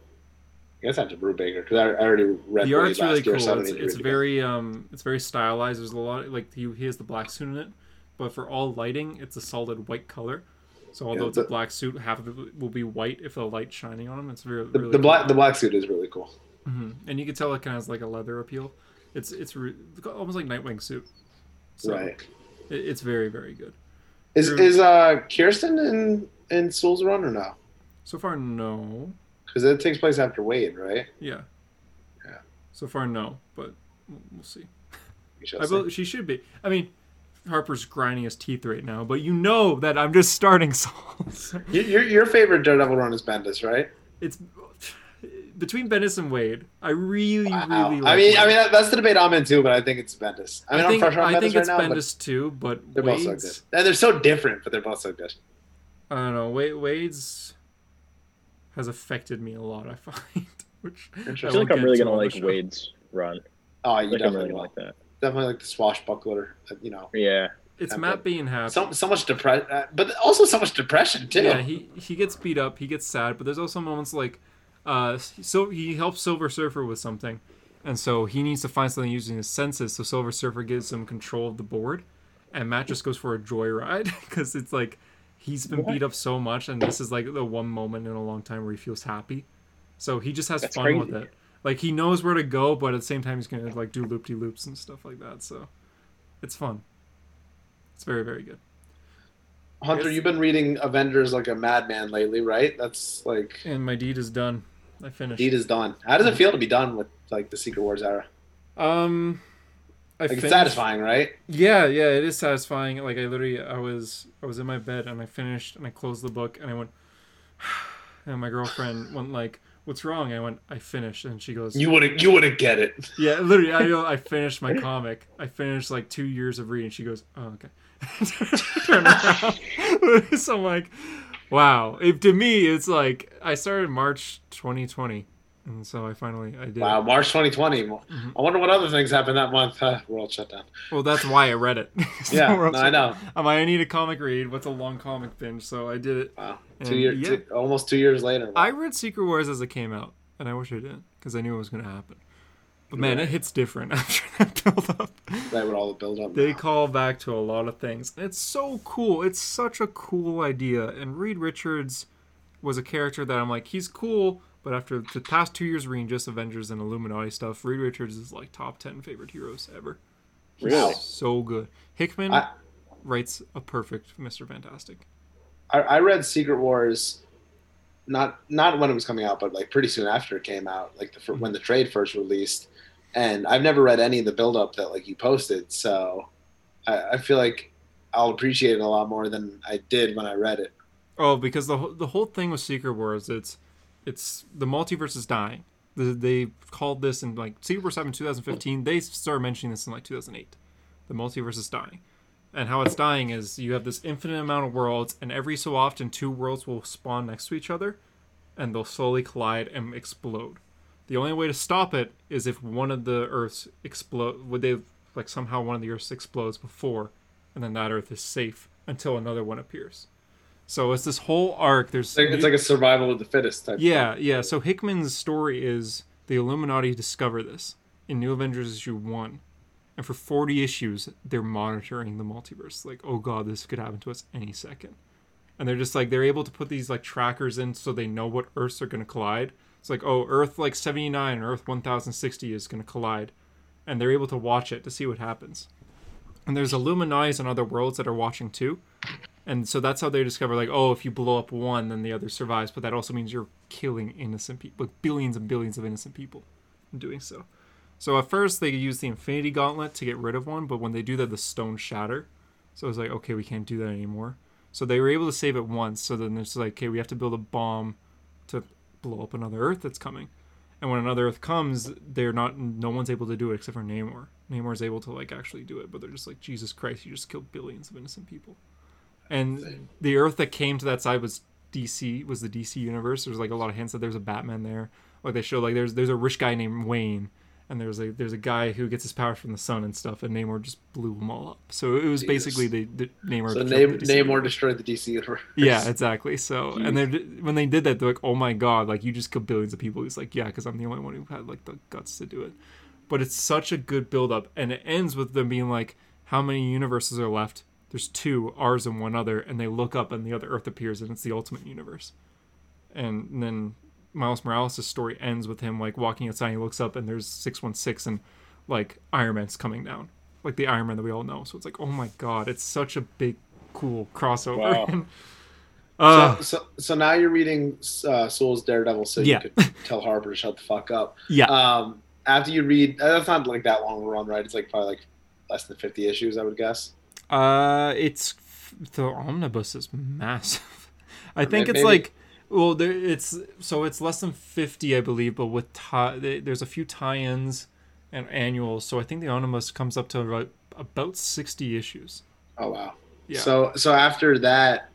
I guess after Brubaker because I, I already read
the
Blade
art's really
last year,
cool.
so I don't
It's,
need to
it's
read it
very um it's very stylized. There's a lot like he, he has the black suit in it, but for all lighting, it's a solid white color. So although
Yeah,
it's a
the-
black suit, half of it will be white if the light's shining on him. It's very
again. The,
really
the
cool.
black the black suit is really cool.
hmm And you can tell it kind of has like a leather appeal. It's it's re- almost like Nightwing suit. So
right.
it, it's very very good.
Is
Drew-
is uh Kirsten in in Souls Run or no?
So far, no.
Because it takes place after Wade, right?
Yeah.
Yeah.
So far, no. But we'll we'll see.
We shall
I
see.
bel she should be. I mean, Harper's grinding his teeth right now, but you know that I'm just starting [laughs] Souls.
Y- Your, your favorite Daredevil run is Bendis, right?
it's between Bendis and Wade. I really,
Wow.
really. Like
I mean,
Wade.
I mean, that- that's the debate I'm in too, but I think it's Bendis. I mean, I
think,
am fresh on
I think
Bendis right
it's
now, but
Bendis too, but
they're both so good,
Wade's.
and they're so different, but they're both so good.
I don't know. Wade, Wade's has affected me a lot. I [laughs] find. Which
Interesting.
I
I
feel
won't
like I'm
get
really
to
gonna
on the
like
show.
Wade's run.
Oh,
I
you
think I'm
definitely
really gonna
will.
like that.
Definitely like the swashbuckler. uh, You know,
Yeah.
It's
Yeah,
Matt being happy.
so so much depression, uh, but also so much depression too.
Yeah, he he gets beat up, he gets sad, but there's also moments like, uh, so he helps Silver Surfer with something, And so he needs to find something using his senses. So Silver Surfer gives him control of the board, and Matt just goes for a joyride [laughs] because it's like he's been
What?
beat up so much, and this is like the one moment in a long time where he feels happy. So he just has
That's
fun with
crazy.
it. Like he knows where to go, but at the same time he's gonna like do loop de loops and stuff like that. So it's fun. It's very very good.
Hunter,
Yes.
you've been reading Avengers like a madman lately, right? That's like
And my deed is done. I finished.
Deed is done. How does it feel to be done with like the Secret Wars era?
um, I
Like it's
finished-
satisfying, right?
Yeah, yeah, it is satisfying. Like I literally, I was, I was in my bed and I finished and I closed the book and I went, [sighs] and my
[sighs]
girlfriend went like, "What's wrong?" I went, "I finished," and she goes,
You wouldn't you wouldn't get it.
[laughs] "Yeah, literally, I know, I finished my comic. I finished like two years of reading." She goes, "Oh, okay." [laughs] Turn around. [laughs] so I'm like, "Wow." If to me, it's like I started March 2020, and so I finally I did. it.
Wow, March 2020.
Mm-hmm.
I wonder what other things happened that month. [laughs] Uh, world shutdown.
Well, that's why I read it. [laughs] So
Yeah,
we're
no, I
also-
know.
I'm like, I need a comic read. What's a long comic binge? So I did it.
Wow, two
And,
years,
yeah.
almost two years later.
I read Secret Wars as it came out, and I wish I didn't because I knew it was going to happen. But man, it hits different [laughs] after that build up.
that would all build up.
They
now.
call back to a lot of things. And it's so cool. It's such a cool idea. And Reed Richards was a character that I'm like, he's cool. But after the past two years reading just Avengers and Illuminati stuff, Reed Richards is like top 10 favorite heroes ever. He's
Really?
So good. Hickman
I-
writes a perfect Mr. Fantastic.
I, I read Secret Wars, not not when it was coming out, but like pretty soon after it came out, like the, fir- when the
Mm-hmm.
trade first released. And I've never read any of the buildup that like you posted, so I, I feel like I'll appreciate it a lot more than I did when I read it.
Oh, because the whole- the whole thing with Secret Wars, it's it's the multiverse is dying. The, they called this in like Secret Wars happened in 2015. They started mentioning this in like 2008. The multiverse is dying, and how it's dying is you have this infinite amount of worlds, and every so often two worlds will spawn next to each other, and they'll slowly collide and explode. The only way to stop it is if one of the Earths explode. Would they like somehow one of the Earths explodes before, and then that Earth is safe until another one appears. So it's this whole arc. There's
It's like, it's like a survival of the fittest type.
yeah, yeah. So Hickman's story is the Illuminati discover this in New Avengers issue one, and for forty issues they're monitoring the multiverse. Like, oh god, this could happen to us any second. And they're just like they're able to put these like trackers in so they know what Earths are going to collide. It's like oh, Earth like seventy nine, Earth one thousand sixty is going to collide, and they're able to watch it to see what happens. And there's Illuminatis on other worlds that are watching too. And so that's how they discover, like, oh, if you blow up one, then the other survives. But that also means you're killing innocent people, billions and billions of innocent people in doing so. So at first, they use the Infinity Gauntlet to get rid of one, but when they do that, the stones shatter. So it's like, okay, we can't do that anymore. So they were able to save it once. So then it's like, okay, we have to build a bomb to blow up another Earth that's coming. And when another Earth comes, they're not, no one's able to do it except for Namor. Namor's able to, like, actually do it, but they're just like, Jesus Christ, you just killed billions of innocent people and the Earth that came to that side was DC, was the DC universe. There's like a lot of hints that there's a Batman there. Like they show like there's there's a rich guy named Wayne, and there's a there's a guy who gets his powers from the sun and stuff, and Namor just blew them all up. So it was
Jesus.
basically the, the Namor.
So
killed
name,
the DC
Namor
universe.
destroyed the DC universe.
Yeah, exactly. So and they when they did that, they're like, oh my god, like you just killed billions of people. He's like, yeah, because I'm the only one who had like the guts to do it. But it's such a good build up, and it ends with them being like, how many universes are left? There's two, ours and one other, and they look up and the other Earth appears, and it's the ultimate universe. And then Miles Morales' story ends with him like walking outside. And he looks up and there's six one six and like Iron Man's coming down, like the Iron Man that we all know. So it's like, oh my god, it's such a big, cool crossover.
Wow.
[laughs] And- uh,
so, so, so now you're reading uh, Soul's Daredevil, so
Yeah.
you could tell Harper to shut the fuck up.
yeah,
Um, after you read, uh, that's not like that long a run, right? It's like probably like less than 50 issues, I would guess.
Uh, it's the omnibus is massive. [laughs] I think it's
maybe-
like well, there it's so it's less than fifty, I believe, but with tie, there's a few tie-ins and annuals, so I think the omnibus comes up to about, about sixty issues.
Oh wow.
Yeah.
So so after that,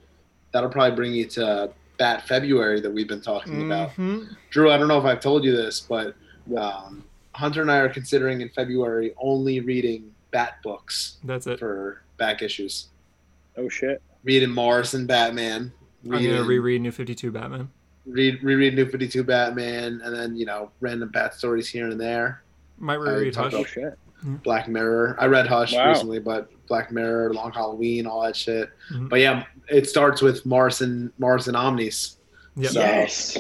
that'll probably bring you to Bat February that we've been talking about.
Mhm.
Drew, I don't know if I've told you this, but um, Hunter and I are considering in February only reading Bat books
That's it.
for back issues.
Oh shit.
Reading Morrison Batman.
I'm gonna
reading-
reread New Fifty Two Batman.
Read reread New Fifty Two Batman, and then you know random Bat stories here and there.
Might we read
talked
Hush?
Oh shit.
Black Mirror. I read Hush
Wow.
recently, but Black Mirror, Long Halloween, all that shit.
Mhm.
But yeah, it starts with Mars and Mars and Omnis.
Yep.
So- [laughs]
Yes.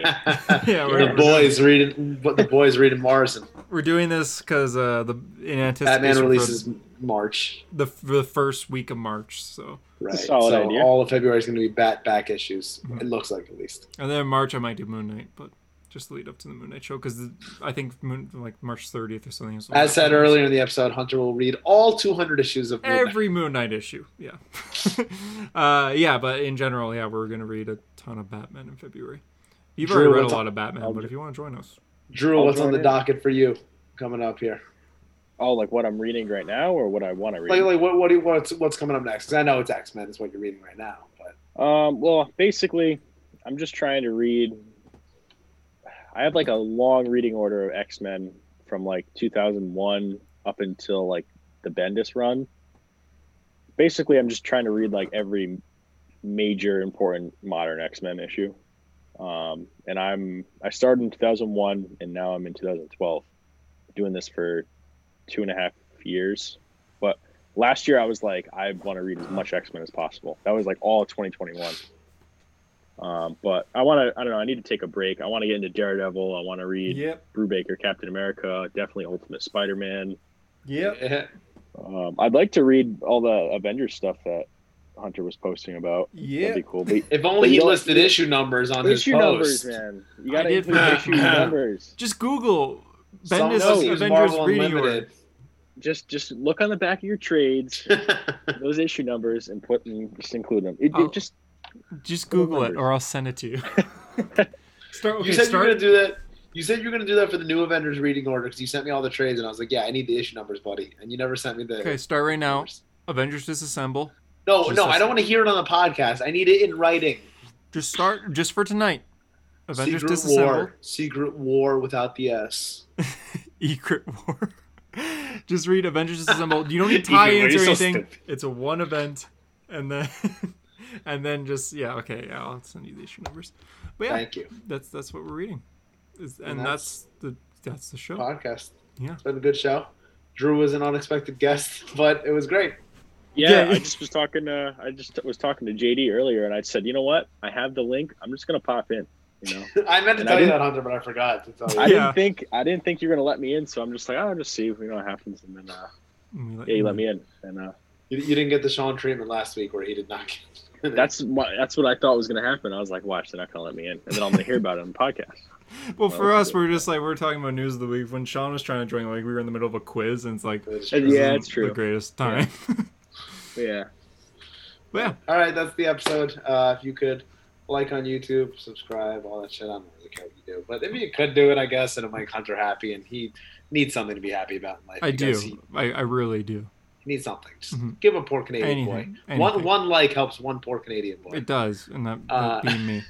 [laughs] yeah, we're,
the boys reading, but the boys reading Mars and
we're doing this because uh, the in anticipation
Batman
for
releases March.
the for the first week of March. So
Right.
a solid
so
idea.
all of February is going to be bat back issues.
Mhm.
It looks like at least.
and then in March I might do Moon Knight, but just lead up to the Moon Knight show because I think moon, like March 30th or something. is when
As
that
said
comes.
earlier in the episode, Hunter will read all 200 issues of Moon Knight.
every Moon Knight issue. Yeah, [laughs] uh, yeah, but in general, yeah, we're gonna read a ton of Batman in February. You've
Drew,
already read
what's
a
on-
lot of Batman,
I'll-
but if you want to join us,
Drew,
I'll
what's on
join
the
in.
docket for you coming up here?
oh, like what I'm reading right now, or what I want to read.
Like, like what, what do you, what's what's coming up next? 'Cause I know it's X Men is what you're reading right now, but
Um, well, basically, I'm just trying to read. I have like a long reading order of X Men from like 2001 up until like the Bendis run. Basically, I'm just trying to read like every major important modern X Men issue. Um, and I'm I started in 2001 and now I'm in 2012, doing this for two and a half years last year I was like, I want to read as much X Men as possible. That was like all of 2021. Um, but I want to, I don't know, I need to take a break. I want to get into Daredevil. I want to read
yep,
Brubaker, Captain America, definitely Ultimate Spider Man.
yeah,
Um, I'd like to read all the Avengers stuff that Hunter was posting about. That'd be cool. But
[laughs] if only he
But you-
listed issue numbers on his
issue numbers,
post.
man. You got to
did
include
forget.
issue numbers.
Just Google
Some
Bendis
knows
Avengers
Marvel
reading order.
Unlimited.
Just just look on the back of
[laughs]
your trades, those issue numbers, and put and just include them. It,
I'll-
it just
Just
Google
Google it,
numbers.
or I'll send it to you. start. Okay,
you said you were
start.
gonna do that. You said you were gonna do that for the new Avengers reading order because you sent me all the trades, and I was like, "Yeah, I need the issue numbers, buddy." And you never sent me the.
Okay, start right now.
numbers.
Avengers disassemble.
No,
Just
no, I
us.
don't want to hear it on the podcast. I need it in writing.
Just start. Just for tonight. Avengers
Secret
disassemble.
War, Secret War without the S.
[laughs] Secret War. [laughs] Just read Avengers Disassemble. You don't need
[laughs] Secret War,
tie-ins or
you're so
anything.
stupid.
it's a one event, and then [laughs] and then just yeah okay yeah I'll send you the issue numbers. But yeah,
Thank you,
that's that's what we're reading, Is- and,
And
that's, the that's the show.
podcast.
Yeah.
it's been a good show. Drew was an unexpected guest, [laughs] but it was great.
Yeah,
Yeah.
I just was talking. To, I just was talking to JD earlier, and I said, you know what? I have the link. I'm just gonna pop in. You know,
[laughs] I meant to
And I
tell you
didn't-
that, Hunter, but I forgot to tell
[laughs] I
you.
Yeah.
didn't think I didn't think you were gonna let me in, so I'm just like, "Oh, I'll just see, you know, what happens, and then uh,
And we let
yeah, you
you
let
know.
me in, and uh,
You, you didn't get the Sean treatment last week, where he did not. [laughs] Get
that's what that's what I thought was gonna happen. I was like, watch, they're not gonna let me in, and then I'm gonna hear about it on the podcast.
Well, for
Well,
us, we're just like we we're talking about news of the week. When Sean was trying to join, like we were in the middle of a quiz, and it's like
And
this
yeah,
isn't
it's true.
the greatest time. [laughs]
But yeah,
but yeah,
All right, that's the episode. Uh, if you could like on YouTube, subscribe, all that shit. I don't really care what you do, but if you could do it, I guess it'll make Hunter happy, and he needs something to be happy about in life.
I
guess
do. I, I really do.
He needs something. Just
Mhm.
give a poor Canadian
Anything,
boy. One
anything.
one like helps one poor Canadian boy.
It does, and that, that
Uh,
being me.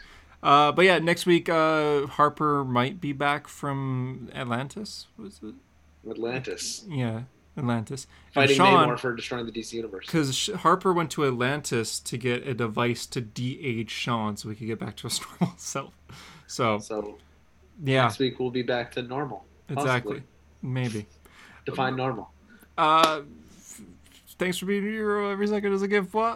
Uh, but yeah, next week uh, Harper might be back from Atlantis. Was it?
Atlantis
Yeah, Atlantis.
fighting
Sean-
Namor for destroying the DC universe.
Because Harper went to Atlantis to get a device to de-age Sean so we could get back to his [laughs] normal self. So
So
yeah,
next week we'll be back to normal.
exactly. Maybe.
Define normal.
Uh, f- thanks for being here every second is a gift. What?